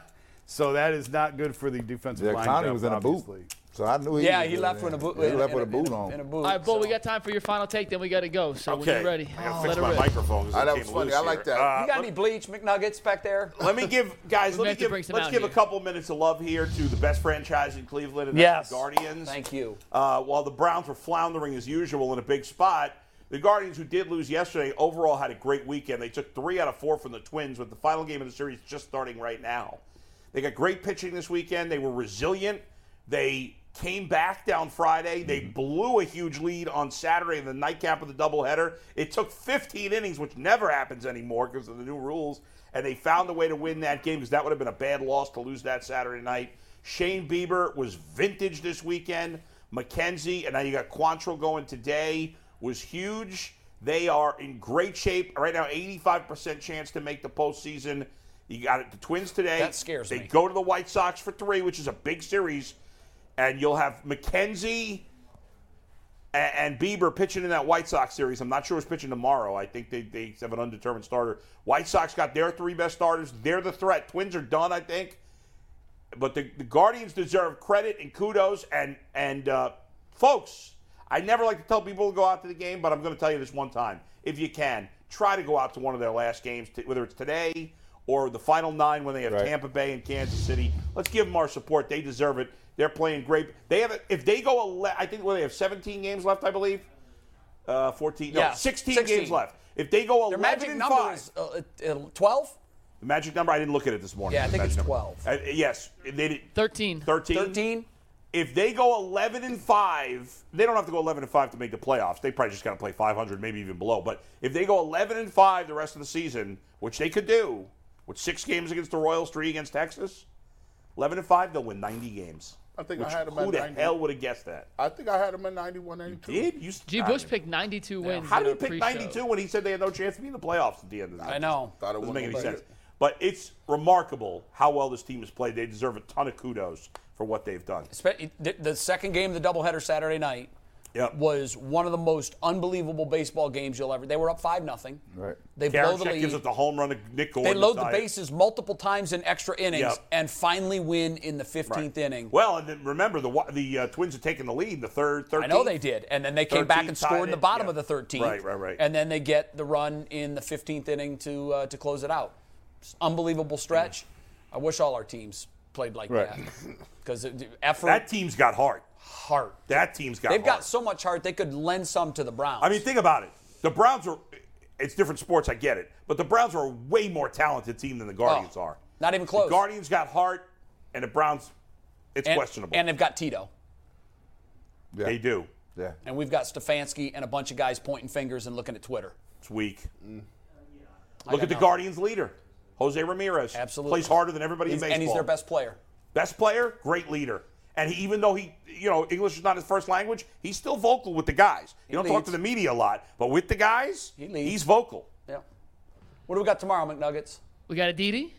S1: So that is not good for the defensive
S8: Yeah,
S1: line.
S8: Clowney
S1: depth,
S8: was in a boot.
S1: obviously.
S8: So I knew he
S3: Yeah,
S8: was
S3: he
S8: in
S3: left
S8: there.
S3: with a boot.
S8: Yeah, He left with a boot on.
S3: In a boot.
S10: All right, bull. We got time for your final take. Then we gotta go. So when
S5: Okay.
S10: you're ready, Oh.
S5: I gotta
S10: let
S5: fix
S10: her
S5: my
S10: rip.
S5: microphone because
S7: Ah, that
S5: it
S7: was
S5: came
S7: funny.
S5: loose
S7: I like
S5: here.
S7: that.
S5: Uh,
S3: You got any bleach McNuggets back there?
S5: let me give guys.
S10: We're gonna have
S5: Let me
S10: to
S5: give.
S10: bring some
S5: Let's
S10: out
S5: give a
S10: here.
S5: couple minutes of love here to the best franchise in Cleveland, and
S3: Yes.
S5: that's the Guardians.
S3: Thank you.
S5: Uh, while the Browns were floundering as usual in a big spot, the Guardians, who did lose yesterday, overall had a great weekend. They took three out of four from the Twins, with the final game of the series just starting right now. They got great pitching this weekend. They were resilient. They came back down Friday. They blew a huge lead on Saturday in the nightcap of the doubleheader. It took 15 innings, which never happens anymore because of the new rules. And they found a way to win that game because that would have been a bad loss to lose that Saturday night. Shane Bieber was vintage this weekend. McKenzie, and now you got Quantrill going today, was huge. They are in great shape right now. 85% chance to make the postseason. You got it. The Twins today.
S3: That scares
S5: they
S3: me.
S5: go to the White Sox for three, which is a big series, and you'll have McKenzie a- and Bieber pitching in that White Sox series. I'm not sure who's pitching tomorrow. I think they, they have an undetermined starter. White Sox got their three best starters. They're the threat. Twins are done, I think. But the, the Guardians deserve credit and kudos. And and uh, folks, I never like to tell people to go out to the game, but I'm going to tell you this one time: if you can, try to go out to one of their last games, t- whether it's today or the final nine when they have Tampa Bay and Kansas City. Let's give them our support. They deserve it. They're playing great. They have a- if they go ele- I think well, they have 17 games left, I believe. Uh, 14, no,
S3: Yeah,
S5: 16,
S3: 16.
S5: games left. If they go
S3: Their
S5: 11
S3: magic
S5: and
S3: number
S5: five,
S3: is uh, uh, 12?
S5: the magic number I didn't look at it this morning.
S3: Yeah, I
S5: The
S3: think it's
S5: magic number.
S3: 12.
S5: Uh, yes, they did
S10: Thirteen.
S5: 13.
S3: 13?
S5: If they go 11 and 5, they don't have to go 11 and 5 to make the playoffs. They probably just got to play 500, maybe even below. But if they go 11 and 5 the rest of the season, which they could do, with six games against the Royals, three against Texas, 11 and 5, they'll win 90 games.
S7: I think
S5: Which,
S7: I had him
S5: who
S7: at
S5: the
S7: 90.
S5: hell would have guessed that?
S7: I think I had him at 91, 92.
S5: Did you?
S10: G. Bush picked 92 wins.
S5: How
S10: in
S5: did he
S10: our
S5: pick
S10: pre-show.
S5: 92 when he said they had no chance to be in the playoffs at the end of the season?
S3: I know.
S7: Thought it
S5: Doesn't
S7: wasn't
S5: make any
S7: gonna
S5: sense. But it's remarkable how well this team has played. They deserve a ton of kudos for what they've done.
S3: Spe- The the second game of the doubleheader Saturday night
S5: Yep.
S3: was one of the most unbelievable baseball games you'll ever. They were up 5 nothing.
S8: Right.
S3: They blow the
S5: Karinchak
S3: lead.
S5: gives up the home run to Nick Gordon.
S3: They load the
S5: to tie it.
S3: bases multiple times in extra innings
S5: Yep.
S3: and finally win in the 15th
S5: Right.
S3: inning.
S5: Well, and then remember the wa- the uh, Twins had taken the lead in the third. 13th.
S3: I know they did. And then they came
S5: 13th
S3: back and
S5: tied
S3: scored in the
S5: it.
S3: bottom
S5: Yeah.
S3: of the 13th.
S5: Right, right, right.
S3: And then they get the run in the 15th inning to uh, to close it out. It's unbelievable stretch. I wish all our teams played like
S1: Right.
S3: that. Because effort,
S5: That team's got heart.
S3: heart.
S5: That team's got.
S3: They've
S5: heart.
S3: got so much heart, they could lend some to the Browns.
S5: I mean, think about it. The Browns are. It's different sports. I get it, but the Browns are a way more talented team than the Guardians
S3: Oh,
S5: are.
S3: not even close.
S5: The Guardians got heart, and the Browns. It's
S3: and,
S5: questionable.
S3: And they've got Tito.
S8: Yeah.
S5: they do.
S8: Yeah.
S3: And we've got Stefanski and a bunch of guys pointing fingers and looking at Twitter.
S5: It's weak.
S3: Mm.
S5: Look at the
S3: nothing.
S5: Guardians' leader, Jose Ramirez.
S3: Absolutely.
S5: plays harder than everybody in
S3: He's-
S5: baseball.
S3: and he's their best player.
S5: Best player, great leader. And he, even though he, you know, English is not his first language, he's still vocal with the guys. You don't talk
S3: leads.
S5: to the media a lot, but with the guys,
S3: He leads.
S5: he's vocal.
S3: Yeah. What do we got tomorrow, McNuggets?
S10: We got Aditi.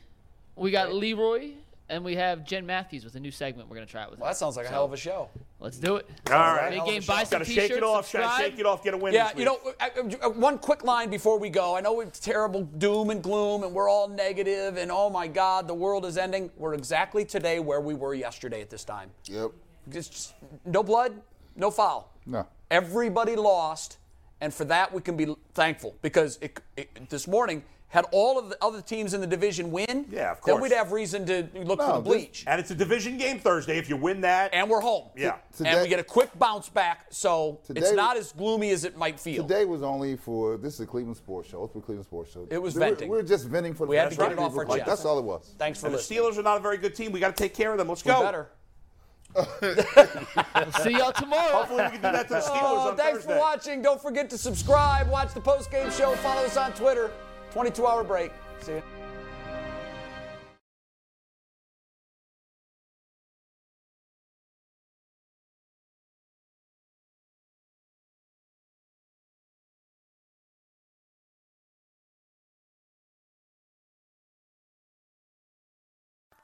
S10: We got Leroy.
S3: and we have Jen Matthews with a new segment we're going to try out with.
S1: Well,
S3: her.
S1: that sounds like a
S3: So,
S1: hell of a show.
S3: Let's do it.
S1: All right.
S3: Big
S1: Hell of a
S3: game,
S1: show.
S3: buy some
S1: Gotta
S3: t-shirts,
S1: shake it off, gotta
S3: subscribe.
S5: shake it off, get a win.
S1: Yeah,
S5: this
S1: you
S5: week.
S1: know, uh, I, I- one quick line before we go. I know it's terrible doom and gloom, and we're all negative, and oh my God, the world is ending. We're exactly today where we were yesterday at this time.
S14: Yep.
S1: Just, just no blood, no foul.
S14: No.
S1: Everybody lost, and for that we can be thankful because it, it, this morning had all of the other teams in the division win. Yeah,
S5: of
S1: Then
S5: course.
S1: we'd have reason to look for the bleach.
S5: And it's a division game Thursday. If you win that,
S1: and we're home.
S5: Yeah.
S1: and we get a quick bounce back, so it's
S8: Today-
S1: not as gloomy as it might feel.
S8: Today was only for this is a Cleveland sports show. It's for Cleveland sports show.
S1: It was
S8: We were-
S1: venting.
S8: We were just venting for.
S1: We
S8: the
S1: had to
S8: fans.
S1: get it off our
S8: Like,
S1: chest.
S8: That's all it was.
S1: Thanks for
S5: and the
S1: listening.
S5: Steelers are not a very good team. We got to take care of them. Let's
S1: We
S5: go.
S1: better.
S3: See y'all tomorrow.
S5: Hopefully, we can do that to the Steelers
S1: Oh,
S5: on
S1: thanks
S5: Thursday.
S1: for watching. Don't forget to subscribe. Watch the post-game show. Follow us on Twitter. 22-hour break. See you.